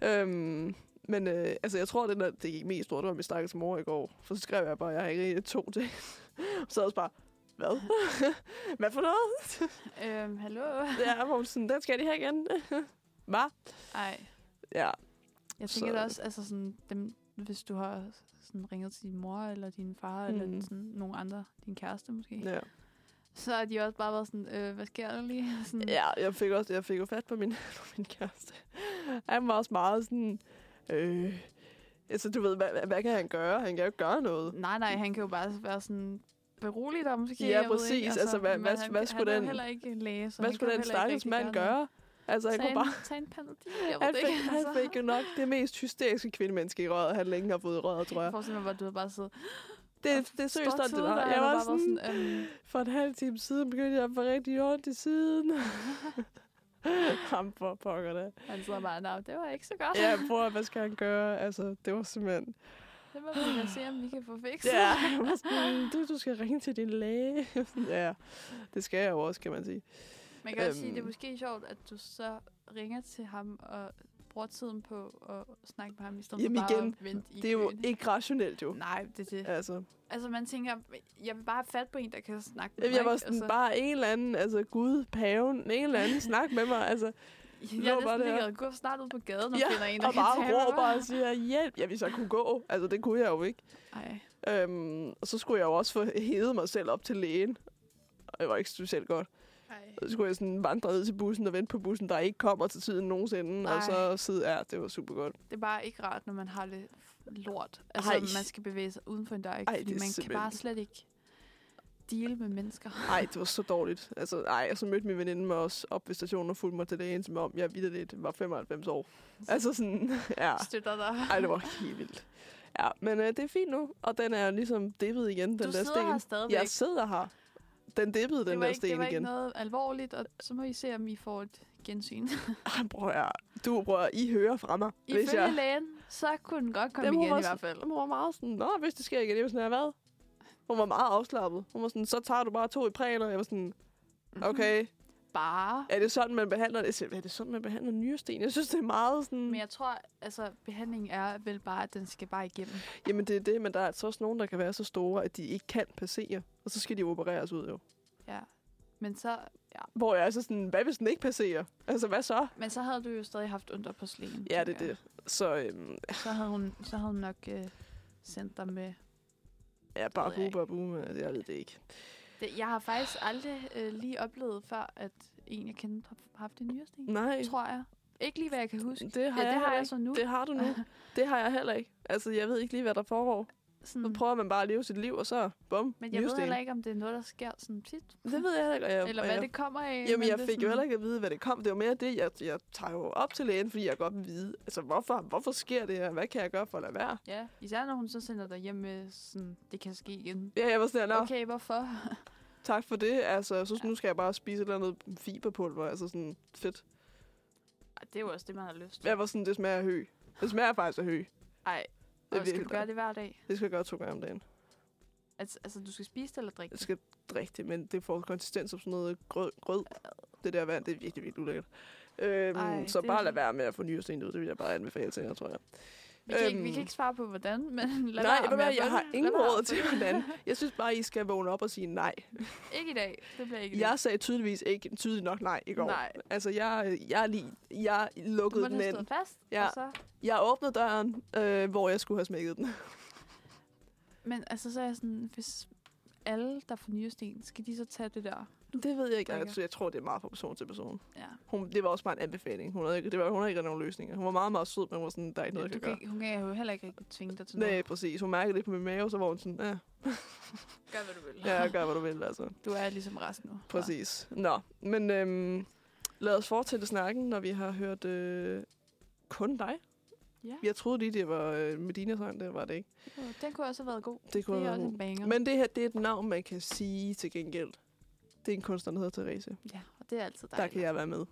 Speaker 1: øhm, men øh, altså, jeg tror, det, der, det gik mest stort, det var min stakkels mor i går. For så skrev jeg bare, at jeg har ikke rigtig to dage. så jeg også bare, hvad? hvad for noget?
Speaker 2: Øhm, hallo?
Speaker 1: Det er, hvor hun sådan, den skal de her igen. Hvad?
Speaker 2: Ej.
Speaker 1: Ja,
Speaker 2: Jeg
Speaker 1: Så-
Speaker 2: tænker da også, altså sådan, dem, hvis du har sådan ringet til din mor, eller din far, mm.
Speaker 1: Mm.
Speaker 2: eller sådan nogle andre, din kæreste måske,
Speaker 1: ja.
Speaker 2: så har de også bare været sådan, øh, hvad sker der lige? Sådan,
Speaker 1: Ja, jeg fik også jeg fik jo fat på min, på min kæreste. Han var også meget sådan, øh, altså du ved, hvad, hvad, hvad kan han gøre? Han kan jo ikke gøre noget.
Speaker 2: Nej, nej, han kan jo bare være sådan berolig der måske.
Speaker 1: Ja,
Speaker 2: jeg ved
Speaker 1: præcis.
Speaker 2: Ikke,
Speaker 1: Altså, hvad-
Speaker 2: men
Speaker 1: hvad-
Speaker 2: han,
Speaker 1: hvad
Speaker 2: han
Speaker 1: skulle
Speaker 2: er jo
Speaker 1: den-
Speaker 2: heller ikke læge, så
Speaker 1: Hvad
Speaker 2: han
Speaker 1: skulle
Speaker 2: kan
Speaker 1: den
Speaker 2: jo heller ikke
Speaker 1: stakkels
Speaker 2: rigtig
Speaker 1: mand
Speaker 2: noget.
Speaker 1: gøre? Altså, han
Speaker 2: Tag
Speaker 1: kunne
Speaker 2: en,
Speaker 1: bare...
Speaker 2: tag en panodil, jeg ved
Speaker 1: Han
Speaker 2: det
Speaker 1: fik,
Speaker 2: ikke. altså.
Speaker 1: han fik jo nok det mest hysteriske kvindemænske i røret, han længe har fået i røret, tror
Speaker 2: Jeg
Speaker 1: jeg.
Speaker 2: forestiller mig, bare, at du havde bare siddet
Speaker 1: Det, det er
Speaker 2: Står
Speaker 1: seriøst, det
Speaker 2: tidligt,
Speaker 1: var. Jeg
Speaker 2: og har
Speaker 1: var
Speaker 2: bare været
Speaker 1: sådan,
Speaker 2: øhm,
Speaker 1: for en halv time siden begyndte jeg at få rigtig ondt i siden. Ham for pokker da.
Speaker 2: han sidder bare, nej, det var ikke så godt.
Speaker 1: Ja, bror, hvad skal han gøre? Altså, det var simpelthen...
Speaker 2: Det må vi da se, om vi kan få fikset.
Speaker 1: Ja, jeg var sådan, du, du skal ringe til din læge. ja, det skal jeg jo også, kan man sige.
Speaker 2: Man kan også sige, det er
Speaker 1: Øhm.
Speaker 2: måske sjovt, at du så ringer til ham og bruger tiden på at snakke med ham, i stedet
Speaker 1: Jamen
Speaker 2: for bare
Speaker 1: igen,
Speaker 2: at vente i
Speaker 1: Det er jo
Speaker 2: køen.
Speaker 1: ikke rationelt, jo.
Speaker 2: Nej, det er det.
Speaker 1: Altså,
Speaker 2: Altså, man tænker, jeg vil bare have fat på en, der kan snakke med
Speaker 1: jeg, jeg
Speaker 2: mig,
Speaker 1: var
Speaker 2: ikke? Altså.
Speaker 1: sådan bare en eller anden, altså Gud, paven, en eller anden snak med mig, altså,
Speaker 2: Jeg
Speaker 1: lå
Speaker 2: er
Speaker 1: bare
Speaker 2: næsten
Speaker 1: der.
Speaker 2: ligget gå snart ud på gaden og
Speaker 1: Ja,
Speaker 2: finder en, der
Speaker 1: og
Speaker 2: kan
Speaker 1: bare
Speaker 2: tage mig.
Speaker 1: råber og siger, hjælp, ja, hvis jeg kunne gå, altså det kunne jeg jo ikke.
Speaker 2: Ej,
Speaker 1: Øhm, og så skulle jeg jo også få hævet mig selv op til lægen. Og det var ikke specielt godt.
Speaker 2: ej.
Speaker 1: Så skulle jeg sådan vandre ned til bussen og vente på bussen, der ikke kommer til tiden nogensinde.
Speaker 2: Nej.
Speaker 1: Og så sidde ja, det var super godt.
Speaker 2: Det er bare ikke rart, når man har lidt lort. Altså,
Speaker 1: Ej.
Speaker 2: man skal bevæge sig uden for en dør, ikke?
Speaker 1: Ej,
Speaker 2: fordi
Speaker 1: det er
Speaker 2: man kan
Speaker 1: simpelthen-
Speaker 2: bare slet ikke dele med mennesker.
Speaker 1: Nej, det var så dårligt. Altså, nej, og så mødte min veninde mig også op ved stationen og fulgte mig til lægen, som om jeg videre lidt var 95 år. Altså sådan, ja.
Speaker 2: Støtter dig.
Speaker 1: Ej, det var helt vildt. Ja, men øh, det er fint nu, og den er ligesom dippet igen, den
Speaker 2: du
Speaker 1: der
Speaker 2: sidder
Speaker 1: sten.
Speaker 2: her stadigvæk.
Speaker 1: jeg sidder her. Den dippede
Speaker 2: det
Speaker 1: den
Speaker 2: var
Speaker 1: der
Speaker 2: ikke,
Speaker 1: sten
Speaker 2: det var
Speaker 1: igen.
Speaker 2: ikke noget alvorligt, og så må I se, om I får et gensyn.
Speaker 1: Ej, Ah, prøv at, høre. du prøver, I hører fra mig.
Speaker 2: Ifølge jeg... lægen, så kunne den godt komme
Speaker 1: Jamen,
Speaker 2: igen
Speaker 1: hun
Speaker 2: i
Speaker 1: var
Speaker 2: hvert
Speaker 1: sådan-
Speaker 2: fald.
Speaker 1: Hun var meget sådan, nå, hvis det sker igen, jeg var sådan, "Ja, hvad? Hun var meget afslappet. Hun var sådan, så tager du bare to i præner. Jeg var sådan,
Speaker 2: Mhm.
Speaker 1: okay,
Speaker 2: Bare.
Speaker 1: er det sådan, man behandler det? Jeg siger, Er det sådan, man behandler nyresten? Jeg synes, det er meget sådan...
Speaker 2: Men jeg tror, altså, behandlingen er vel bare, at den skal bare igennem.
Speaker 1: Jamen, det er det, men der er altså også nogen, der kan være så store, at de ikke kan passere. Og så skal de opereres ud, jo.
Speaker 2: Ja. Men så,
Speaker 1: Hvor jeg er så sådan, hvad hvis den ikke passerer? Altså, hvad så?
Speaker 2: men så havde du jo stadig haft under på slingen.
Speaker 1: Ja, det
Speaker 2: tænker
Speaker 1: er det. Så øhm,
Speaker 2: jeg. Så havde hun, så havde hun nok øh, sendt dig med.
Speaker 1: ja, bare
Speaker 2: ved jeg
Speaker 1: bu,
Speaker 2: ikke.
Speaker 1: bare bu, men jeg ved det ikke.
Speaker 2: Det, jeg har faktisk aldrig øh, lige oplevet før, at en, jeg kendte, har haft en nyresten.
Speaker 1: Nej,
Speaker 2: Tror jeg. Ikke lige, hvad jeg kan huske.
Speaker 1: det har,
Speaker 2: ja,
Speaker 1: jeg
Speaker 2: det har
Speaker 1: heller
Speaker 2: jeg
Speaker 1: ikke.
Speaker 2: så nu.
Speaker 1: Det har du nu. Det har jeg heller ikke. Altså, jeg ved ikke lige, hvad der foregår.
Speaker 2: Sådan,
Speaker 1: Så prøver man bare at leve sit liv, og så bum,
Speaker 2: Mm. men jeg ved
Speaker 1: livsstil.
Speaker 2: heller ikke, om det er noget, der sker sådan tit.
Speaker 1: Det ved jeg heller ikke. og Jeg,
Speaker 2: Eller
Speaker 1: og
Speaker 2: hvad
Speaker 1: jeg,
Speaker 2: det kommer af.
Speaker 1: Jamen,
Speaker 2: men
Speaker 1: jeg
Speaker 2: det er
Speaker 1: fik jo
Speaker 2: sådan-
Speaker 1: heller ikke at vide, hvad det kom. Det var mere det, jeg, jeg tager jo op til lægen, fordi jeg godt vil vide, altså, hvorfor, hvorfor sker det her? Hvad kan jeg gøre for at lade være?
Speaker 2: Ja, især når hun så sender dig hjem med sådan, det kan ske igen.
Speaker 1: Ja, jeg var sådan, her, Nå, okay.
Speaker 2: Okay, hvorfor?
Speaker 1: tak for det. Altså, så nu skal jeg bare spise et eller andet fiberpulver, altså sådan fedt.
Speaker 2: Ej, Det er jo også det, man har lyst til.
Speaker 1: Jeg var sådan, det smager af hø. Det smager faktisk af hø.
Speaker 2: Ej,
Speaker 1: Det er
Speaker 2: og skal
Speaker 1: virkelig
Speaker 2: du gøre det hver dag?
Speaker 1: Det skal jeg gøre to gange om dagen.
Speaker 2: Altså, altså du skal spise det eller drikke
Speaker 1: Jeg
Speaker 2: det?
Speaker 1: skal drikke det, men det får konsistens som sådan noget grød. grød. Det der vand, det er virkelig, virkelig ulækkert. Øhm,
Speaker 2: Ej,
Speaker 1: Ej, så
Speaker 2: det-
Speaker 1: bare lad være med at få nyresten ud. Det vil jeg bare anbefale til jer, tror jeg.
Speaker 2: Vi kan, ikke,
Speaker 1: Øhm.
Speaker 2: vi kan ikke svare på, hvordan, men
Speaker 1: Nej,
Speaker 2: lad være
Speaker 1: ved du hvad,
Speaker 2: med at
Speaker 1: jeg
Speaker 2: få
Speaker 1: har
Speaker 2: det. Lad
Speaker 1: ingen
Speaker 2: være
Speaker 1: råd
Speaker 2: at få
Speaker 1: til,
Speaker 2: det.
Speaker 1: hvordan. Jeg synes bare, I skal vågne op og sige nej.
Speaker 2: Ikke i dag. Det bliver ikke i dag.
Speaker 1: Jeg sagde tydeligvis ikke tydeligt nok nej i går.
Speaker 2: Nej.
Speaker 1: Altså, jeg, jeg, er lige, jeg
Speaker 2: Du må
Speaker 1: lukkede den
Speaker 2: have
Speaker 1: ind.
Speaker 2: stået fast,
Speaker 1: Ja.
Speaker 2: og så...
Speaker 1: Jeg åbnede døren, øh, hvor jeg skulle have smækket den.
Speaker 2: Men altså, så er jeg sådan, hvis alle, der får nyresten, skal de så tage det der?
Speaker 1: Det ved jeg ikke.
Speaker 2: Drikker.
Speaker 1: Altså, jeg tror, det er meget fra person til person.
Speaker 2: Ja.
Speaker 1: Hun, det var også bare en anbefaling. Hun havde ikke, det var, hun havde ikke rigtig nogen løsninger. Hun var meget, meget sød, men hun var sådan, der er ikke noget,
Speaker 2: du
Speaker 1: jeg kan gøre.
Speaker 2: ikke, hun kan jo heller ikke rigtig tvinge dig til
Speaker 1: Nej,
Speaker 2: noget.
Speaker 1: præcis. Hun mærkede det på min mave, så var hun sådan, ja,
Speaker 2: Gør, hvad du vil.
Speaker 1: ja gør, hvad du vil, altså.
Speaker 2: Du er ligesom resten nu.
Speaker 1: Præcis. Nå, men øhm, lad os fortsætte snakken, når vi har hørt øh, kun dig.
Speaker 2: Ja,
Speaker 1: Jeg troede lige, det var øh, Medina-sang, det var det ikke.
Speaker 2: den kunne også have været god.
Speaker 1: Det kunne
Speaker 2: Det er
Speaker 1: have
Speaker 2: også
Speaker 1: været
Speaker 2: en banger.
Speaker 1: Men det her, det er et navn, man kan sige til gengæld. Det er en kunstner, der hedder Therese.
Speaker 2: Ja, og det er altid
Speaker 1: Der kan jeg være med.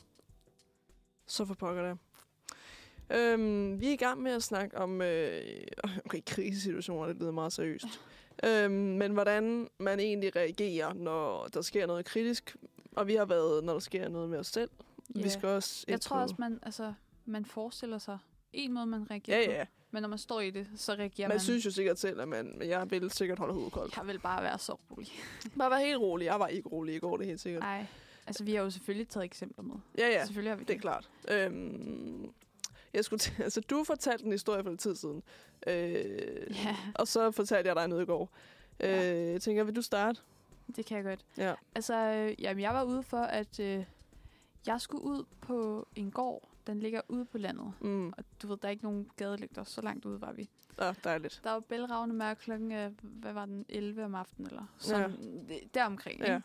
Speaker 1: Så for pokker der. Øhm, vi er i gang med at snakke om øh, okay, krisesituationer, det lyder meget seriøst. øhm, men hvordan man egentlig reagerer, når der sker noget kritisk. Og vi har været, når der sker noget med os selv. Vi skal også ind
Speaker 2: jeg tror
Speaker 1: på-
Speaker 2: også, man, altså, man forestiller sig en måde, man reagerer
Speaker 1: Ja, ja.
Speaker 2: på. Men når man står i det, så reagerer
Speaker 1: Man
Speaker 2: man.
Speaker 1: synes jo sikkert selv, at man... Men jeg vil sikkert holde hovedet koldt.
Speaker 2: jeg vil bare være så rolig.
Speaker 1: Bare være helt rolig. Jeg var ikke rolig i går, det er helt sikkert.
Speaker 2: Nej. Altså, vi har jo selvfølgelig taget eksempler med.
Speaker 1: Ja, ja.
Speaker 2: Selvfølgelig har vi
Speaker 1: Det er klart. Øhm, jeg skulle til- altså, du fortalte en historie for lidt tid siden, øh,
Speaker 2: Ja,
Speaker 1: og så fortalte jeg dig noget i går. Øh,
Speaker 2: Ja.
Speaker 1: Jeg tænker, vil du starte?
Speaker 2: det kan jeg godt.
Speaker 1: Ja.
Speaker 2: Altså, øh, jamen, jeg var ude for, at øh, jeg skulle ud på en gård. Den ligger ude på landet.
Speaker 1: Mm.
Speaker 2: Og du ved, der er ikke nogen gadelygter. Så langt ude var vi.
Speaker 1: Ah, dejligt.
Speaker 2: Der var bælragende mørk klokken, øh, hvad var den, 11 om aftenen eller sådan, ja. deromkring. Ikke?
Speaker 1: Ja.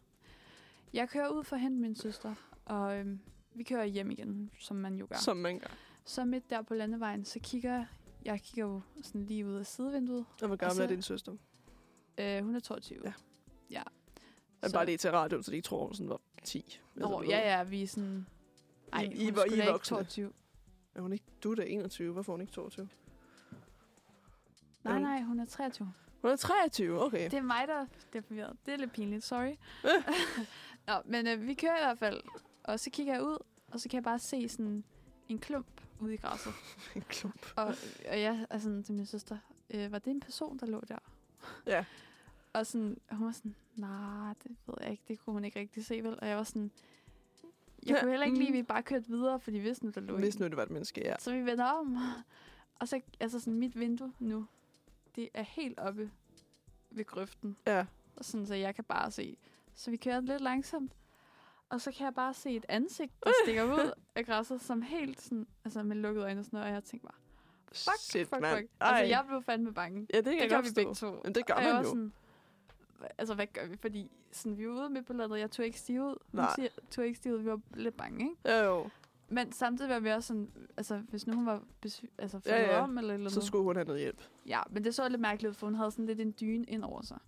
Speaker 2: Jeg kører ud for at hente min søster, og øhm, vi kører hjem igen, som man jo gør.
Speaker 1: Ja. Som man gør.
Speaker 2: Så midt der på landevejen, så kigger jeg, jeg kigger jo sådan lige ud af sidevinduet.
Speaker 1: Og hvor gammel
Speaker 2: Og så-
Speaker 1: er din søster?
Speaker 2: Øh, hun er 22.
Speaker 1: Ja.
Speaker 2: ja.
Speaker 1: Men bare lige til radioen, så de ikke tror, hun sådan var 10.
Speaker 2: Nå, ja, ja, vi er sådan... Ej,
Speaker 1: I-
Speaker 2: hun
Speaker 1: I var-
Speaker 2: skulle
Speaker 1: I
Speaker 2: da ikke
Speaker 1: voksne.
Speaker 2: 22.
Speaker 1: Er hun ikke? Du er da 21. Hvorfor er hun ikke 22?
Speaker 2: Nej,
Speaker 1: Jamen.
Speaker 2: nej, hun er 23.
Speaker 1: Hun er 23, okay.
Speaker 2: Det er mig, der det er forvirret. Det er lidt pinligt, sorry. Nå, men øh, vi kører i hvert fald. Og så kigger jeg ud, og så kan jeg bare se sådan en klump ude i græsset.
Speaker 1: En klump.
Speaker 2: Og, øh, og jeg er sådan til min søster, øh, var det en person, der lå der?
Speaker 1: Ja.
Speaker 2: Og sådan, og hun var sådan, nej, det ved jeg ikke, det kunne hun ikke rigtig se, vel? Og jeg var sådan, jeg
Speaker 1: Ja,
Speaker 2: kunne heller ikke lide, at
Speaker 1: mm.
Speaker 2: vi bare kørte videre, fordi vi vidste nu, der lå
Speaker 1: Hvis
Speaker 2: en.
Speaker 1: nu det var et menneske, ja.
Speaker 2: Så vi vender om. Og så, altså sådan, mit vindue nu, det er helt oppe ved grøften.
Speaker 1: Ja.
Speaker 2: Og sådan, så jeg kan bare se. Så vi kører lidt langsomt. Og så kan jeg bare se et ansigt, der stikker ud af græsset, som helt sådan, altså med lukkede øjne og sådan noget. Og jeg tænker bare, fuck,
Speaker 1: Shit,
Speaker 2: fuck,
Speaker 1: mand.
Speaker 2: fuck. Altså,
Speaker 1: Ej.
Speaker 2: jeg blev fandme bange.
Speaker 1: Ja, det kan
Speaker 2: Det
Speaker 1: jeg
Speaker 2: gør
Speaker 1: godt
Speaker 2: vi
Speaker 1: forstå.
Speaker 2: begge to.
Speaker 1: Jamen, det gør
Speaker 2: Og jeg
Speaker 1: man
Speaker 2: var
Speaker 1: jo.
Speaker 2: Sådan, hva- altså, hvad gør vi? Fordi sådan, vi var ude midt på landet, jeg tog ikke stive ud. Hun
Speaker 1: Nej.
Speaker 2: siger, tog ikke stive ud, vi var lidt bange, ikke?
Speaker 1: Ja, jo.
Speaker 2: Men samtidig var vi også sådan, altså, hvis nu hun var besv- altså,
Speaker 1: Ja,
Speaker 2: faldet
Speaker 1: ja.
Speaker 2: om eller et eller
Speaker 1: Så
Speaker 2: noget.
Speaker 1: skulle hun have noget hjælp.
Speaker 2: Ja, men det så lidt mærkeligt ud, for hun havde sådan lidt en dyne ind over sig.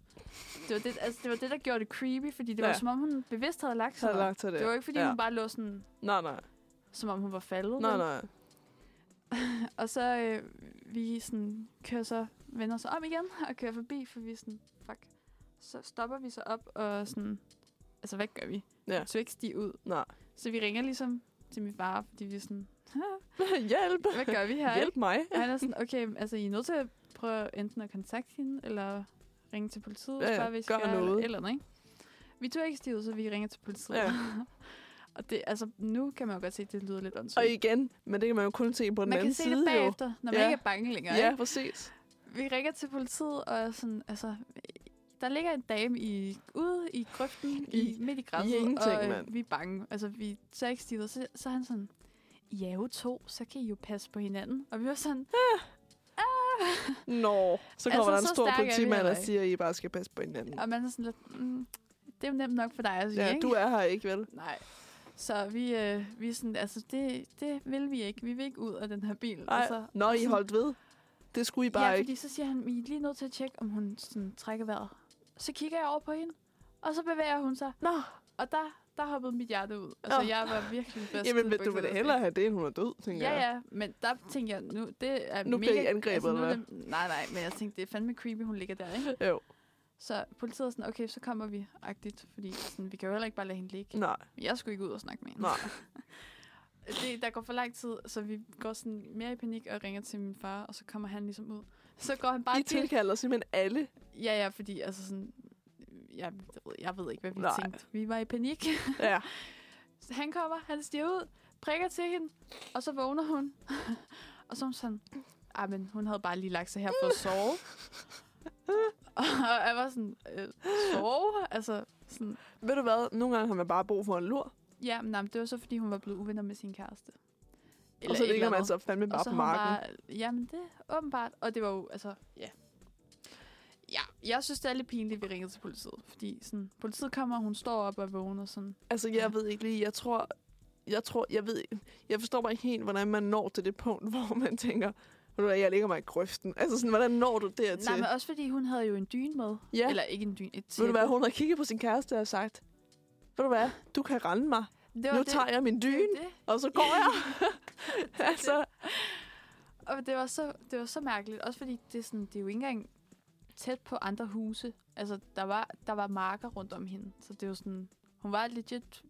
Speaker 2: Det var det, altså, det var det, der gjorde det creepy, fordi det ja. var
Speaker 1: Ja.
Speaker 2: som om, hun bevidst havde lagt
Speaker 1: Så
Speaker 2: sig.
Speaker 1: havde
Speaker 2: der.
Speaker 1: lagt til det.
Speaker 2: det var jo ikke, fordi ja.
Speaker 1: ja.
Speaker 2: hun bare lå sådan,
Speaker 1: Nej, nej.
Speaker 2: som om hun var faldet.
Speaker 1: Nej,
Speaker 2: vel?
Speaker 1: nej.
Speaker 2: Og så øh, vi sådan, kører så, vender så om igen og kører forbi, for vi er sådan, fuck. Så stopper vi så op og sådan, altså hvad gør vi?
Speaker 1: Ja.
Speaker 2: Så vi ikke stige ud.
Speaker 1: Nej.
Speaker 2: Så vi ringer ligesom til min far, fordi vi er sådan,
Speaker 1: hjælp!
Speaker 2: hvad gør vi her?
Speaker 1: Hjælp mig.
Speaker 2: Og han er sådan, okay, altså I er nødt til at prøve enten at kontakte hende, eller ringe til politiet,
Speaker 1: Ja, ja,
Speaker 2: spørge, hvis I
Speaker 1: gør
Speaker 2: skal, eller,
Speaker 1: noget.
Speaker 2: eller andet, ikke? Vi tog ikke stige ud, så vi ringer til politiet.
Speaker 1: Ja.
Speaker 2: og det, altså, nu kan man jo godt se, at det lyder lidt åndssvagt.
Speaker 1: Og igen, men det kan man jo kun se på den
Speaker 2: man
Speaker 1: anden
Speaker 2: kan se
Speaker 1: side
Speaker 2: det
Speaker 1: jo.
Speaker 2: bagefter, når man
Speaker 1: Ja.
Speaker 2: ikke er bange længere.
Speaker 1: Ja,
Speaker 2: ikke?
Speaker 1: præcis.
Speaker 2: Vi ringer til politiet, og er sådan, altså, der ligger en dame i, ude i grøften, i,
Speaker 1: I-
Speaker 2: midt i græsset,
Speaker 1: ingenting,
Speaker 2: og øh,
Speaker 1: mand.
Speaker 2: vi er bange. Altså, vi tager ikke stivet. Så, så er han sådan, I er jo to, så kan I jo passe på hinanden. Og vi var sådan, ah.
Speaker 1: Nå, så kommer altså,
Speaker 2: Altså,
Speaker 1: der
Speaker 2: så
Speaker 1: en stor
Speaker 2: stærk er vi
Speaker 1: politimand
Speaker 2: heller
Speaker 1: og
Speaker 2: ikke.
Speaker 1: siger, at I bare skal passe på hinanden.
Speaker 2: og man er sådan lidt, mm, det er jo nemt nok for dig at sige,
Speaker 1: Ja,
Speaker 2: ikke?
Speaker 1: du er her ikke, vel?
Speaker 2: Nej. Så vi, øh, vi er sådan, altså, det, det vil vi ikke. Vi vil ikke ud af den her bil.
Speaker 1: Nej,
Speaker 2: altså,
Speaker 1: Nå,
Speaker 2: og
Speaker 1: I
Speaker 2: sådan-
Speaker 1: holdt ved. Det skulle I bare
Speaker 2: ja,
Speaker 1: ikke.
Speaker 2: fordi så siger han, I er lige nødt til at tjekke, om hun sådan, trækker vejret. Så kigger jeg over på hende, og så bevæger hun sig.
Speaker 1: Nå.
Speaker 2: Og der, der hoppede mit hjerte ud. Altså,
Speaker 1: Nå.
Speaker 2: jeg var virkelig bedst.
Speaker 1: Jamen, vil du vil da hellere have det, end hun er død, tænker
Speaker 2: Ja,
Speaker 1: jeg.
Speaker 2: ja, men der tænkte jeg, nu, det er
Speaker 1: Nu
Speaker 2: mega... altså,
Speaker 1: bliver I angrebet,
Speaker 2: nu er
Speaker 1: eller
Speaker 2: det, Nej, nej, men jeg tænkte, det er fandme creepy, hun ligger der, ikke?
Speaker 1: Jo,
Speaker 2: Så politiet er sådan, okay, så kommer vi, agtigt, fordi sådan, vi kan jo heller ikke bare lade hende ligge.
Speaker 1: nej,
Speaker 2: Jeg skulle ikke ud og snakke med hende.
Speaker 1: nej.
Speaker 2: det, der går for lang tid, så vi går sådan mere i panik og ringer til min far, og så kommer han ligesom ud. Så går han bare
Speaker 1: I tilkalder simpelthen alle.
Speaker 2: Ja, ja, fordi altså sådan, jeg, jeg, ved, jeg ved ikke, hvad vi Nej.
Speaker 1: Nej.
Speaker 2: tænkte. Vi var i panik.
Speaker 1: Ja,
Speaker 2: Så han kommer, han stiger ud, prikker til hende, og så vågner hun. og så er hun sådan, ah, men hun havde bare lige lagt sig her for at sove. og jeg var sådan, øh, sove? Altså, sådan,
Speaker 1: ved du hvad? Nogle gange har man bare brug for en lur,
Speaker 2: ja, men, nej, men det var så, fordi hun var blevet uvenner med sin kæreste.
Speaker 1: og så
Speaker 2: et
Speaker 1: ligger man
Speaker 2: andet.
Speaker 1: så fandme
Speaker 2: Og
Speaker 1: bare
Speaker 2: så
Speaker 1: på
Speaker 2: har hun
Speaker 1: marken.
Speaker 2: Bare, jamen det er åbenbart. Og det var jo, altså, ja. Ja, jeg synes, det er lidt pinligt, at vi ringede til politiet. Fordi sådan, politiet kommer, og hun står op og er vågen og sådan.
Speaker 1: Altså, jeg ved ikke lige, jeg tror, jeg tror, jeg ved ikke- jeg forstår bare ikke helt, hvordan man når til det punkt, hvor man tænker, ved du hvad, jeg ligger mig i grøften. Altså sådan, hvordan når du dertil?
Speaker 2: Nej, men også fordi hun havde jo en dyne med.
Speaker 1: ja,
Speaker 2: Eller ikke en dyne, et
Speaker 1: ved
Speaker 2: tæppe.
Speaker 1: du hvad, hun har kigget på sin kæreste og sagt, ved du hvad, du kan rende mig.
Speaker 2: det var
Speaker 1: Nu
Speaker 2: det,
Speaker 1: tager jeg min dyne,
Speaker 2: Det,
Speaker 1: og så går jeg. altså,
Speaker 2: og det var, så, det var så mærkeligt. Også fordi det er, sådan, det er jo ikke engang tæt på andre huse. Altså, der var, der var marker rundt om hende. Så det var sådan... Hun var legit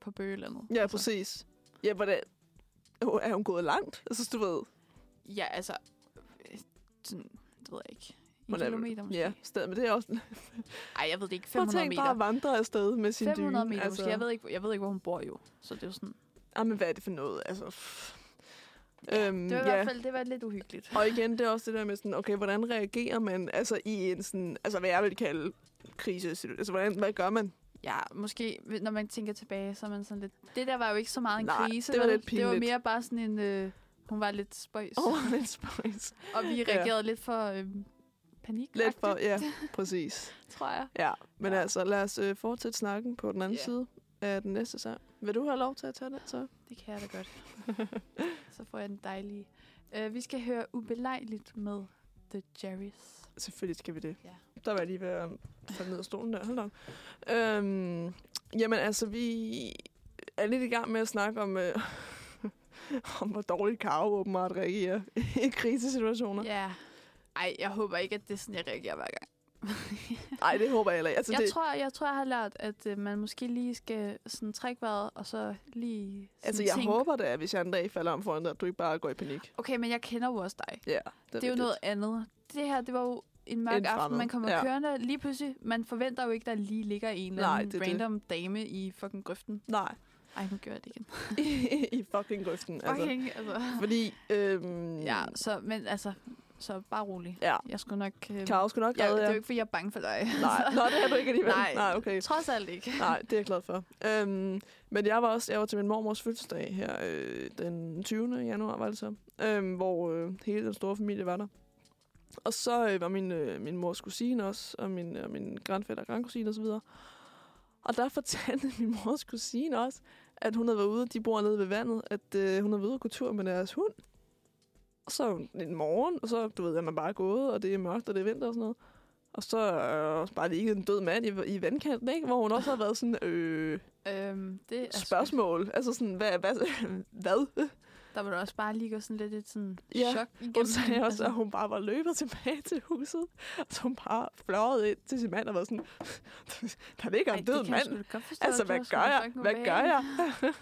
Speaker 2: på bøgelandet.
Speaker 1: ja,
Speaker 2: altså.
Speaker 1: præcis. Ja, hvordan, Åh, er hun gået langt? Altså, du ved,
Speaker 2: Ja, altså... øh, Sådan, det ved jeg ikke. En
Speaker 1: Hvordan-
Speaker 2: kilometer måske?
Speaker 1: ja, stadig, men det er også...
Speaker 2: Ej, jeg ved det ikke.
Speaker 1: Prøv at
Speaker 2: 500
Speaker 1: tænke bare at
Speaker 2: meter.
Speaker 1: vandre afsted med sin
Speaker 2: 500
Speaker 1: dyne.
Speaker 2: meter altså. måske. Jeg ved, ikke, jeg ved ikke, hvor hun bor jo. Så det er jo sådan...
Speaker 1: Ah, men hvad er det for noget? Altså, pff. Øhm,
Speaker 2: Det var i hvert fald det var lidt uhyggeligt.
Speaker 1: Og igen, det er også det der med sådan, okay, hvordan reagerer man altså i en sådan, altså hvad jeg vil kalde krise, altså hvordan, hvad gør man?
Speaker 2: Ja, måske når man tænker tilbage, så er man sådan lidt... Det der var jo ikke så meget en
Speaker 1: Nej,
Speaker 2: krise.
Speaker 1: det var
Speaker 2: vel?
Speaker 1: lidt
Speaker 2: Det var
Speaker 1: pinligt.
Speaker 2: mere bare sådan en... Øh, hun var lidt spøjs.
Speaker 1: Åh, oh, lidt spøjs.
Speaker 2: Og vi reagerede lidt for øh, panik.
Speaker 1: Lidt for, ja, præcis.
Speaker 2: Tror jeg.
Speaker 1: Ja, men
Speaker 2: Ja.
Speaker 1: ja. altså, lad os øh, fortsætte snakken på den anden
Speaker 2: Ja.
Speaker 1: yeah. side af den næste sang. Vil du have lov til at tage den så?
Speaker 2: Det kan jeg da godt. så får jeg den dejlige. Uh, vi skal høre ubelejligt med The Jerrys.
Speaker 1: Selvfølgelig skal vi det.
Speaker 2: Ja.
Speaker 1: Der var jeg lige ved at falde ned af stolen der. Hold da op. Øhm, jamen altså, vi er lidt i gang med at snakke om, øh, om hvor dårligt Karo åbenbart reagerer i krisesituationer.
Speaker 2: Ja. Ej, jeg håber ikke, at det er sådan, jeg reagerer hver gang.
Speaker 1: Nej, det håber jeg heller ikke. Altså,
Speaker 2: jeg,
Speaker 1: det,
Speaker 2: tror, jeg tror, jeg har lært, at øh, man måske lige skal sådan trække vejret, og så lige sådan
Speaker 1: altså jeg
Speaker 2: tænke.
Speaker 1: håber da, at hvis jeg en dag falder om foran dig, at du ikke bare går i panik.
Speaker 2: Okay, men jeg kender jo også dig.
Speaker 1: Ja,
Speaker 2: Det, det er jo noget andet. Det her, det var jo en mørk
Speaker 1: En
Speaker 2: aften,
Speaker 1: fremmed,
Speaker 2: man kommer
Speaker 1: ja.
Speaker 2: ja. kørende. Lige pludselig, man forventer jo ikke, der lige ligger en eller
Speaker 1: Nej,
Speaker 2: anden
Speaker 1: det er det.
Speaker 2: random det. dame i fucking grøften.
Speaker 1: Nej,
Speaker 2: Ej, nu gør jeg det igen.
Speaker 1: i fucking grøften. Altså.
Speaker 2: Fucking, altså.
Speaker 1: Fordi, øhm,
Speaker 2: Ja, så, men altså, så bare rolig.
Speaker 1: ja.
Speaker 2: Jeg skulle nok... Øh,
Speaker 1: Karo skulle nok
Speaker 2: jeg,
Speaker 1: redde
Speaker 2: det er jo
Speaker 1: jer.
Speaker 2: ikke, fordi jeg er bange for dig.
Speaker 1: Nej, Nå, det er du ikke alligevel.
Speaker 2: Nej.
Speaker 1: Nej, okay.
Speaker 2: Trods alt ikke.
Speaker 1: Nej, det er jeg glad for. Øhm, men jeg var også jeg var til min mormors fødselsdag her øh, den 20. januar, var det så, øhm, hvor øh, hele den store familie var der. Og så øh, var min, øh, min mors kusine også, og min, og min grandfætter og grandkusine osv. Og der fortalte min mors kusine også, at hun havde været ude, de bor nede ved vandet, at øh, hun havde været ude og gå tur med deres hund. Og så en morgen, og så, du ved, at man bare er gået, og det er mørkt, og det er vinter og sådan noget. Og så øh, også bare ligget en død mand i, i vandkanten, ikke? Hvor hun også har været sådan, øh,
Speaker 2: Øhm, det er
Speaker 1: spørgsmål. Altså sådan, hvad? hvad, hvad?
Speaker 2: Der vil du også bare lige gå sådan lidt et sådan
Speaker 1: Ja,
Speaker 2: chok
Speaker 1: Hun
Speaker 2: igennem.
Speaker 1: sagde også,
Speaker 2: Altså,
Speaker 1: at hun bare var løbet tilbage til huset. Og så hun bare fløjet ind til sin mand og var sådan, der ligger
Speaker 2: ej,
Speaker 1: en død
Speaker 2: det kan jeg
Speaker 1: mand.
Speaker 2: sgu da godt forstå,
Speaker 1: Altså,
Speaker 2: det var
Speaker 1: hvad
Speaker 2: sgu
Speaker 1: gør
Speaker 2: da
Speaker 1: jeg?
Speaker 2: fucking
Speaker 1: Hvad gør
Speaker 2: ubehageligt.
Speaker 1: jeg?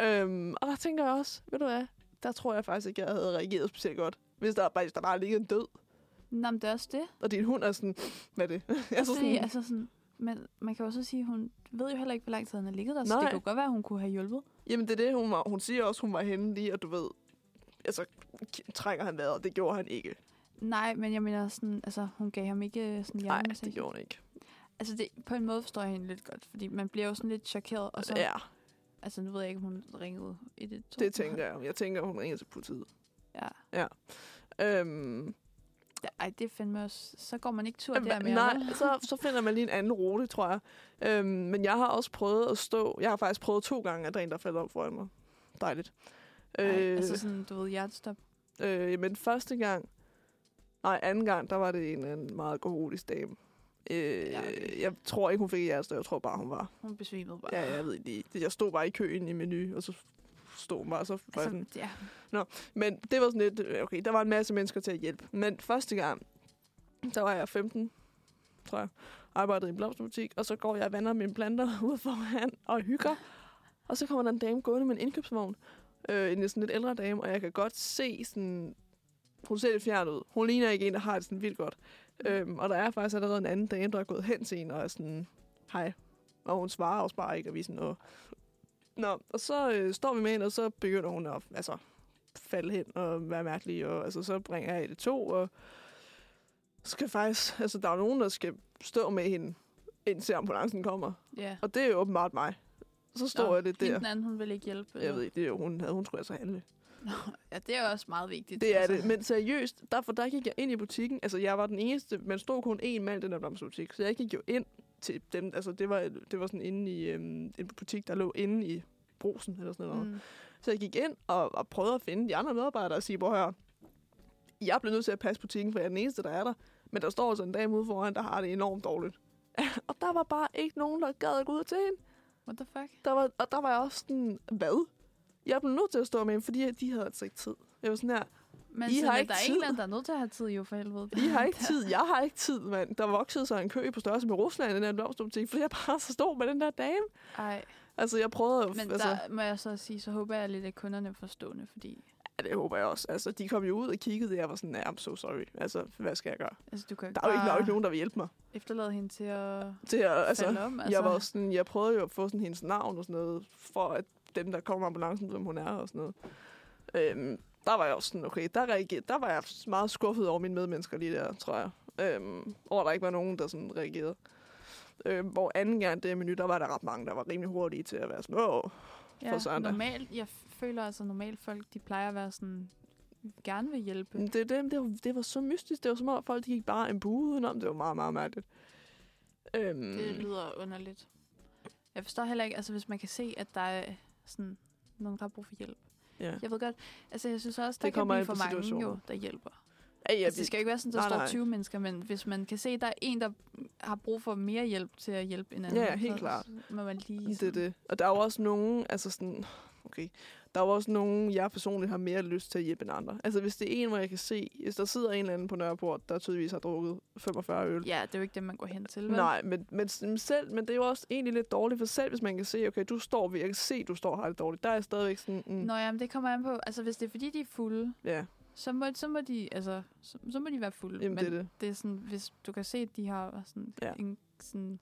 Speaker 1: øhm, og der tænker jeg også, ved du hvad, der tror jeg faktisk ikke, jeg havde reageret specielt godt. Hvis der bare, der bare ligger en død,
Speaker 2: Nå, men det er også det.
Speaker 1: og din hund er sådan, hvad er det?
Speaker 2: Altså,
Speaker 1: Altså,
Speaker 2: sådan... Fordi,
Speaker 1: sådan,
Speaker 2: altså sådan, men man kan jo så sige, at hun ved jo heller ikke, hvor lang tid han har ligget der, så
Speaker 1: Nej.
Speaker 2: det kunne godt være, at hun kunne have hjulpet.
Speaker 1: jamen, det er det, hun, var, hun siger også, hun var henne lige, og du ved, altså, k- trækker han vejret, det gjorde han ikke.
Speaker 2: Nej, men jeg mener sådan, altså hun gav ham ikke øh, sådan
Speaker 1: Nej,
Speaker 2: hjernemassage.
Speaker 1: det gjorde han ikke.
Speaker 2: Altså det, på en måde forstår jeg hende lidt godt, fordi man bliver jo sådan lidt chokeret, og så, ja.
Speaker 1: Ja,
Speaker 2: altså nu ved jeg ikke, om hun ringede i det to.
Speaker 1: det tænker jeg. Jeg tænker, hun ringer til politiet.
Speaker 2: Ja.
Speaker 1: Øhm,
Speaker 2: Det- Ej, det er fandme også, så går man ikke tur der
Speaker 1: Hva-
Speaker 2: mere.
Speaker 1: Nej,
Speaker 2: vel?
Speaker 1: så, så finder man lige en anden rute, tror jeg. Øhm, men jeg har også prøvet at stå... Jeg har faktisk prøvet to gange, at der er en, der falder op foran mig. Dejligt.
Speaker 2: Ej,
Speaker 1: Øh,
Speaker 2: altså sådan, du ved, hjertestop.
Speaker 1: øh, men første gang... Nej, anden gang, der var det en, eller anden meget alkoholisk dame. Øh,
Speaker 2: Ja,
Speaker 1: ja,
Speaker 2: okay.
Speaker 1: okay. Jeg tror ikke, hun fik hjertestøv. Jeg tror bare, hun var...
Speaker 2: Hun besvimede bare.
Speaker 1: Ja, jeg ved det ikke. Jeg stod bare i køen i menu, og så stod hun bare, og så var jeg sådan...
Speaker 2: Altså, ja,
Speaker 1: Men det var sådan lidt, øh, okay, der var en masse mennesker til at hjælpe. Men første gang, der var jeg 15, tror jeg, arbejdede i en blomsterbutik, og så går jeg og vander mine planter ude foran og hygger. Og så kommer der en dame gående med en indkøbsvogn, øh, en sådan lidt ældre dame, og jeg kan godt se sådan, hun ser lidt fjern ud. Hun ligner ikke en, der har det sådan vildt godt.
Speaker 2: Mm.
Speaker 1: Øhm, og der er faktisk allerede en anden dame, der er gået hen til en og er sådan, hej. Og hun svarer også bare ikke, og vi er sådan, Åh. Nå, og så øh, står vi med hende, og så begynder hun at altså, falde hen og være mærkelig, og altså, så bringer jeg det to, og skal faktisk, altså der er jo nogen, der skal stå med hende, indtil ambulancen kommer.
Speaker 2: ja.
Speaker 1: Og det er jo åbenbart mig. Så står
Speaker 2: Nå,
Speaker 1: jeg lidt
Speaker 2: hende
Speaker 1: der.
Speaker 2: Den anden, hun vil ikke hjælpe.
Speaker 1: Jeg ved ikke, det er jo hun, havde hun skulle altså handle.
Speaker 2: Ja, det er også meget vigtigt. altså.
Speaker 1: Det er det. Men seriøst, derfor der gik jeg ind i butikken. Altså, jeg var den eneste. Man stod kun én mand i den der blomsterbutik. Så jeg gik jo ind til dem. Altså, det var, det var sådan inde i øhm, en butik, der lå inde i brosen eller sådan noget. Mm.
Speaker 2: Mm.
Speaker 1: Så jeg gik ind og, og prøvede at finde de andre medarbejdere og sige, hvor her, jeg bliver nødt til at passe butikken, for jeg er den eneste, der er der. Men der står altså en dame ude foran, der har det enormt dårligt. og der var bare ikke nogen, der gad at gå ud til hende.
Speaker 2: What the fuck?
Speaker 1: Der var, og der var jeg også sådan, hvad? Jeg blev nødt til at stå med hende, fordi de havde altså ikke tid. Jeg var sådan her,
Speaker 2: Men
Speaker 1: I
Speaker 2: sådan,
Speaker 1: har
Speaker 2: at
Speaker 1: ikke
Speaker 2: der er
Speaker 1: tid.
Speaker 2: en eller anden, der er nødt til at have tid jo for helvede.
Speaker 1: I har ikke tid, jeg har ikke tid, mand. Der voksede sig en kø på størrelse med Rusland i den her blomsterbutik, fordi jeg bare så stod med den der dame.
Speaker 2: Ej,
Speaker 1: Altså, jeg prøvede at...
Speaker 2: men
Speaker 1: altså,
Speaker 2: der må jeg så sige, så håber jeg lidt, at kunderne er forstående, fordi
Speaker 1: ja, det håber jeg også. Altså, de kom jo ud og kiggede, og jeg var sådan, "Ja, I'm so sorry. Altså, hvad skal jeg gøre?
Speaker 2: altså, du kan
Speaker 1: Der er jo ikke, der er jo
Speaker 2: bare
Speaker 1: ikke nogen, der vil hjælpe mig.
Speaker 2: efterlade hende til at
Speaker 1: Det er, altså,
Speaker 2: altså, falde om.
Speaker 1: jeg var også sådan, jeg prøvede jo at få sådan hendes navn og sådan noget, for at dem, der kommer med ambulancen, som hun er og sådan noget. Øhm, der var jeg også sådan, okay, der, reagerede, der var jeg meget skuffet over mine medmennesker lige der, tror jeg. Øhm, over at der ikke var nogen, der sådan reagerede. Øhm, hvor anden gang det menu, der var der ret mange, der var rimelig hurtige til at være sådan, åh, for
Speaker 2: ja,
Speaker 1: sådan der.
Speaker 2: normalt, jeg føler altså, normalt folk, de plejer at være sådan, gerne vil hjælpe.
Speaker 1: Men Det, det, det, var, det var så mystisk. Det var som om, at folk de gik bare en bue udenom. Det var meget, meget mærkeligt. Øhm,
Speaker 2: Det lyder underligt. Jeg forstår heller ikke, altså hvis man kan se, at der er sådan nogen, der har brug for hjælp.
Speaker 1: ja.
Speaker 2: Jeg ved godt, altså jeg synes også, der
Speaker 1: Det
Speaker 2: kan
Speaker 1: kommer
Speaker 2: blive
Speaker 1: an
Speaker 2: for
Speaker 1: på
Speaker 2: mange
Speaker 1: situationen.
Speaker 2: jo, der hjælper.
Speaker 1: Ja, ja, vi-
Speaker 2: Altså, det skal jo ikke være sådan, der
Speaker 1: Nej,
Speaker 2: står
Speaker 1: nej.
Speaker 2: 20 mennesker, men hvis man kan se, at der er en, der har brug for mere hjælp til at hjælpe en anden,
Speaker 1: Ja, helt
Speaker 2: så
Speaker 1: klart.
Speaker 2: så må man lige...
Speaker 1: Det er
Speaker 2: sådan-
Speaker 1: det. Og der er jo også nogen, altså sådan, okay, Der er jo også nogen, jeg personligt har mere lyst til at hjælpe end andre. Altså, hvis det er en, hvor jeg kan se, hvis der sidder en eller anden på Nørreport, der tydeligvis har drukket 45 øl.
Speaker 2: Ja, det er jo ikke dem, man går hen til. Vel?
Speaker 1: Nej, men, men, men, selv, men det er jo også egentlig lidt dårligt, for selv hvis man kan se, okay, du står ved, jeg kan se, du står og har det dårligt, der er jeg stadigvæk sådan, mm,
Speaker 2: Nå, jamen, det kommer an på. Altså, hvis det er fordi, de er fulde,
Speaker 1: ja,
Speaker 2: så må, så må de, altså, så, så må de være fulde.
Speaker 1: jamen,
Speaker 2: men
Speaker 1: det er det.
Speaker 2: det er sådan, hvis du kan se, at de har sådan
Speaker 1: Ja.
Speaker 2: ja. en sådan...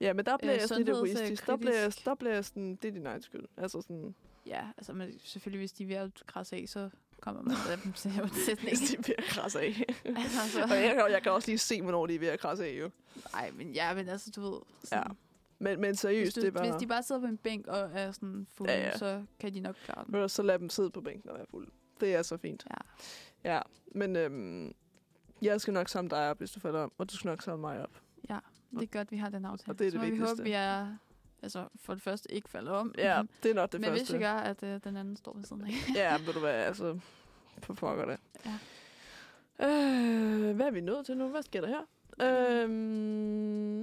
Speaker 1: Ja, men der bliver
Speaker 2: øh,
Speaker 1: jeg sådan lidt
Speaker 2: sundheds- øh,
Speaker 1: egoistisk. Der bliver, jeg,
Speaker 2: kritisk.
Speaker 1: der bliver jeg sådan, det er din egen skyld. Altså sådan,
Speaker 2: Ja, altså men selvfølgelig, hvis de er ved at krasse af, så kommer man med dem til at sætte
Speaker 1: hvis de er ved at krasse af.
Speaker 2: Altså, så-
Speaker 1: og jeg, kan- jeg kan også lige se, hvornår de er ved at krasse af, jo.
Speaker 2: Nej, men ja, men altså, du ved... Sådan,
Speaker 1: Ja, Men, men
Speaker 2: hvis,
Speaker 1: seriøst,
Speaker 2: du,
Speaker 1: det er bare...
Speaker 2: hvis de bare sidder på en bænk og er sådan fulde,
Speaker 1: Ja,
Speaker 2: ja,
Speaker 1: ja.
Speaker 2: ja. så kan de nok klare den.
Speaker 1: Ved du, så lad dem sidde på bænken og være fuld. Det er så fint.
Speaker 2: Ja.
Speaker 1: Ja, men øhm, jeg skal nok samle dig op, hvis du falder om, og du skal nok samle mig op.
Speaker 2: Ja, det er godt, vi har den aftale.
Speaker 1: Og det er
Speaker 2: så
Speaker 1: det
Speaker 2: må vi
Speaker 1: vigtigste.
Speaker 2: håbe, vi er... Altså, for det første ikke falder om.
Speaker 1: Ja,
Speaker 2: men
Speaker 1: det er nok det
Speaker 2: Mhm. men
Speaker 1: første.
Speaker 2: hvis vi gør, at øh, den anden står ved siden af.
Speaker 1: Ja, ved du hvad, altså, for pokker det.
Speaker 2: Ja.
Speaker 1: Øh, hvad er vi nået til nu? Hvad sker der her? Øhm,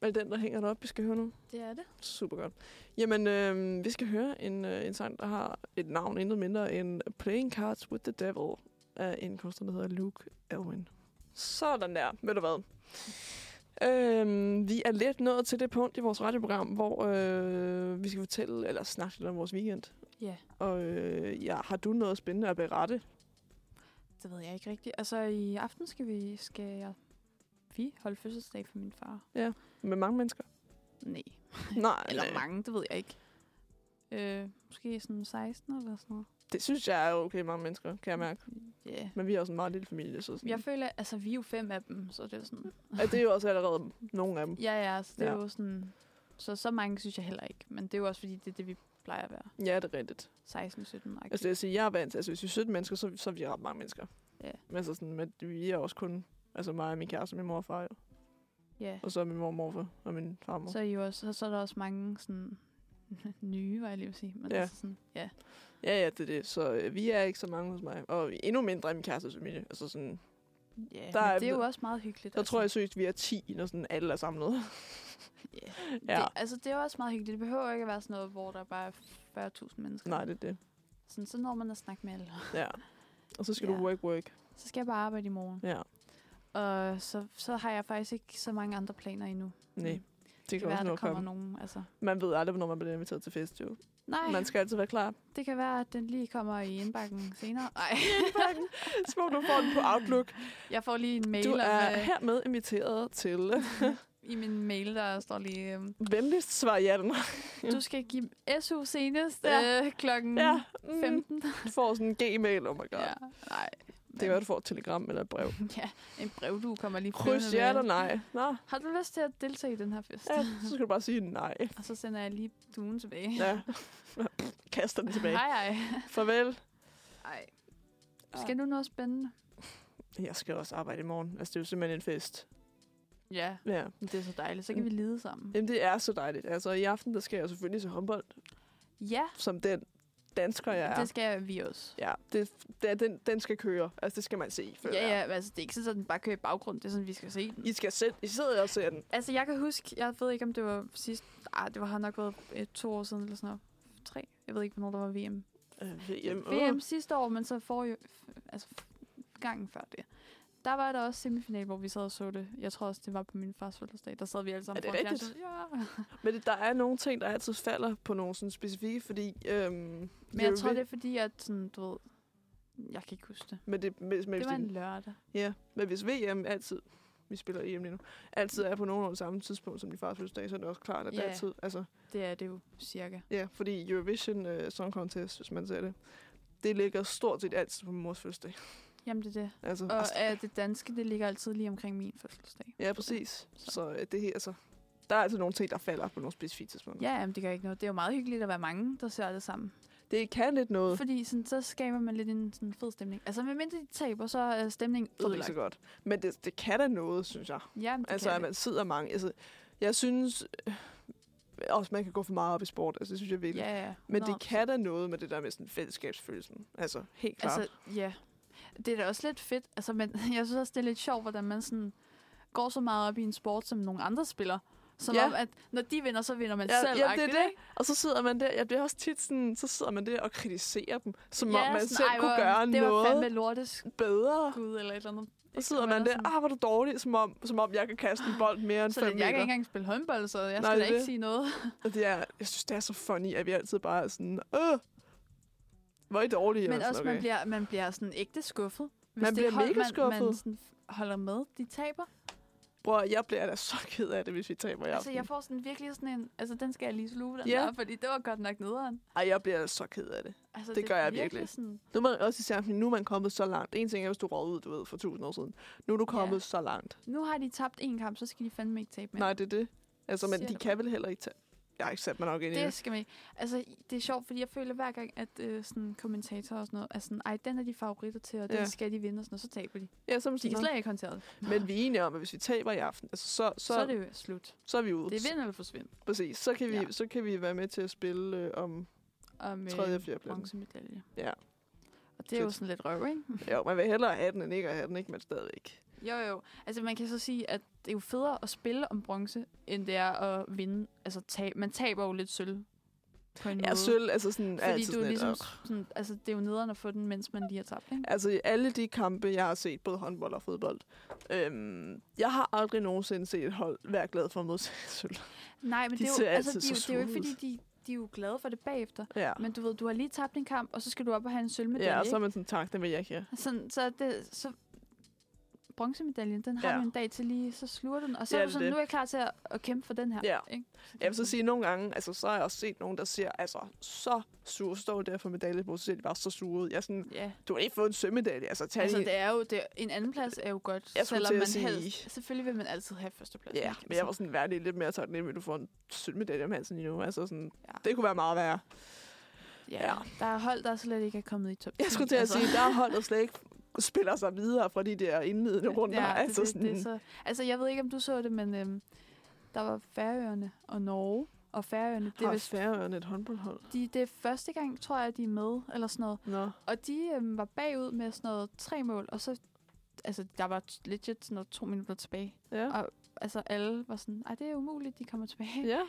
Speaker 1: er det den, der hænger deroppe, vi skal høre nu?
Speaker 2: Det er det.
Speaker 1: Super godt. Jamen, øh, vi skal høre en, øh, en sang, der har et navn intet mindre end Playing Cards with the Devil af en kunstner, der hedder Luke Elwin. Sådan der, ved du hvad. Øhm, vi er lidt nået til det punkt i vores radioprogram, hvor øh, vi skal fortælle eller snakke lidt om vores weekend.
Speaker 2: Ja,
Speaker 1: Og øh, ja, har du noget spændende at berette?
Speaker 2: det ved jeg ikke rigtigt. Altså, i aften skal vi... Skal jeg, vi holde fødselsdag for min far.
Speaker 1: Med mange mennesker?
Speaker 2: Nej.
Speaker 1: Nej,
Speaker 2: Eller
Speaker 1: nej.
Speaker 2: mange, det ved jeg ikke. Øh, måske sådan 16 eller sådan noget.
Speaker 1: det synes jeg er okay, mange mennesker, kan jeg mærke.
Speaker 2: Ja. Yeah.
Speaker 1: Men vi er også en meget lille familie, så sådan,
Speaker 2: Jeg føler, altså vi er jo fem af dem, så det er sådan...
Speaker 1: at det er jo også allerede nogle af dem.
Speaker 2: Ja, ja, så det ja.
Speaker 1: Ja.
Speaker 2: er jo sådan... Så så mange synes jeg heller ikke, men det er jo også fordi, det er det, vi plejer at være.
Speaker 1: Ja, det er rigtigt.
Speaker 2: 16, 17 okay.
Speaker 1: Altså, det vil sige, jeg er vant til, altså hvis vi er 17 mennesker, så, så er vi ret mange mennesker.
Speaker 2: Ja.
Speaker 1: Men, altså, sådan, men vi er også kun, altså mig og min kæreste, min mor og far, jo.
Speaker 2: Ja,
Speaker 1: og så min mor og morfar, og min farmor.
Speaker 2: så er, I jo også, så, så er der også mange sådan nye, var jeg lige vil sige. Men
Speaker 1: Ja.
Speaker 2: ja. Altså sådan, ja.
Speaker 1: Ja, ja, det er det. Så øh, vi er ikke så mange hos mig, og endnu mindre i min kærestes familie. Altså sådan,
Speaker 2: ja
Speaker 1: Der
Speaker 2: der
Speaker 1: er-
Speaker 2: men det er jo også meget hyggeligt. altså.
Speaker 1: der tror jeg seriøst, vi er 10, når sådan alle er samlet.
Speaker 2: Ja.
Speaker 1: Ja.
Speaker 2: Det, altså, det er jo også meget hyggeligt. Det behøver ikke at være sådan noget, hvor der bare er 40.000 mennesker.
Speaker 1: Nej, det er det.
Speaker 2: Sådan, så når man at snakke med alle.
Speaker 1: Ja. Og så skal ja.
Speaker 2: Ja.
Speaker 1: du work, work.
Speaker 2: Så skal jeg bare arbejde i morgen.
Speaker 1: Ja.
Speaker 2: Og så, så har jeg faktisk ikke så mange andre planer endnu.
Speaker 1: Nej, det
Speaker 2: Mm.
Speaker 1: kan
Speaker 2: Det kan være,
Speaker 1: også nå
Speaker 2: der
Speaker 1: at
Speaker 2: kommer
Speaker 1: komme.
Speaker 2: nogen. Altså.
Speaker 1: Man ved aldrig, hvornår man bliver inviteret til fest, jo.
Speaker 2: Nej,
Speaker 1: Man skal altid være klar.
Speaker 2: det kan være, at den lige kommer i indbakken senere. Nej,
Speaker 1: Små, du får den på Outlook.
Speaker 2: jeg får lige en mail.
Speaker 1: Du
Speaker 2: om,
Speaker 1: er
Speaker 2: øh,
Speaker 1: hermed inviteret til...
Speaker 2: I min mail, der står lige, øh,
Speaker 1: Venligst svar ja eller nej.
Speaker 2: du skal give SU senest
Speaker 1: Ja.
Speaker 2: ja. øh, klokken
Speaker 1: Ja,
Speaker 2: ja.
Speaker 1: mm,
Speaker 2: 15.
Speaker 1: Du får sådan en gmail, oh my god.
Speaker 2: Ja, nej.
Speaker 1: Det kan være, du får et telegram eller et brev.
Speaker 2: Ja, en brev, du kommer lige
Speaker 1: Kryds
Speaker 2: flyvende
Speaker 1: ja
Speaker 2: med.
Speaker 1: eller nej. Nå,
Speaker 2: Har du lyst til at deltage i den her fest?
Speaker 1: ja, så skal du bare sige nej.
Speaker 2: Og så sender jeg lige duen tilbage.
Speaker 1: Ja. Kaster den tilbage.
Speaker 2: Hej, hej.
Speaker 1: Farvel.
Speaker 2: Ej. Skal du noget spændende?
Speaker 1: Jeg skal også arbejde i morgen. Altså, det er jo simpelthen en fest.
Speaker 2: Ja,
Speaker 1: Ja.
Speaker 2: men det er så dejligt. Så kan vi lide sammen.
Speaker 1: Jamen, det er så dejligt. Altså, i aften, der skal jeg jo selvfølgelig til håndbold,
Speaker 2: Ja,
Speaker 1: som den dansker, jeg er.
Speaker 2: det skal vi også.
Speaker 1: Ja, det, det er, den, den skal køre. Altså, det skal man se. føler
Speaker 2: Ja,
Speaker 1: jeg.
Speaker 2: ja, men altså det er ikke sådan, at den bare kører i baggrund. Det er sådan, vi skal se den.
Speaker 1: I skal selv, I sidder og ser den.
Speaker 2: Altså jeg kan huske, jeg ved ikke, om det var sidst... Ah, det var, har nok været eh, to år siden eller sådan noget. Tre? Jeg ved ikke, hvornår der var VM.
Speaker 1: Øh, VM.
Speaker 2: VM sidste år, men så for jo... f- Altså f- gangen før det. Der var der også semifinal, hvor vi sad og så det. Jeg tror også, det var på min fars fødselsdag. Der sad vi alle sammen
Speaker 1: Er det
Speaker 2: foran
Speaker 1: rigtigt?
Speaker 2: fjernsynet. Ja.
Speaker 1: Men det- der er nogle ting, der altid falder på nogle sådan specifikke, fordi... Øhm,
Speaker 2: Men jeg tror, det er fordi, at sådan, du ved... Jeg kan ikke huske det.
Speaker 1: Men, det, men, men,
Speaker 2: Det
Speaker 1: hvis
Speaker 2: var en
Speaker 1: det,
Speaker 2: lørdag.
Speaker 1: ja. men hvis VM altid... Vi spiller EM lige nu. Altid er på nogenlunde samme tidspunkt som din fars fødselsdag, så er det også klart, at det
Speaker 2: Ja.
Speaker 1: altid... Altså,
Speaker 2: Det er det jo cirka.
Speaker 1: ja, fordi Eurovision øh, Song Contest, hvis man ser det, det ligger stort set altid på min mors fødselsdag.
Speaker 2: Jamen det er det.
Speaker 1: Altså,
Speaker 2: Og
Speaker 1: altså,
Speaker 2: øh, det danske, det ligger altid lige omkring min fødselsdag.
Speaker 1: ja, præcis.
Speaker 2: Så-
Speaker 1: Så øh, det her, altså... Der er altså nogle ting, der falder på nogle specifikke tidspunkter.
Speaker 2: Ja, jamen, det gør ikke noget. Det er jo meget hyggeligt at være mange, der ser det sammen.
Speaker 1: Det kan lidt noget.
Speaker 2: Fordi sådan, så skaber man lidt en sådan, fed stemning. Altså, medmindre de taber, så er stemningen
Speaker 1: Så er det ikke
Speaker 2: ødelagt.
Speaker 1: så godt. Men det, det kan da noget, synes jeg.
Speaker 2: Ja, men det
Speaker 1: Altså,
Speaker 2: kan
Speaker 1: at
Speaker 2: det.
Speaker 1: man sidder mange. Altså, jeg synes øh, også, man kan gå for meget op i sport. Altså, det synes jeg virkelig.
Speaker 2: Ja, ja.
Speaker 1: Men
Speaker 2: Nå,
Speaker 1: det kan da noget med det der med sådan fællesskabsfølelsen. Altså, helt klart.
Speaker 2: Altså, ja. Det er da også lidt fedt. Altså, men jeg synes også, det er lidt sjovt, hvordan man sådan går så meget op i en sport, som nogle andre spiller. Som
Speaker 1: Ja.
Speaker 2: om, at når de vinder, så vinder man
Speaker 1: Ja,
Speaker 2: selv.
Speaker 1: ja, det er
Speaker 2: agtigt,
Speaker 1: det.
Speaker 2: ikke?
Speaker 1: Og så sidder man der, jeg bliver også tit sådan, så sidder man der og kritiserer dem, som om man
Speaker 2: sådan,
Speaker 1: selv
Speaker 2: "Ej,
Speaker 1: kunne
Speaker 2: hvor-
Speaker 1: gøre
Speaker 2: Det var fandme
Speaker 1: noget
Speaker 2: lortes
Speaker 1: bedre.
Speaker 2: gud eller et eller andet.
Speaker 1: Så
Speaker 2: Ikke?
Speaker 1: sidder
Speaker 2: Og
Speaker 1: man
Speaker 2: er
Speaker 1: der,
Speaker 2: sådan,
Speaker 1: ah, hvor er du dårlig, som om, som om jeg kan kaste en bold mere end
Speaker 2: Så
Speaker 1: 5
Speaker 2: jeg
Speaker 1: meter.
Speaker 2: kan ikke engang spille håndbold, så
Speaker 1: Nej,
Speaker 2: jeg skal da
Speaker 1: det er
Speaker 2: ikke
Speaker 1: det.
Speaker 2: sige noget.
Speaker 1: Og det er, jeg synes, det er så funny, at vi altid bare er sådan, øh, hvor er I dårlige?
Speaker 2: Men
Speaker 1: eller
Speaker 2: også,
Speaker 1: sådan,
Speaker 2: man bliver, man bliver sådan ægte skuffet. Hvis
Speaker 1: Man
Speaker 2: det
Speaker 1: bliver
Speaker 2: hold,
Speaker 1: mega
Speaker 2: Man, man
Speaker 1: skuffet.
Speaker 2: sådan holder med, de taber.
Speaker 1: Bror, jeg bliver da så ked af det, hvis vi taber i
Speaker 2: Altså,
Speaker 1: aften.
Speaker 2: jeg får sådan virkelig sådan en... Altså, den skal jeg lige sluge, den
Speaker 1: Ja.
Speaker 2: der, fordi det var godt nok nederen.
Speaker 1: Ej, jeg bliver så ked af det.
Speaker 2: Altså,
Speaker 1: Det gør
Speaker 2: er
Speaker 1: jeg virkelig.
Speaker 2: Sådan,
Speaker 1: Nu er man også især, fordi nu er man kommet så langt. En ting er, hvis du råd ud, du ved, for tusind år siden. Nu er du kommet
Speaker 2: Ja.
Speaker 1: ja. så langt.
Speaker 2: nu har de tabt en kamp, så skal de fandme ikke tabe
Speaker 1: Men.
Speaker 2: mere.
Speaker 1: Nej, det er det. Altså, men
Speaker 2: Siger
Speaker 1: de
Speaker 2: det
Speaker 1: kan vel heller ikke tage... Jeg har ikke sat mig nok ind i
Speaker 2: det
Speaker 1: det.
Speaker 2: skal man ikke. Altså, det er sjovt, fordi jeg føler hver gang, at øh, sådan kommentatorer og sådan noget, er sådan, ej, den er de favoritter til, og den
Speaker 1: Ja.
Speaker 2: skal de vinde, og sådan noget, så taber de.
Speaker 1: Ja, som
Speaker 2: De kan
Speaker 1: sådan.
Speaker 2: slet ikke håndtere det.
Speaker 1: Men vi er enige om, at hvis vi taber i aften, altså, så, så,
Speaker 2: Så, så er det jo slut.
Speaker 1: så er vi ude.
Speaker 2: Det er vind eller forsvind.
Speaker 1: Præcis. Så kan, vi,
Speaker 2: Ja.
Speaker 1: ja. så kan vi være med til at spille øh, om
Speaker 2: Og med
Speaker 1: tredje og fjerde plads.
Speaker 2: bronzemedalje.
Speaker 1: Ja.
Speaker 2: Og det er jo
Speaker 1: Fedt.
Speaker 2: sådan lidt røv, ikke?
Speaker 1: Jo, man vil hellere have den, end ikke at have den, ikke? Men stadigvæk.
Speaker 2: Jo, jo. Altså, man kan så sige, at det er jo federe at spille om bronze, end det er at vinde. Altså, tab. man taber jo lidt sølv. På en
Speaker 1: Ja,
Speaker 2: måde.
Speaker 1: sølv, altså sådan... er
Speaker 2: Mm. Fordi
Speaker 1: altid
Speaker 2: du
Speaker 1: sådan
Speaker 2: er
Speaker 1: et
Speaker 2: ligesom,
Speaker 1: op.
Speaker 2: sådan, altså, det er jo nederen at få den, mens man lige har tabt, ikke?
Speaker 1: Altså i alle de kampe, jeg har set, både håndbold og fodbold, øhm, jeg har aldrig nogensinde set et hold være glad for at modtage sølv.
Speaker 2: Nej, men
Speaker 1: De
Speaker 2: det, er jo,
Speaker 1: ser
Speaker 2: altså,
Speaker 1: altid
Speaker 2: de, er jo-
Speaker 1: så
Speaker 2: det er jo ikke,
Speaker 1: sure
Speaker 2: fordi
Speaker 1: ud.
Speaker 2: de, de er jo glade for det bagefter.
Speaker 1: Ja.
Speaker 2: Men du ved, du har lige tabt en kamp, og så skal du op og have en sølvmedalje,
Speaker 1: Ja, og så er
Speaker 2: ikke?
Speaker 1: man sådan, tak, det vil jeg ikke have.
Speaker 2: Sådan, så, er det, så bronzemedaljen, den har
Speaker 1: Ja.
Speaker 2: du en dag til lige, så sluger du den. Og så
Speaker 1: Ja,
Speaker 2: er du
Speaker 1: det er
Speaker 2: sådan,
Speaker 1: det.
Speaker 2: nu er jeg klar til at, at kæmpe for den her.
Speaker 1: Ja.
Speaker 2: Ikke?
Speaker 1: Jeg vil så sige, at nogle gange, altså, så har jeg også set nogen, der siger, altså, så sure står der for medalje, hvor de var så sure. ud." Jeg er sådan,
Speaker 2: Ja,
Speaker 1: du har ikke fået en sølvmedalje, altså tag
Speaker 2: altså
Speaker 1: altså,
Speaker 2: det er jo, det, en anden plads er jo godt,
Speaker 1: Jeg skulle
Speaker 2: selvom
Speaker 1: til
Speaker 2: man
Speaker 1: at sige-
Speaker 2: helst, selvfølgelig vil man altid have førstepladsen.
Speaker 1: Ja,
Speaker 2: ikke? Altså,
Speaker 1: men jeg var sådan værdig lidt mere taknemmelig, at du får en sølvmedalje om halsen lige nu. Altså sådan,
Speaker 2: Ja.
Speaker 1: ja. det kunne være meget værre.
Speaker 2: ja.
Speaker 1: ja.
Speaker 2: Der er hold, der slet ikke er kommet i top 10.
Speaker 1: Jeg skulle til at
Speaker 2: altså.
Speaker 1: sige, der er hold, der slet ikke spiller sig videre fra de der indledende runder.
Speaker 2: Ja,
Speaker 1: altså,
Speaker 2: det,
Speaker 1: sådan,
Speaker 2: det, det er så, altså, jeg ved ikke, om du så det, men øhm, der var Færøerne og Norge, og Færøerne, det er, vist,
Speaker 1: færre et håndboldhold.
Speaker 2: de, det er første gang, tror jeg, de er med, eller sådan noget.
Speaker 1: Nå.
Speaker 2: Og de øhm, var bagud med sådan noget tre mål, og så, altså, der var t- legit sådan noget to minutter tilbage.
Speaker 1: Ja.
Speaker 2: Og- Altså, alle var sådan, ej, det er umuligt, de kommer tilbage.
Speaker 1: ja.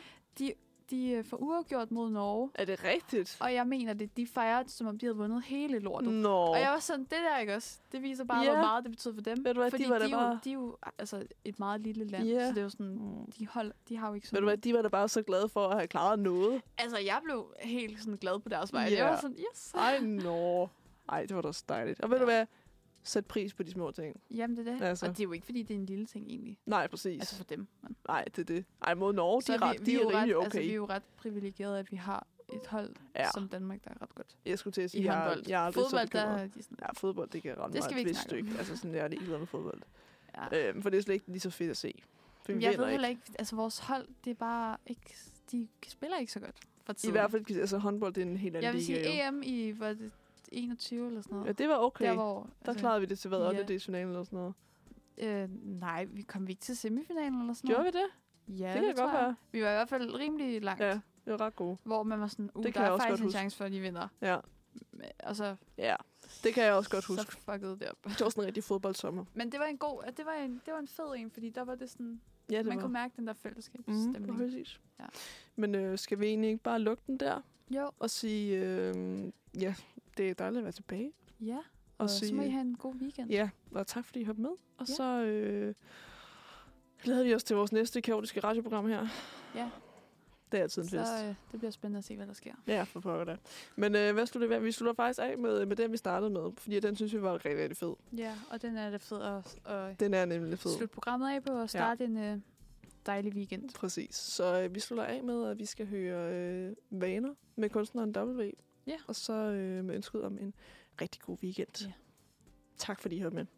Speaker 2: De øh, får uafgjort mod Norge,
Speaker 1: Er det rigtigt?
Speaker 2: Og jeg mener det, de fejrede, som om de havde vundet hele lortet. Mm.
Speaker 1: Nå.
Speaker 2: Og jeg var sådan, det der ikke også, det viser bare, yeah.
Speaker 1: Ja.
Speaker 2: hvor meget det betød for dem.
Speaker 1: Ved du hvad, de
Speaker 2: Fordi
Speaker 1: var da
Speaker 2: de, er jo,
Speaker 1: bare-
Speaker 2: de er jo altså, et meget lille land,
Speaker 1: Ja.
Speaker 2: så det er jo sådan,
Speaker 1: Mm.
Speaker 2: de, hold, de har jo ikke
Speaker 1: Ved
Speaker 2: sådan...
Speaker 1: du hvad, de var da bare så glade for at have klaret noget.
Speaker 2: Altså, jeg blev helt sådan glad på deres vej. Yeah. Jeg
Speaker 1: Ja.
Speaker 2: var sådan, yes.
Speaker 1: Ej, nå. Ej, det var da også dejligt. Og ved
Speaker 2: Ja.
Speaker 1: du hvad, sæt pris på de små ting.
Speaker 2: Jamen, det er det. Altså.
Speaker 1: Altså.
Speaker 2: Og det er jo ikke, fordi det er en lille ting egentlig.
Speaker 1: Nej, præcis.
Speaker 2: Altså for dem. Men.
Speaker 1: Nej, det er det. Ej, mod Norge, de er, ret, de er
Speaker 2: jo ret,
Speaker 1: rimelig
Speaker 2: altså, vi er
Speaker 1: okay.
Speaker 2: jo ret privilegerede, at vi har et hold ja.
Speaker 1: Ja.
Speaker 2: som Danmark, der er ret godt
Speaker 1: Jeg skulle til at
Speaker 2: i
Speaker 1: sige, jeg,
Speaker 2: håndbold.
Speaker 1: jeg er aldrig
Speaker 2: Fodbold,
Speaker 1: så bekymret.
Speaker 2: der er de sådan,
Speaker 1: Ja, fodbold, det kan ramme
Speaker 2: Det
Speaker 1: mig
Speaker 2: skal
Speaker 1: et
Speaker 2: vi ikke
Speaker 1: vist
Speaker 2: snakke om.
Speaker 1: stykke. Altså sådan, jeg er ligeglad med fodbold.
Speaker 2: ja.
Speaker 1: Øhm, for det er slet ikke lige så fedt at se. For vi
Speaker 2: Men jeg
Speaker 1: vinder
Speaker 2: ved
Speaker 1: ikke.
Speaker 2: heller ikke, altså vores hold, det er bare ikke, de spiller ikke så godt for
Speaker 1: I
Speaker 2: tiden.
Speaker 1: hvert fald, altså håndbold, det er en helt anden
Speaker 2: Jeg vil
Speaker 1: liga, jo.
Speaker 2: sige EM i, var det 21 eller sådan noget?
Speaker 1: Ja, det var okay.
Speaker 2: Der,
Speaker 1: Der,
Speaker 2: hvor, altså,
Speaker 1: der klarede vi det til hvad,
Speaker 2: Ja.
Speaker 1: 8. delsfinalen eller sådan noget.
Speaker 2: Øh, nej, vi kom vi ikke til semifinalen eller sådan
Speaker 1: Gjorde
Speaker 2: noget?
Speaker 1: vi det?
Speaker 2: Vi? Ja,
Speaker 1: det kan
Speaker 2: tror
Speaker 1: godt
Speaker 2: jeg.
Speaker 1: være.
Speaker 2: Vi var i hvert fald rimelig langt, ja.
Speaker 1: Ja, det var ret gode.
Speaker 2: hvor man var sådan, uh,
Speaker 1: Det kan
Speaker 2: der
Speaker 1: jeg
Speaker 2: er
Speaker 1: også
Speaker 2: faktisk
Speaker 1: godt
Speaker 2: en
Speaker 1: huske.
Speaker 2: chance for, at de vinder.
Speaker 1: Ja.
Speaker 2: Men- Og så,
Speaker 1: Ja, det kan jeg også godt huske.
Speaker 2: så fuckede det op.
Speaker 1: Det var sådan en rigtig fodboldsommer.
Speaker 2: Men det var en god, det var en, det var en fed en, fordi der var det sådan,
Speaker 1: Ja, det
Speaker 2: man
Speaker 1: var.
Speaker 2: kunne mærke den der fællesskabsstemning.
Speaker 1: Mm, præcis.
Speaker 2: Ja.
Speaker 1: Ja. Men øh, skal vi egentlig ikke bare lukke den der
Speaker 2: Jo,
Speaker 1: og sige, øh, ja, det er dejligt at være tilbage.
Speaker 2: ja.
Speaker 1: Og,
Speaker 2: Og, så må I
Speaker 1: sige,
Speaker 2: have en god weekend.
Speaker 1: ja, og tak fordi I hørte med. Og
Speaker 2: Ja.
Speaker 1: ja. så øh, glæder vi os til vores næste kaotiske radioprogram her.
Speaker 2: Ja.
Speaker 1: Det er altid en
Speaker 2: så
Speaker 1: fest.
Speaker 2: øh, det bliver spændende at se, hvad der sker.
Speaker 1: Ja, for pokker da. Men øh, hvad slutter vi af? Vi slutter faktisk af med, med den, vi startede med. Fordi den synes vi var rigtig, rigtig fed.
Speaker 2: Ja, og den er da fed at, at
Speaker 1: Den er nemlig lidt fed.
Speaker 2: slutte programmet af på og starte ja. en øh, dejlig weekend.
Speaker 1: Præcis. Så øh, vi slutter af med, at vi skal høre øh, Vaner med kunstneren W.
Speaker 2: Ja.
Speaker 1: Og så øh, med ønsket om en rigtig god weekend.
Speaker 2: Ja.
Speaker 1: Tak fordi I hørte med.